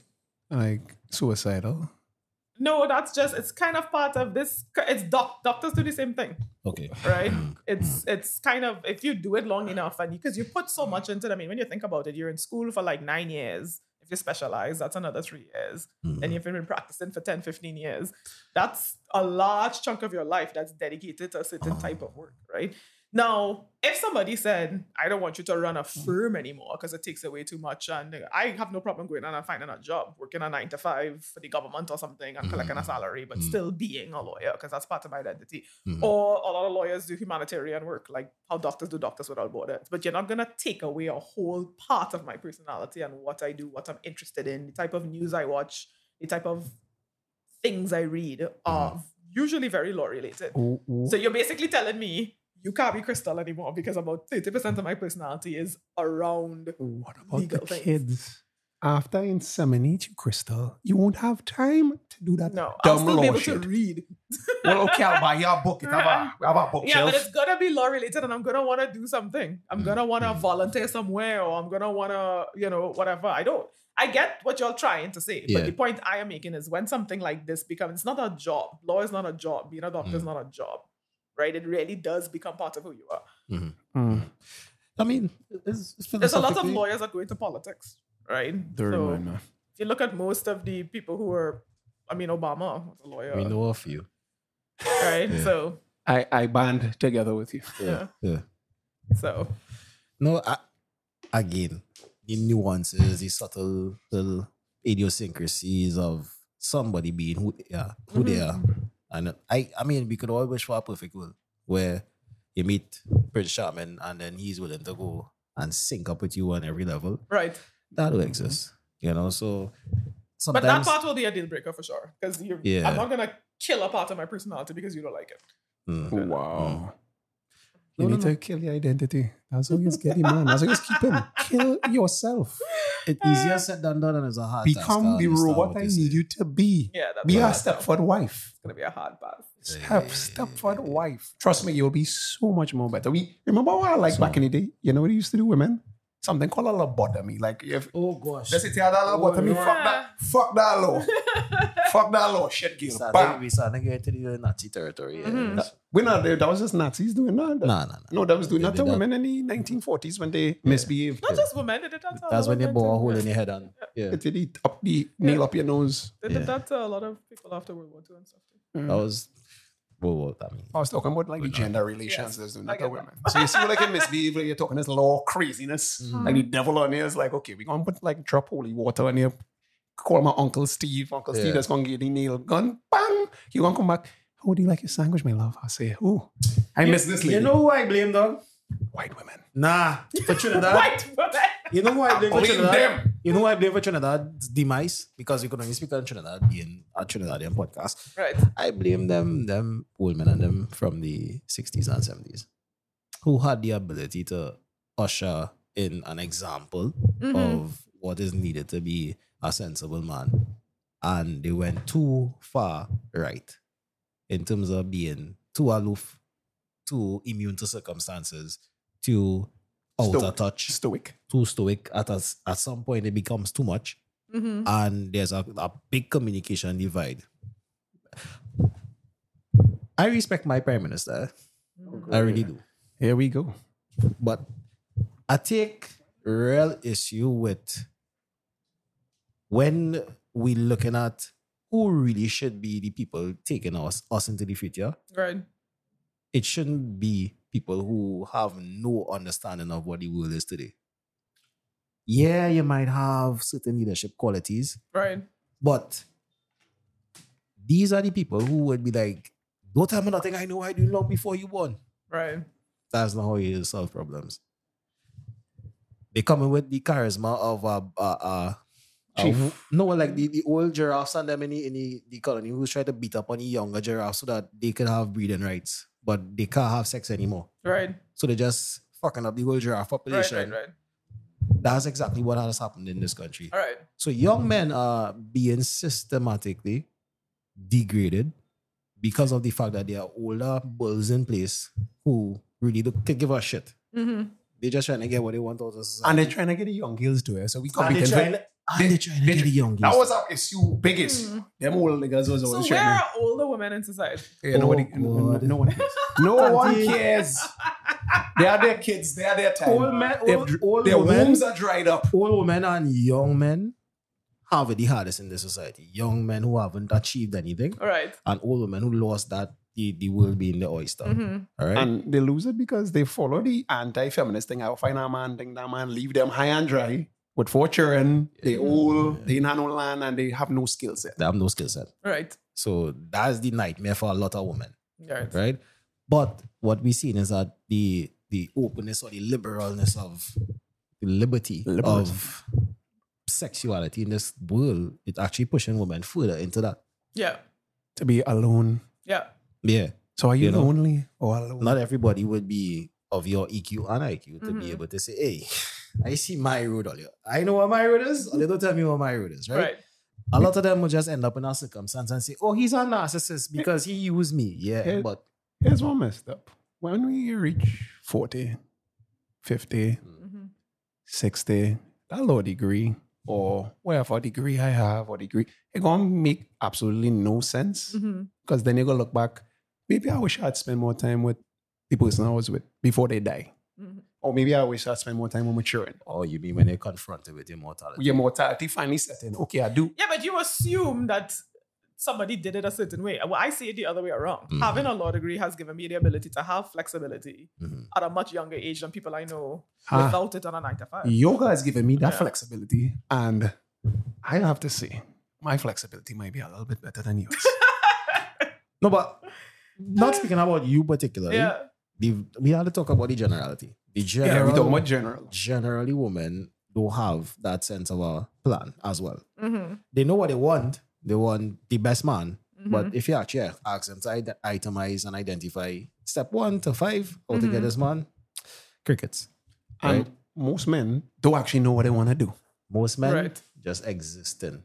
Speaker 4: like suicidal?
Speaker 3: No, that's just it's kind of part of this. It's doc, doctors do the same thing.
Speaker 1: Okay.
Speaker 3: right? It's it's kind of if you do it long enough and because you put so much into it. I mean, when you think about it, you're in school for like nine years. If you specialize, that's another three years.
Speaker 1: Mm.
Speaker 3: And you've been practicing for 10, 15 years. That's a large chunk of your life that's dedicated to a certain type of work, right? Now, if somebody said, I don't want you to run a firm anymore because it takes away too much, and I have no problem going out and finding a job, working a nine to five for the government or something and collecting a salary, but still being a lawyer because that's part of my identity. Or a lot of lawyers do humanitarian work, like how doctors do Doctors Without Borders. But you're not going to take away a whole part of my personality and what I do, what I'm interested in, the type of news I watch, the type of things I read are usually very law related.
Speaker 2: Ooh, Mm. ooh.
Speaker 3: So you're basically telling me you can't be Crystal anymore because about 30% of my personality is around.
Speaker 2: What about
Speaker 3: legal
Speaker 2: the
Speaker 3: things.
Speaker 2: kids? After inseminate you, Crystal, you won't have time to do that.
Speaker 3: No, I'll
Speaker 2: dumb
Speaker 3: still
Speaker 2: law
Speaker 3: be able
Speaker 2: shit.
Speaker 3: to read.
Speaker 2: well, okay, I'll buy you a book. It have a, have a bookshelf.
Speaker 3: Yeah, but it's gonna be law related, and I'm gonna wanna do something. I'm gonna wanna
Speaker 2: Mm.
Speaker 3: volunteer somewhere, or I'm gonna wanna, you know, whatever. I don't. I get what you're trying to say,
Speaker 1: Yeah.
Speaker 3: but the point I am making is when something like this becomes, it's not a job. Law is not a job. Being a doctor is not a job, right? It really does become part of who you are.
Speaker 2: Mm.
Speaker 1: I mean, it's, it's
Speaker 3: There's a lot of
Speaker 1: philosophically-
Speaker 3: lawyers that go into politics, right?
Speaker 4: Third
Speaker 3: So-
Speaker 4: one, man.
Speaker 3: if you look at most of the people who were, I mean, Obama was a lawyer,
Speaker 1: We know of you.
Speaker 3: right?
Speaker 1: Yeah.
Speaker 3: So,
Speaker 2: I, I band together with you.
Speaker 3: Yeah.
Speaker 1: Yeah.
Speaker 3: so
Speaker 1: No, I, again, the nuances, the subtle little idiosyncrasies of somebody being who they are, who they are.
Speaker 3: Mm-hmm.
Speaker 1: And I, I mean, we could all wish for a perfect world where you meet Prince Charming and then he's willing to go and sync up with you on every level.
Speaker 3: right.
Speaker 1: That will exist, you know. So
Speaker 3: Mm-hmm. But
Speaker 1: sometimes,
Speaker 3: that part will be a deal breaker for sure, because you,
Speaker 1: Yeah.
Speaker 3: I'm not gonna kill a part of my personality because you don't like it.
Speaker 1: Mm.
Speaker 4: Wow.
Speaker 1: No,
Speaker 4: You
Speaker 1: no,
Speaker 4: need
Speaker 1: no.
Speaker 4: to kill your identity. That's how you get him, man. That's how you keep him. Kill yourself.
Speaker 1: It's easier said than done, and it's a hard task. uh,
Speaker 2: Become the
Speaker 1: understand
Speaker 2: robot
Speaker 1: what
Speaker 2: I
Speaker 1: you say.
Speaker 2: need you to be.
Speaker 3: Yeah, that's
Speaker 2: Be
Speaker 3: what I
Speaker 2: a
Speaker 3: thought.
Speaker 2: Stepford wife.
Speaker 3: It's gonna be a hard pass.
Speaker 2: Step, Stepford wife. Trust me, you'll be so much more better. We remember what I like back in the day. You know what they used to do, women? Something called a lobotomy. Like if
Speaker 1: Oh gosh.
Speaker 2: let's say they had a lobotomy,
Speaker 1: yeah.
Speaker 2: fuck that, fuck that law,
Speaker 1: [laughs]
Speaker 2: fuck that law, shit,
Speaker 1: We
Speaker 2: girl.
Speaker 1: started,
Speaker 2: Bam.
Speaker 1: we started getting into the Nazi territory. Yeah.
Speaker 3: Mhm.
Speaker 1: Yes.
Speaker 2: We not there. That was just Nazis doing that.
Speaker 1: No, no, no.
Speaker 2: No, that was doing
Speaker 1: They
Speaker 2: that
Speaker 1: did
Speaker 2: to
Speaker 1: that.
Speaker 2: women in the 1940s when they misbehaved.
Speaker 3: Not just women, they did that. to a
Speaker 1: That's
Speaker 3: lot
Speaker 1: when
Speaker 3: of
Speaker 1: they
Speaker 3: men
Speaker 1: bore a
Speaker 3: too.
Speaker 1: hole in your head and yeah.
Speaker 2: It did eat up the nail up your nose.
Speaker 3: They did
Speaker 1: Yeah.
Speaker 3: that to a lot of people after World War II and stuff. too.
Speaker 1: That was whoa, whoa, I mean.
Speaker 2: I was talking about like the gender relations
Speaker 3: Yes,
Speaker 2: that's doing
Speaker 3: I
Speaker 2: that Mm-hmm. to
Speaker 3: get
Speaker 2: women. So you see, like in misbehave, like, you're talking this law craziness, like the devil on here is like, okay, we're gonna put like drop holy water on here. Call my uncle Steve. Uncle
Speaker 1: Yeah.
Speaker 2: Steve that's gonna get the nail gun. Bang! You gonna come back? How do you like your sandwich, my love? I say, oh, I miss this lady.
Speaker 1: who I blame dog?
Speaker 2: white women.
Speaker 1: Nah. For Trinidad.
Speaker 3: White women. [laughs]
Speaker 1: you know who I blame for
Speaker 2: Blame
Speaker 1: Trinidad?
Speaker 2: them.
Speaker 1: You know who I blame for Trinidad's demise? Because we could only speak on Trinidad being a Trinidadian podcast.
Speaker 3: Right.
Speaker 1: I blame them, them old men and them from the 60s and 70s who had the ability to usher in an example of what is needed to be a sensible man. And they went too far right in terms of being too aloof, too immune to circumstances, too out of
Speaker 2: Stoic.
Speaker 1: touch
Speaker 2: Stoic.
Speaker 1: too stoic at us at some point it becomes too much
Speaker 3: Mhm.
Speaker 1: and there's a, a big communication divide i respect my prime minister i really do
Speaker 2: Here we go.
Speaker 1: but i take real issue with when we looking at who really should be the people taking us us into the future
Speaker 3: Right.
Speaker 1: it shouldn't be people who have no understanding of what the world is today. Yeah, you might have certain leadership qualities,
Speaker 3: Right.
Speaker 1: but these are the people who would be like, don't tell me nothing I know I do long before you born.
Speaker 3: Right.
Speaker 1: That's not how you solve problems. They coming with the charisma of uh uh, uh, uh,
Speaker 5: Chief.
Speaker 1: who- no, like the, the old giraffes and them in the, in the, the colony who try to beat up on the younger giraffes so that they can have breeding rights, but they can't have sex anymore.
Speaker 3: Right.
Speaker 1: So they just fucking up the whole giraffe
Speaker 3: Right.
Speaker 1: population.
Speaker 3: Right. Right.
Speaker 1: That's exactly what has happened in this country.
Speaker 3: All right.
Speaker 1: So young men are being systematically degraded because of the fact that they are older bulls in place who really don't give a shit.
Speaker 3: Mm-hmm.
Speaker 1: They're just trying to get what they want out of
Speaker 2: And
Speaker 1: society.
Speaker 2: they're trying to get the young girls to it. So we
Speaker 5: And
Speaker 2: can't be
Speaker 5: they
Speaker 2: convinced.
Speaker 5: trying,
Speaker 1: And they're trying to
Speaker 5: they-
Speaker 1: get the young
Speaker 5: that
Speaker 1: girls.
Speaker 5: was our issue biggest.
Speaker 3: Mm.
Speaker 5: Them old niggas was
Speaker 3: So
Speaker 5: always
Speaker 3: where
Speaker 5: trying
Speaker 3: are older women in society?
Speaker 5: to. Yeah, nobody,
Speaker 1: Oh,
Speaker 5: no, no,
Speaker 1: God. [laughs]
Speaker 5: no one cares. No one cares. They are their kids. They are their time.
Speaker 1: Old men,
Speaker 5: They've
Speaker 1: old,
Speaker 5: dr-
Speaker 1: old
Speaker 5: their
Speaker 1: women,
Speaker 5: wombs are dried up.
Speaker 1: old women and young men have it the hardest in this society. Young men who haven't achieved anything,
Speaker 3: All right.
Speaker 1: and old women who lost that the, the world being the oyster.
Speaker 3: Mhm.
Speaker 1: All right.
Speaker 5: And they lose it because they follow the anti-feminist thing. I'll find a man, thing that man, leave them high and dry with four children. They old, they not no land, and they have no skill set.
Speaker 1: they have no skill set.
Speaker 3: All right.
Speaker 1: So that's the nightmare for a lot of women,
Speaker 3: All right.
Speaker 1: right? But what we've seen is that the the openness or the liberalness of the liberty
Speaker 5: Liberalism.
Speaker 1: of sexuality in this world, it's actually pushing women further into that.
Speaker 3: Yeah.
Speaker 2: to be alone.
Speaker 3: Yeah.
Speaker 1: Yeah.
Speaker 2: So are you,
Speaker 1: You know?
Speaker 2: lonely or alone?
Speaker 1: Not everybody would be of your EQ and IQ to
Speaker 3: Mhm.
Speaker 1: be able to say, hey, [laughs] I see my road earlier. I know what my road is, or they don't tell me what my road is,
Speaker 3: Right.
Speaker 1: right? A lot of them will just end up in a circumstance and say, oh, he's a narcissist because he used me. Yeah,
Speaker 5: Yeah.
Speaker 1: but
Speaker 5: Here's what messed up.
Speaker 2: when we reach 40, 50,
Speaker 3: Mhm.
Speaker 2: 60, that low degree or whatever degree I have or degree, it gonna make absolutely no sense.
Speaker 3: Mhm.
Speaker 2: Because then you're gonna look back, maybe I wish I'd spend more time with the person I was with before they die.
Speaker 3: Mhm.
Speaker 2: Or maybe I wish I'd spend more time with my children.
Speaker 1: Oh, you mean when you're confronted with immortality?
Speaker 2: Your mortality finally setting. Okay, I do.
Speaker 3: Yeah, but you assume that somebody did it a certain way. Well, I see it the other way around.
Speaker 2: Hmm.
Speaker 1: Mhm.
Speaker 3: Having a law degree has given me the ability to have flexibility
Speaker 1: Mhm.
Speaker 3: at a much younger age than people I know
Speaker 2: Ah.
Speaker 3: without it on a nine to five.
Speaker 2: Yoga has given me that
Speaker 3: Yeah.
Speaker 2: flexibility. And I have to say, my flexibility might be a little bit better than
Speaker 3: [laughs]
Speaker 2: yours.
Speaker 1: No, but
Speaker 2: Uh,
Speaker 1: not speaking about you particularly.
Speaker 3: Yeah.
Speaker 1: the- we had to talk about the generality. The general,
Speaker 2: yeah, we talking about general.
Speaker 1: generally women don't have that sense of a plan as well.
Speaker 3: Mm-hmm.
Speaker 1: They know what they want. They want the best man. But
Speaker 2: Mm-hmm.
Speaker 3: Mhm.
Speaker 1: if you actually ask them to ide- itemize and identify step one to five, how to
Speaker 3: Mhm.
Speaker 1: get
Speaker 2: Mm-hmm.
Speaker 1: this man, crickets.
Speaker 2: And
Speaker 1: Right.
Speaker 2: most men don't actually know what they want to do.
Speaker 1: Most men
Speaker 3: Right.
Speaker 1: just existing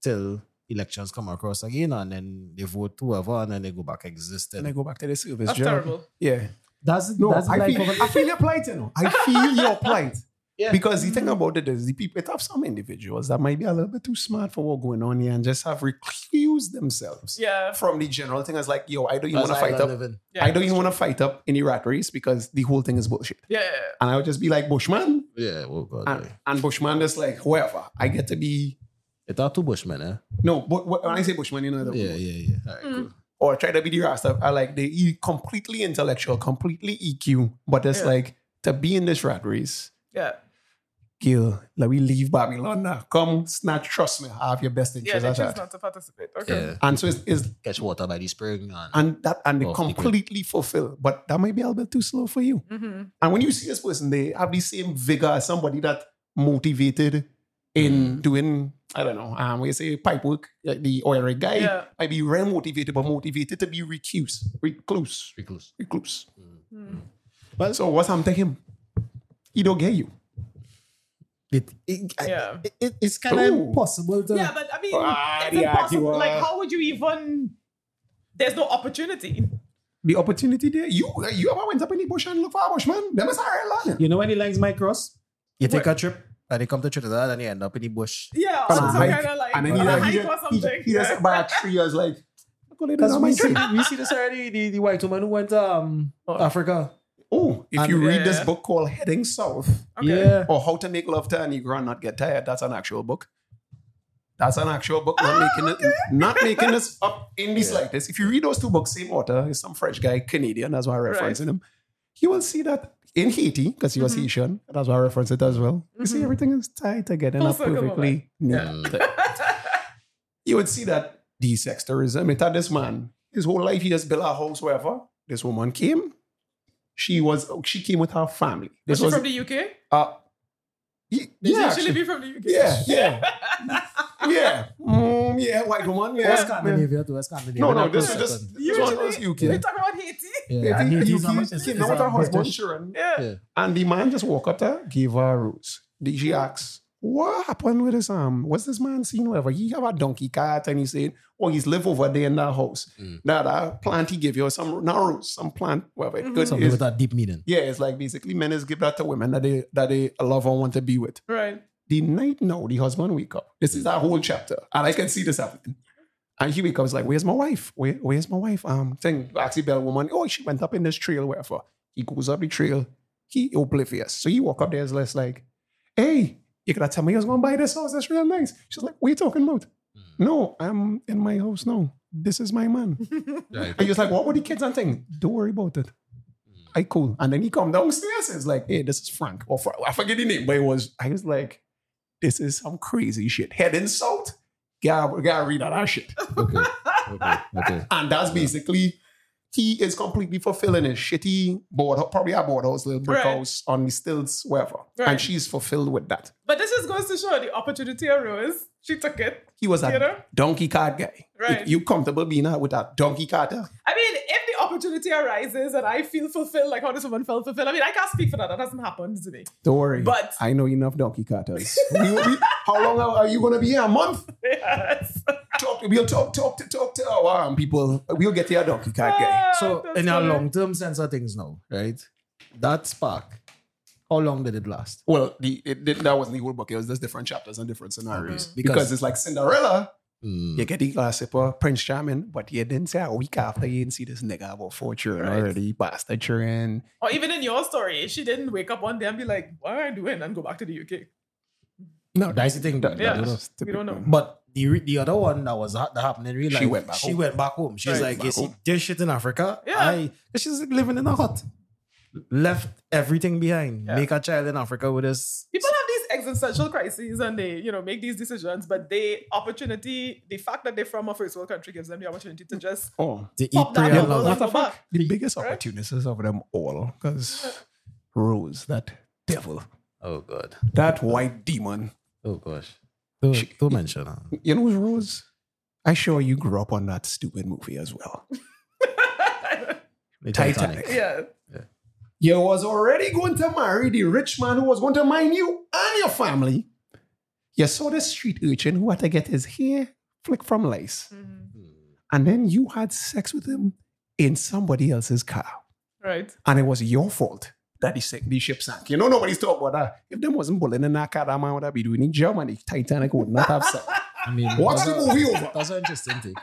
Speaker 1: till elections come across again and then they vote whoever and then they go back existing.
Speaker 2: And they go back to the service
Speaker 3: That's
Speaker 2: job.
Speaker 3: terrible.
Speaker 2: Yeah.
Speaker 1: That's
Speaker 2: No,
Speaker 1: that's
Speaker 2: I,
Speaker 1: like
Speaker 2: feel, I feel your plight, you know. I feel
Speaker 1: [laughs]
Speaker 2: your plight.
Speaker 1: Yeah.
Speaker 2: Because the thing about it is, the people, it have some individuals that might be a little bit too smart for what's going on here and just have recused themselves
Speaker 3: Yeah.
Speaker 2: from the general thing. It's like, yo, I don't even
Speaker 1: That's
Speaker 2: want to fight
Speaker 1: island
Speaker 2: up.
Speaker 1: living.
Speaker 3: Yeah.
Speaker 2: I don't even want to fight up any rat race because the whole thing is bullshit.
Speaker 3: Yeah. yeah, yeah.
Speaker 2: And I would just be like, Bushman.
Speaker 1: Yeah, well, God.
Speaker 2: And,
Speaker 1: yeah.
Speaker 2: and Bushman is like, whoever. I get to be.
Speaker 1: It's not two bushmen, eh?
Speaker 2: No, but when I say Bushman, you know, the
Speaker 1: Yeah, yeah, yeah. All right,
Speaker 3: Mm.
Speaker 1: cool.
Speaker 2: or try to be the Rasta are like they e- completely intellectual, completely EQ, but it's
Speaker 3: Yeah.
Speaker 2: like to be in this rat race,
Speaker 3: Yeah.
Speaker 2: Gil, let me leave Babylon now. Come snatch, trust me, I have your best
Speaker 3: Yeah.
Speaker 2: interest
Speaker 3: They
Speaker 2: at
Speaker 3: choose
Speaker 2: heart.
Speaker 3: not to participate. Okay.
Speaker 1: Yeah.
Speaker 2: And so it's, it's
Speaker 1: Catch water by the spring. And,
Speaker 2: and that and they
Speaker 1: Oh, secret.
Speaker 2: completely fulfill, but that might be a little bit too slow for you.
Speaker 3: Mm-hmm.
Speaker 2: And when you see this person, they have the same vigor as somebody that motivated in doing, I don't know, um, we say pipe work, like the oil rig guy
Speaker 3: Yeah.
Speaker 2: might be well motivated, but motivated to be recluse, recluse,
Speaker 1: Recluse.
Speaker 2: recluse.
Speaker 3: Mm.
Speaker 2: But so what's happened to him? He don't get you.
Speaker 1: It, it, I-
Speaker 3: Yeah.
Speaker 1: it- it- it's kind of
Speaker 2: Ooh.
Speaker 1: impossible to.
Speaker 3: Yeah, but I mean,
Speaker 2: Ah,
Speaker 3: it's
Speaker 2: the
Speaker 3: impossible.
Speaker 2: Akiwa.
Speaker 3: Like, how would you even? There's no opportunity.
Speaker 2: The opportunity there. You you ever went up in the bush and look for a bushman? Them is hard learning.
Speaker 1: you know when the lines might cross? You take a trip and they come to Trinidad and you end up in the bush.
Speaker 3: Yeah, or
Speaker 2: Come
Speaker 3: some
Speaker 2: on,
Speaker 3: kind
Speaker 2: Mike.
Speaker 3: of like
Speaker 2: And
Speaker 3: on
Speaker 2: then he,
Speaker 3: a
Speaker 2: like,
Speaker 3: hike
Speaker 2: he,
Speaker 3: or
Speaker 2: just- he,
Speaker 3: something.
Speaker 2: he
Speaker 3: yeah.
Speaker 2: just
Speaker 3: [laughs]
Speaker 2: by a tree. I was like, I'm gonna lay down
Speaker 1: Because
Speaker 2: my
Speaker 1: we see,
Speaker 2: [laughs] tree.
Speaker 1: we see this already, the, the white woman who went to um,
Speaker 3: Oh.
Speaker 1: Africa.
Speaker 2: Oh, if
Speaker 1: And-
Speaker 2: you read this
Speaker 3: Yeah.
Speaker 2: book called Heading South
Speaker 3: Okay.
Speaker 1: Yeah.
Speaker 3: [laughs]
Speaker 2: or How to Make Love to a Negro and Not Get Tired, that's an actual book. That's an actual book,
Speaker 3: Oh,
Speaker 2: not making it, not making this up in the slightest. If you read those two books, same author, is some French guy, Canadian, that's why I'm referencing him. You will see that in Haiti, because he was
Speaker 3: Mm-hmm.
Speaker 2: Haitian, that's why I reference it as well. You see, everything is tied together
Speaker 3: Full
Speaker 2: not
Speaker 3: circle
Speaker 2: perfectly. neat. You would see that the sex tourism, it had this man, his whole life, he just built a house wherever. This woman came. She was, she came with her family. This
Speaker 3: Is she
Speaker 2: was,
Speaker 3: from the UK? Did
Speaker 2: uh, he- yeah,
Speaker 3: she
Speaker 2: actually.
Speaker 3: actually be from the UK? [laughs]
Speaker 2: Yeah, yeah, yeah, mm, yeah. White woman, yeah.
Speaker 1: Or
Speaker 2: yeah.
Speaker 1: Scandinavia to Scandinavia.
Speaker 2: No, no,
Speaker 1: Not
Speaker 2: this is
Speaker 1: for
Speaker 2: just
Speaker 1: certain.
Speaker 2: this one was UK.
Speaker 3: You talk about Haiti? [laughs]
Speaker 1: Yeah,
Speaker 2: Yeah,
Speaker 1: and
Speaker 2: the-
Speaker 1: he-
Speaker 2: you
Speaker 1: he's a-
Speaker 2: came-
Speaker 1: he's
Speaker 2: came down
Speaker 1: a
Speaker 2: with her husband,
Speaker 1: British-
Speaker 2: Sharon,
Speaker 3: Yeah.
Speaker 1: Yeah.
Speaker 2: and the man just walked up there, gave her a rose. The- She asks, "What happened with this um? What's this man seen? Whatever? He have a donkey cart, and he said, oh, he's live over there in that house.
Speaker 1: Mm.
Speaker 2: That uh, plant he give you some not rose, some plant, whatever. It
Speaker 3: Mhm.
Speaker 2: could-
Speaker 1: Something
Speaker 2: it's-
Speaker 1: with that deep meaning.
Speaker 2: yeah, it's like basically men is give that to women that they that they love or want to be with."
Speaker 3: Right. [laughs]
Speaker 2: the night now, the husband wake up. This is that whole chapter. And I can see this happening. And he wake up, is like, where's my wife? Where, where's my wife? Um, thing, actually bell woman, oh, she went up in this trail, wherever. He goes up the trail. He oblivious. So he walk up there, is less like, hey, you gotta tell me you was gonna buy this house. That's real nice. She's like, what you talking about? No, I'm in my house now. This is my man.
Speaker 1: Right. Mm.
Speaker 2: And he was like, what were the kids and thing? Don't worry about it. I cool. And then he come downstairs and it's like, hey, this is Frank. Or Fra- I forget the name, but it was, I was like, this is some crazy shit. Head insult. Gotta, gotta read all that shit.
Speaker 1: Okay. Okay. Okay.
Speaker 2: And that's basically, he is completely fulfilling his shitty board, probably our board house, little brick
Speaker 3: Right.
Speaker 2: house on the stilts, wherever.
Speaker 3: Right.
Speaker 2: And she's fulfilled with that.
Speaker 3: But this just goes to show the opportunity arose. She took it.
Speaker 2: He was a
Speaker 3: You know?
Speaker 2: donkey cart guy.
Speaker 3: Right.
Speaker 2: You comfortable being out with that donkey cart? huh?
Speaker 3: I mean, if the opportunity arises and I feel fulfilled, like how this woman felt fulfilled, I mean, I can't speak for that. That hasn't happened to me.
Speaker 2: Don't worry.
Speaker 3: But-
Speaker 2: I know enough donkey carters. we, we, how long are are you going to be here? A month?
Speaker 3: [laughs] Yes.
Speaker 2: Talk to, we'll talk, talk to, talk to our um, people. We'll get your donkey cart guy.
Speaker 3: Ah,
Speaker 1: So,
Speaker 3: that's
Speaker 1: in our
Speaker 3: funny.
Speaker 1: long term sense of things now, right? That spark, how long did it last?
Speaker 2: Well, the, it, didn't- that wasn't the whole book. It was just different chapters and different scenarios.
Speaker 3: Mm-hmm.
Speaker 1: Mhm.
Speaker 2: Because,
Speaker 1: Because-
Speaker 2: it's like Cinderella.
Speaker 1: Mm.
Speaker 2: You get the gossiper, Prince Charming, but you didn't say "Oh, a week after you didn't see this nigga about four children
Speaker 3: Right.
Speaker 2: already, bastard children.
Speaker 3: Or even in your story, she didn't wake up one day and be like, what am I doing? And go back to the UK.
Speaker 2: No,
Speaker 1: That's the thing. That,
Speaker 3: Yeah.
Speaker 1: I don't know.
Speaker 3: We don't know.
Speaker 1: But the re- the other one that was ha- that happened in real
Speaker 2: She
Speaker 1: life,
Speaker 2: went back
Speaker 1: she
Speaker 2: home.
Speaker 1: went back home. She's
Speaker 3: Right.
Speaker 1: like,
Speaker 2: Back
Speaker 1: you see,
Speaker 2: home.
Speaker 1: this shit in Africa.
Speaker 3: Yeah.
Speaker 1: I, 'cause she's living in a hut, left everything behind.
Speaker 3: Yeah.
Speaker 1: Make a child in Africa with us.
Speaker 3: People have these existential crises and they, you know, make these decisions, but they opportunity, the fact that they're from a first world country gives them the opportunity to just
Speaker 2: Oh,
Speaker 1: To eat
Speaker 3: pop
Speaker 1: pray
Speaker 3: that
Speaker 1: and
Speaker 3: bubble and
Speaker 1: love.
Speaker 3: go back.
Speaker 2: the biggest
Speaker 3: Right.
Speaker 2: opportunities of them all, because Rose, that devil,
Speaker 1: Oh god.
Speaker 2: that white demon.
Speaker 1: Oh gosh. Don't,
Speaker 2: She-
Speaker 1: don't mention her.
Speaker 2: You know, Rose, I sure you grew up on that stupid movie as well.
Speaker 1: The
Speaker 2: Titanic.
Speaker 3: yeah.
Speaker 2: You was already going to marry the rich man who was going to mine you and your family. You saw the street urchin who had to get his hair flicked from lice.
Speaker 1: Mm-hmm.
Speaker 3: Mhm.
Speaker 1: Hmm.
Speaker 2: And then you had sex with him in somebody else's car.
Speaker 3: Right.
Speaker 2: And it was your fault that the, sink, the ship sank. You know, nobody's talking about that. If them wasn't bullying in that car, that man would have been doing in Germany. Titanic would not have sank.
Speaker 1: I mean,
Speaker 2: Watch
Speaker 1: that's
Speaker 2: the
Speaker 1: a-
Speaker 2: movie over.
Speaker 1: That's an interesting thing.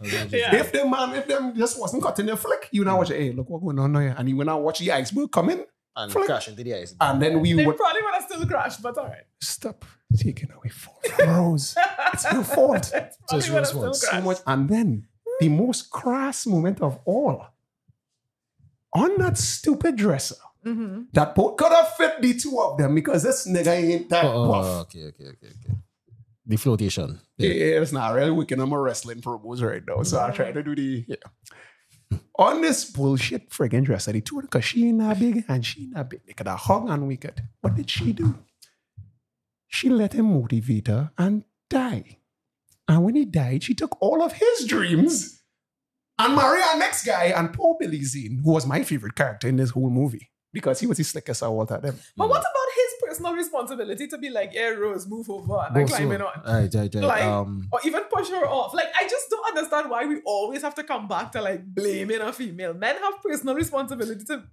Speaker 1: That's an interesting
Speaker 3: Yeah.
Speaker 1: thing.
Speaker 2: If them man, if them just wasn't cutting their flick, you now watch, hey, look what going on now. And you went out watch the iceberg coming,
Speaker 1: And
Speaker 2: Flick.
Speaker 1: crash into the ice.
Speaker 2: and then we
Speaker 3: They
Speaker 2: would
Speaker 3: probably would have still crashed, but all right.
Speaker 2: stop taking away fault from Rose. It's your fault.
Speaker 3: Probably
Speaker 1: she
Speaker 3: would have
Speaker 1: was
Speaker 3: still
Speaker 1: one.
Speaker 3: crashed.
Speaker 2: So much. And then the most crass moment of all. On that stupid dresser,
Speaker 3: Mhm.
Speaker 2: that boat could have fit the two of them because this nigga ain't that
Speaker 1: Oh,
Speaker 2: buff.
Speaker 1: oh, okay, okay, okay, okay. The flotation.
Speaker 2: Yeah, it's not really wicked. I'm a wrestling promos right now. So I try to do the yeah. On this bullshit friggin' dress that he took because she ain't that big and she ain't that big. They could have hung and wicked. What did she do? She let him motivate her and die. And when he died, she took all of his dreams and married our next guy and poor Billy Zane, who was my favorite character in this whole movie because he was the slickest of all of them.
Speaker 3: But what about his personal responsibility to be like, yeah, Rose, move over and I'm
Speaker 1: Also,
Speaker 3: climbing on?
Speaker 1: Right, right, right.
Speaker 3: Like-
Speaker 1: um,
Speaker 3: Or even push her off. Like, I just don't understand why we always have to come back to like blaming a female. Men have personal responsibility to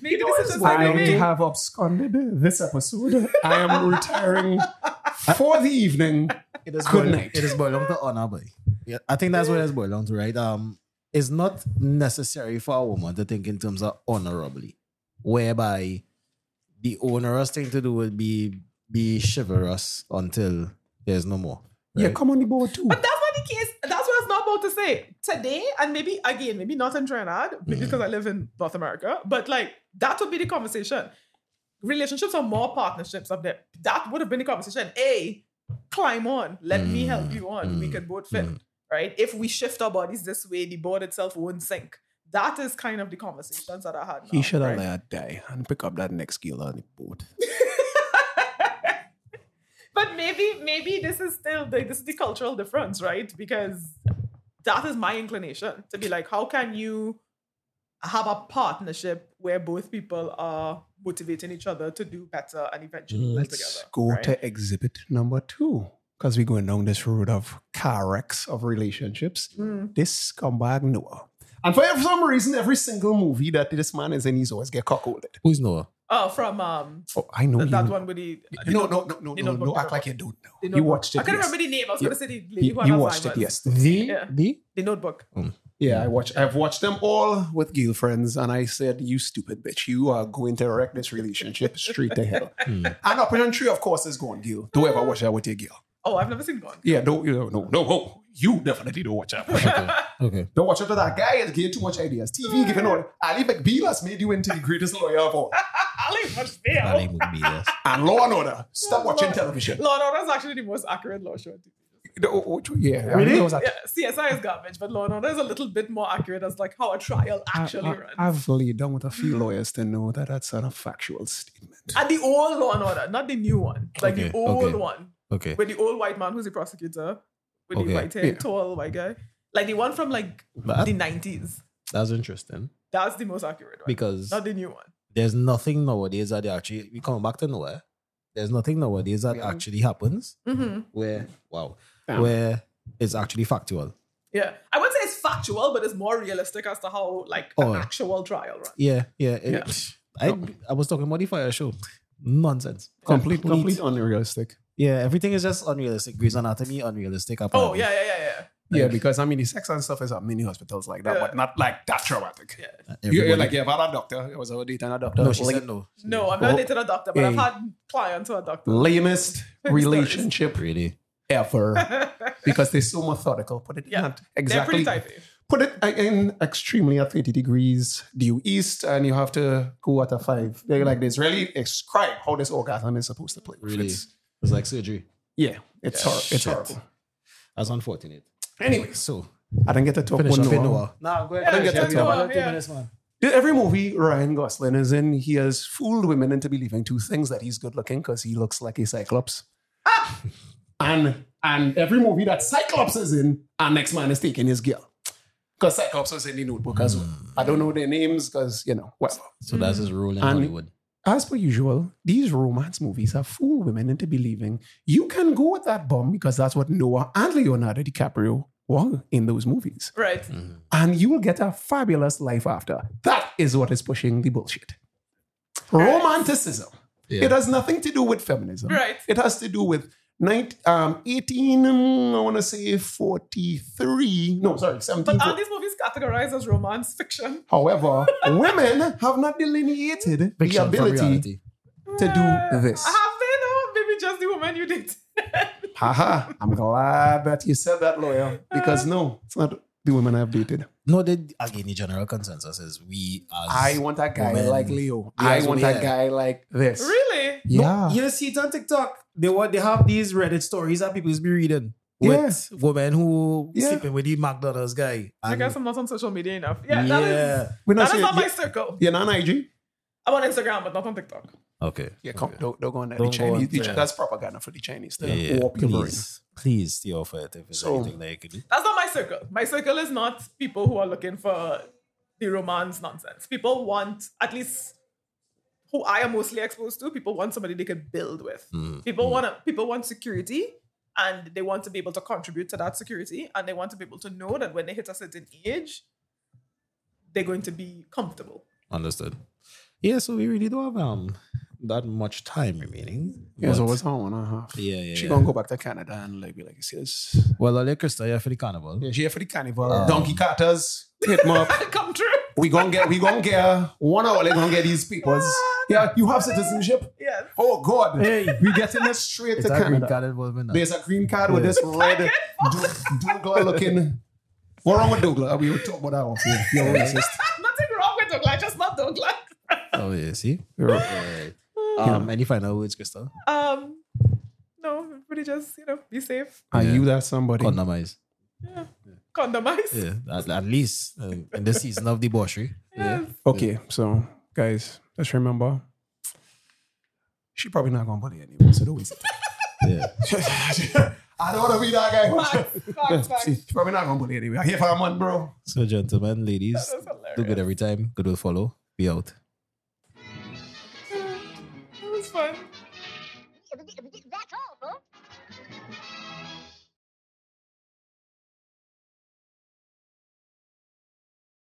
Speaker 3: make the decisions that
Speaker 2: I
Speaker 3: they make.
Speaker 2: have absconded this episode. I am retiring [laughs] for the evening.
Speaker 1: it is
Speaker 2: Good
Speaker 1: boil-
Speaker 2: night.
Speaker 1: It is boiled to honor, ah, boy. Yeah, I think that's what it's boiled down to, right? Um, it's not necessary for a woman to think in terms of honorably, whereby the onerous thing to do would be be chivalrous until there's no more. Right.
Speaker 2: Yeah, come on the board too.
Speaker 3: But that's not the case. That's what I was not about to say. Today, and maybe again, maybe not in Trinidad, maybe
Speaker 1: Mm.
Speaker 2: Mm-hmm.
Speaker 3: because I live in North America, but like that would be the conversation. Relationships are more partnerships up there. That would have been the conversation. A, climb on. Let me help
Speaker 2: Mm-hmm.
Speaker 3: you on. We
Speaker 1: Mm.
Speaker 3: can both fit,
Speaker 1: Mm.
Speaker 3: right? If we shift our bodies this way, the board itself won't sink. That is kind of the conversations that I had.
Speaker 2: He
Speaker 3: now,
Speaker 2: should have
Speaker 3: Oh, right?
Speaker 2: let her die and pick up that next girl on the boat.
Speaker 3: but maybe maybe this is still the, this is the cultural difference right because that is my inclination to be like how can you have a partnership where both people are motivating each other to do better and eventually build
Speaker 2: Let's
Speaker 3: together
Speaker 2: go
Speaker 3: right?
Speaker 2: to exhibit number two because we're going down this road of car wrecks of relationships.
Speaker 3: Mm.
Speaker 2: This scumbag Noah. And for some reason, every single movie that this man is in, he's always get cuckolded.
Speaker 1: Who's Noah?
Speaker 3: oh from um
Speaker 2: Oh, I know
Speaker 3: th-
Speaker 2: you.
Speaker 3: that one with the the
Speaker 2: no,
Speaker 3: note-
Speaker 2: no, no, no,
Speaker 3: they
Speaker 2: no,
Speaker 3: don't
Speaker 2: no.
Speaker 3: look
Speaker 2: Act
Speaker 3: at
Speaker 2: like
Speaker 3: all.
Speaker 2: you don't know.
Speaker 3: the
Speaker 2: you
Speaker 3: notebook.
Speaker 2: watched it.
Speaker 3: I can't
Speaker 2: yes.
Speaker 3: remember the name I was
Speaker 2: You-
Speaker 3: gonna say the lady
Speaker 2: You,
Speaker 3: who had
Speaker 2: you
Speaker 3: Alzheimer's.
Speaker 2: watched it yesterday.
Speaker 1: The
Speaker 3: Yeah.
Speaker 1: the
Speaker 3: the notebook
Speaker 2: Yeah, I watch. I've watched them all with girlfriends, and I said, "You stupid bitch, you are going to wreck this relationship straight to hell."
Speaker 1: Hmm.
Speaker 2: And option three, of course, is gone, Gil. Don't ever watch that with your girl.
Speaker 3: oh I've never seen one [laughs]
Speaker 2: Yeah, don't you know, no, no, no. You definitely don't watch that.
Speaker 1: okay. okay.
Speaker 2: Don't watch after that guy is getting too much ideas. TV giving all. Ali McBeal has made you into the greatest lawyer of all.
Speaker 3: I'll even watch
Speaker 1: That
Speaker 3: there
Speaker 1: name would be this.
Speaker 2: And Law and Order. Stop watching television.
Speaker 3: Lord Order is actually the most accurate law show on TV.
Speaker 2: No, which- oh, Yeah,
Speaker 1: Really?
Speaker 2: I was
Speaker 3: Yeah, CSI is garbage, but Law and Order is a little bit more accurate as like how a trial actually runs.
Speaker 2: I've laid down with a few lawyers to know that that's not a factual statement.
Speaker 3: and the old Law and Order, not the new one, like the
Speaker 1: Okay,
Speaker 3: old
Speaker 1: okay.
Speaker 3: one
Speaker 1: Okay.
Speaker 3: with the old white man who's the prosecutor with
Speaker 1: Okay,
Speaker 3: the white hair,
Speaker 2: yeah.
Speaker 3: tall white guy, like the one from like
Speaker 1: That- [laughs]
Speaker 3: the nineties.
Speaker 1: that's interesting
Speaker 3: That's the most accurate one,
Speaker 1: because
Speaker 3: not the new one.
Speaker 1: there's nothing nowadays that actually we come back to nowhere. There's nothing nowadays that
Speaker 2: Yeah.
Speaker 1: actually happens
Speaker 3: hmm
Speaker 1: where wow
Speaker 2: Damn.
Speaker 1: where it's actually factual.
Speaker 3: Yeah, I would say it's factual, but it's more realistic as to how like
Speaker 1: Oh.
Speaker 3: an actual trial runs.
Speaker 1: Yeah, yeah. it- I I was talking about the fire show. Nonsense.
Speaker 2: Complete, complete unrealistic.
Speaker 1: Yeah, everything is just unrealistic. Grey's Anatomy, unrealistic.
Speaker 3: Oh
Speaker 1: apparently.
Speaker 3: yeah, yeah, yeah, yeah.
Speaker 2: Yeah, because I mean, the sex and stuff is happening in hospitals like that,
Speaker 3: Yeah.
Speaker 2: but not like that traumatic.
Speaker 3: Yeah.
Speaker 2: You- You're
Speaker 1: Everybody-
Speaker 2: like, yeah, about a doctor. It was a date and a doctor.
Speaker 1: no, she
Speaker 2: Like-
Speaker 1: said no.
Speaker 3: No, I'm not
Speaker 2: Oh.
Speaker 3: dating a doctor, but I've
Speaker 2: Yeah.
Speaker 3: had clients who are doctors.
Speaker 2: lamest relationship
Speaker 1: Really?
Speaker 2: ever
Speaker 3: [laughs] They're
Speaker 2: because they're so methodical. Put it
Speaker 3: Yeah.
Speaker 2: not
Speaker 3: pretty
Speaker 2: exactly.
Speaker 3: type A.
Speaker 2: Put it in extremely at 30 degrees due east, and you have to go at a five. They're like this. Really describe how this orgasm is supposed to play.
Speaker 1: Really?
Speaker 2: It's,
Speaker 1: It's like surgery.
Speaker 2: yeah, it's
Speaker 1: Yeah.
Speaker 2: hor- It's
Speaker 1: Shit.
Speaker 2: horrible.
Speaker 1: That's unfortunate.
Speaker 2: Anyways,
Speaker 1: So
Speaker 2: I don't get to talk
Speaker 1: finish
Speaker 2: one
Speaker 1: off in
Speaker 2: more.
Speaker 1: Noah. Nah, go
Speaker 3: Yeah,
Speaker 1: finish
Speaker 2: yeah,
Speaker 1: off
Speaker 2: yeah.
Speaker 1: Noah.
Speaker 3: Yeah.
Speaker 1: minutes, man.
Speaker 2: Every movie Ryan Gosling is in, he has fooled women into believing two things that he's good looking because he looks like a cyclops. and and every movie that Cyclops is in, our next man is taking his girl. Because Cyclops was in the notebook as well. I don't know their names because, you know, whatever.
Speaker 1: So that's his rule in
Speaker 2: Mm. And-
Speaker 1: Hollywood.
Speaker 2: As per usual, these romance movies have fooled women into believing you can go with that bum because that's what Noah and Leonardo DiCaprio were in those movies.
Speaker 3: Right.
Speaker 1: Mhm.
Speaker 2: and you will get a fabulous life after. That is what is pushing the bullshit. Romanticism.
Speaker 1: Yeah.
Speaker 2: It has nothing to do with feminism.
Speaker 3: Right.
Speaker 2: It has to do with nine, um, 18, mm, I want to say 43. No, sorry, 17.
Speaker 3: But are these movies categorized as romance fiction?
Speaker 2: However, women have not delineated
Speaker 1: Fiction
Speaker 2: the
Speaker 1: from
Speaker 2: ability
Speaker 1: reality.
Speaker 2: to do
Speaker 3: Uh,
Speaker 2: this.
Speaker 3: Have they though? Maybe just the woman you did.
Speaker 2: Haha, I'm glad that you said that, lawyer, because
Speaker 3: Uh,
Speaker 2: no, it's not the women I've dated.
Speaker 1: No, they, again, the general consensus is we as
Speaker 2: I want a guy
Speaker 1: Women.
Speaker 2: like Leo.
Speaker 1: Yeah,
Speaker 2: I
Speaker 1: so
Speaker 2: want
Speaker 1: yeah.
Speaker 2: a guy like this.
Speaker 3: Really?
Speaker 2: Yeah.
Speaker 1: You see it on TikTok. They what they have these Reddit stories that people be reading with women who
Speaker 2: Yeah.
Speaker 1: sleeping with the McDonald's guy.
Speaker 3: I
Speaker 1: And-
Speaker 3: guess I'm not on social media enough. Yeah, that is
Speaker 2: We're
Speaker 3: that
Speaker 2: saying-
Speaker 3: is not
Speaker 2: yeah,
Speaker 3: my circle.
Speaker 2: You're not on IG?
Speaker 3: I'm on Instagram, but not on TikTok.
Speaker 1: Okay.
Speaker 2: Yeah, come,
Speaker 1: Okay.
Speaker 2: don't, don't go on that.
Speaker 1: Don't
Speaker 2: the
Speaker 1: go on
Speaker 2: Chinese, the-
Speaker 1: there.
Speaker 2: that's propaganda for the Chinese.
Speaker 1: Yeah,
Speaker 2: They're
Speaker 1: yeah,
Speaker 2: warping brains.
Speaker 1: please, please stay off it if it's
Speaker 2: So-
Speaker 1: anything like it.
Speaker 3: That's not my circle. My circle is not people who are looking for the romance nonsense. People want at least who I am mostly exposed to. People want somebody they can build with.
Speaker 1: Mm.
Speaker 3: People want to, people want security and they want to be able to contribute to that security and they want to be able to know that when they hit a certain age they're going to be comfortable. [laughs]
Speaker 1: mm, Understood. Yeah, so we really don't have um that much time remaining.
Speaker 2: Yeah, it's
Speaker 1: but-
Speaker 2: always on one and a half.
Speaker 1: Yeah, yeah.
Speaker 2: She
Speaker 1: yeah.
Speaker 2: gonna go back to Canada and like be like, see this.
Speaker 1: Well, Ole Krista, you're for the carnival.
Speaker 2: Yeah, she here for the carnival.
Speaker 1: Um,
Speaker 2: Donkey carters. Hit 'em up.
Speaker 3: Come true.
Speaker 2: we gonna get we gonna get one hour. They gonna get these peoples Yeah, you have citizenship.
Speaker 3: Yes.
Speaker 2: Oh God,
Speaker 1: Hey.
Speaker 2: we getting this straight
Speaker 1: Is
Speaker 2: to
Speaker 1: that green
Speaker 2: Canada.
Speaker 1: card involved in that?
Speaker 2: There's a green card with
Speaker 1: Yeah.
Speaker 2: this
Speaker 3: [laughs]
Speaker 2: red Douglas looking. What's wrong with Douglas? We will talk about that one. Yeah, you're racist.
Speaker 3: Nothing wrong with Douglas, just not Douglas.
Speaker 1: Oh yeah, see. Alright. Um, any final words, Crystal?
Speaker 3: Um, no, everybody just, you know, be safe.
Speaker 2: Are
Speaker 1: Yeah.
Speaker 2: you that somebody?
Speaker 1: Condomize.
Speaker 3: Condomize. [laughs]
Speaker 1: Yeah, at, at least uh, in this season of debauchery. Yeah.
Speaker 3: Yes.
Speaker 2: Okay, so guys, just remember, she probably not gonna bully anyone, so don't waste it.
Speaker 1: yeah.
Speaker 2: I don't wanna be that guy.
Speaker 3: [laughs] Facts, facts, facts.
Speaker 2: She she probably not gonna bully anyone. I here for a month, bro.
Speaker 1: So, gentlemen, ladies,
Speaker 3: That was
Speaker 1: do good
Speaker 3: hilarious.
Speaker 1: every time. Good will follow. Be out.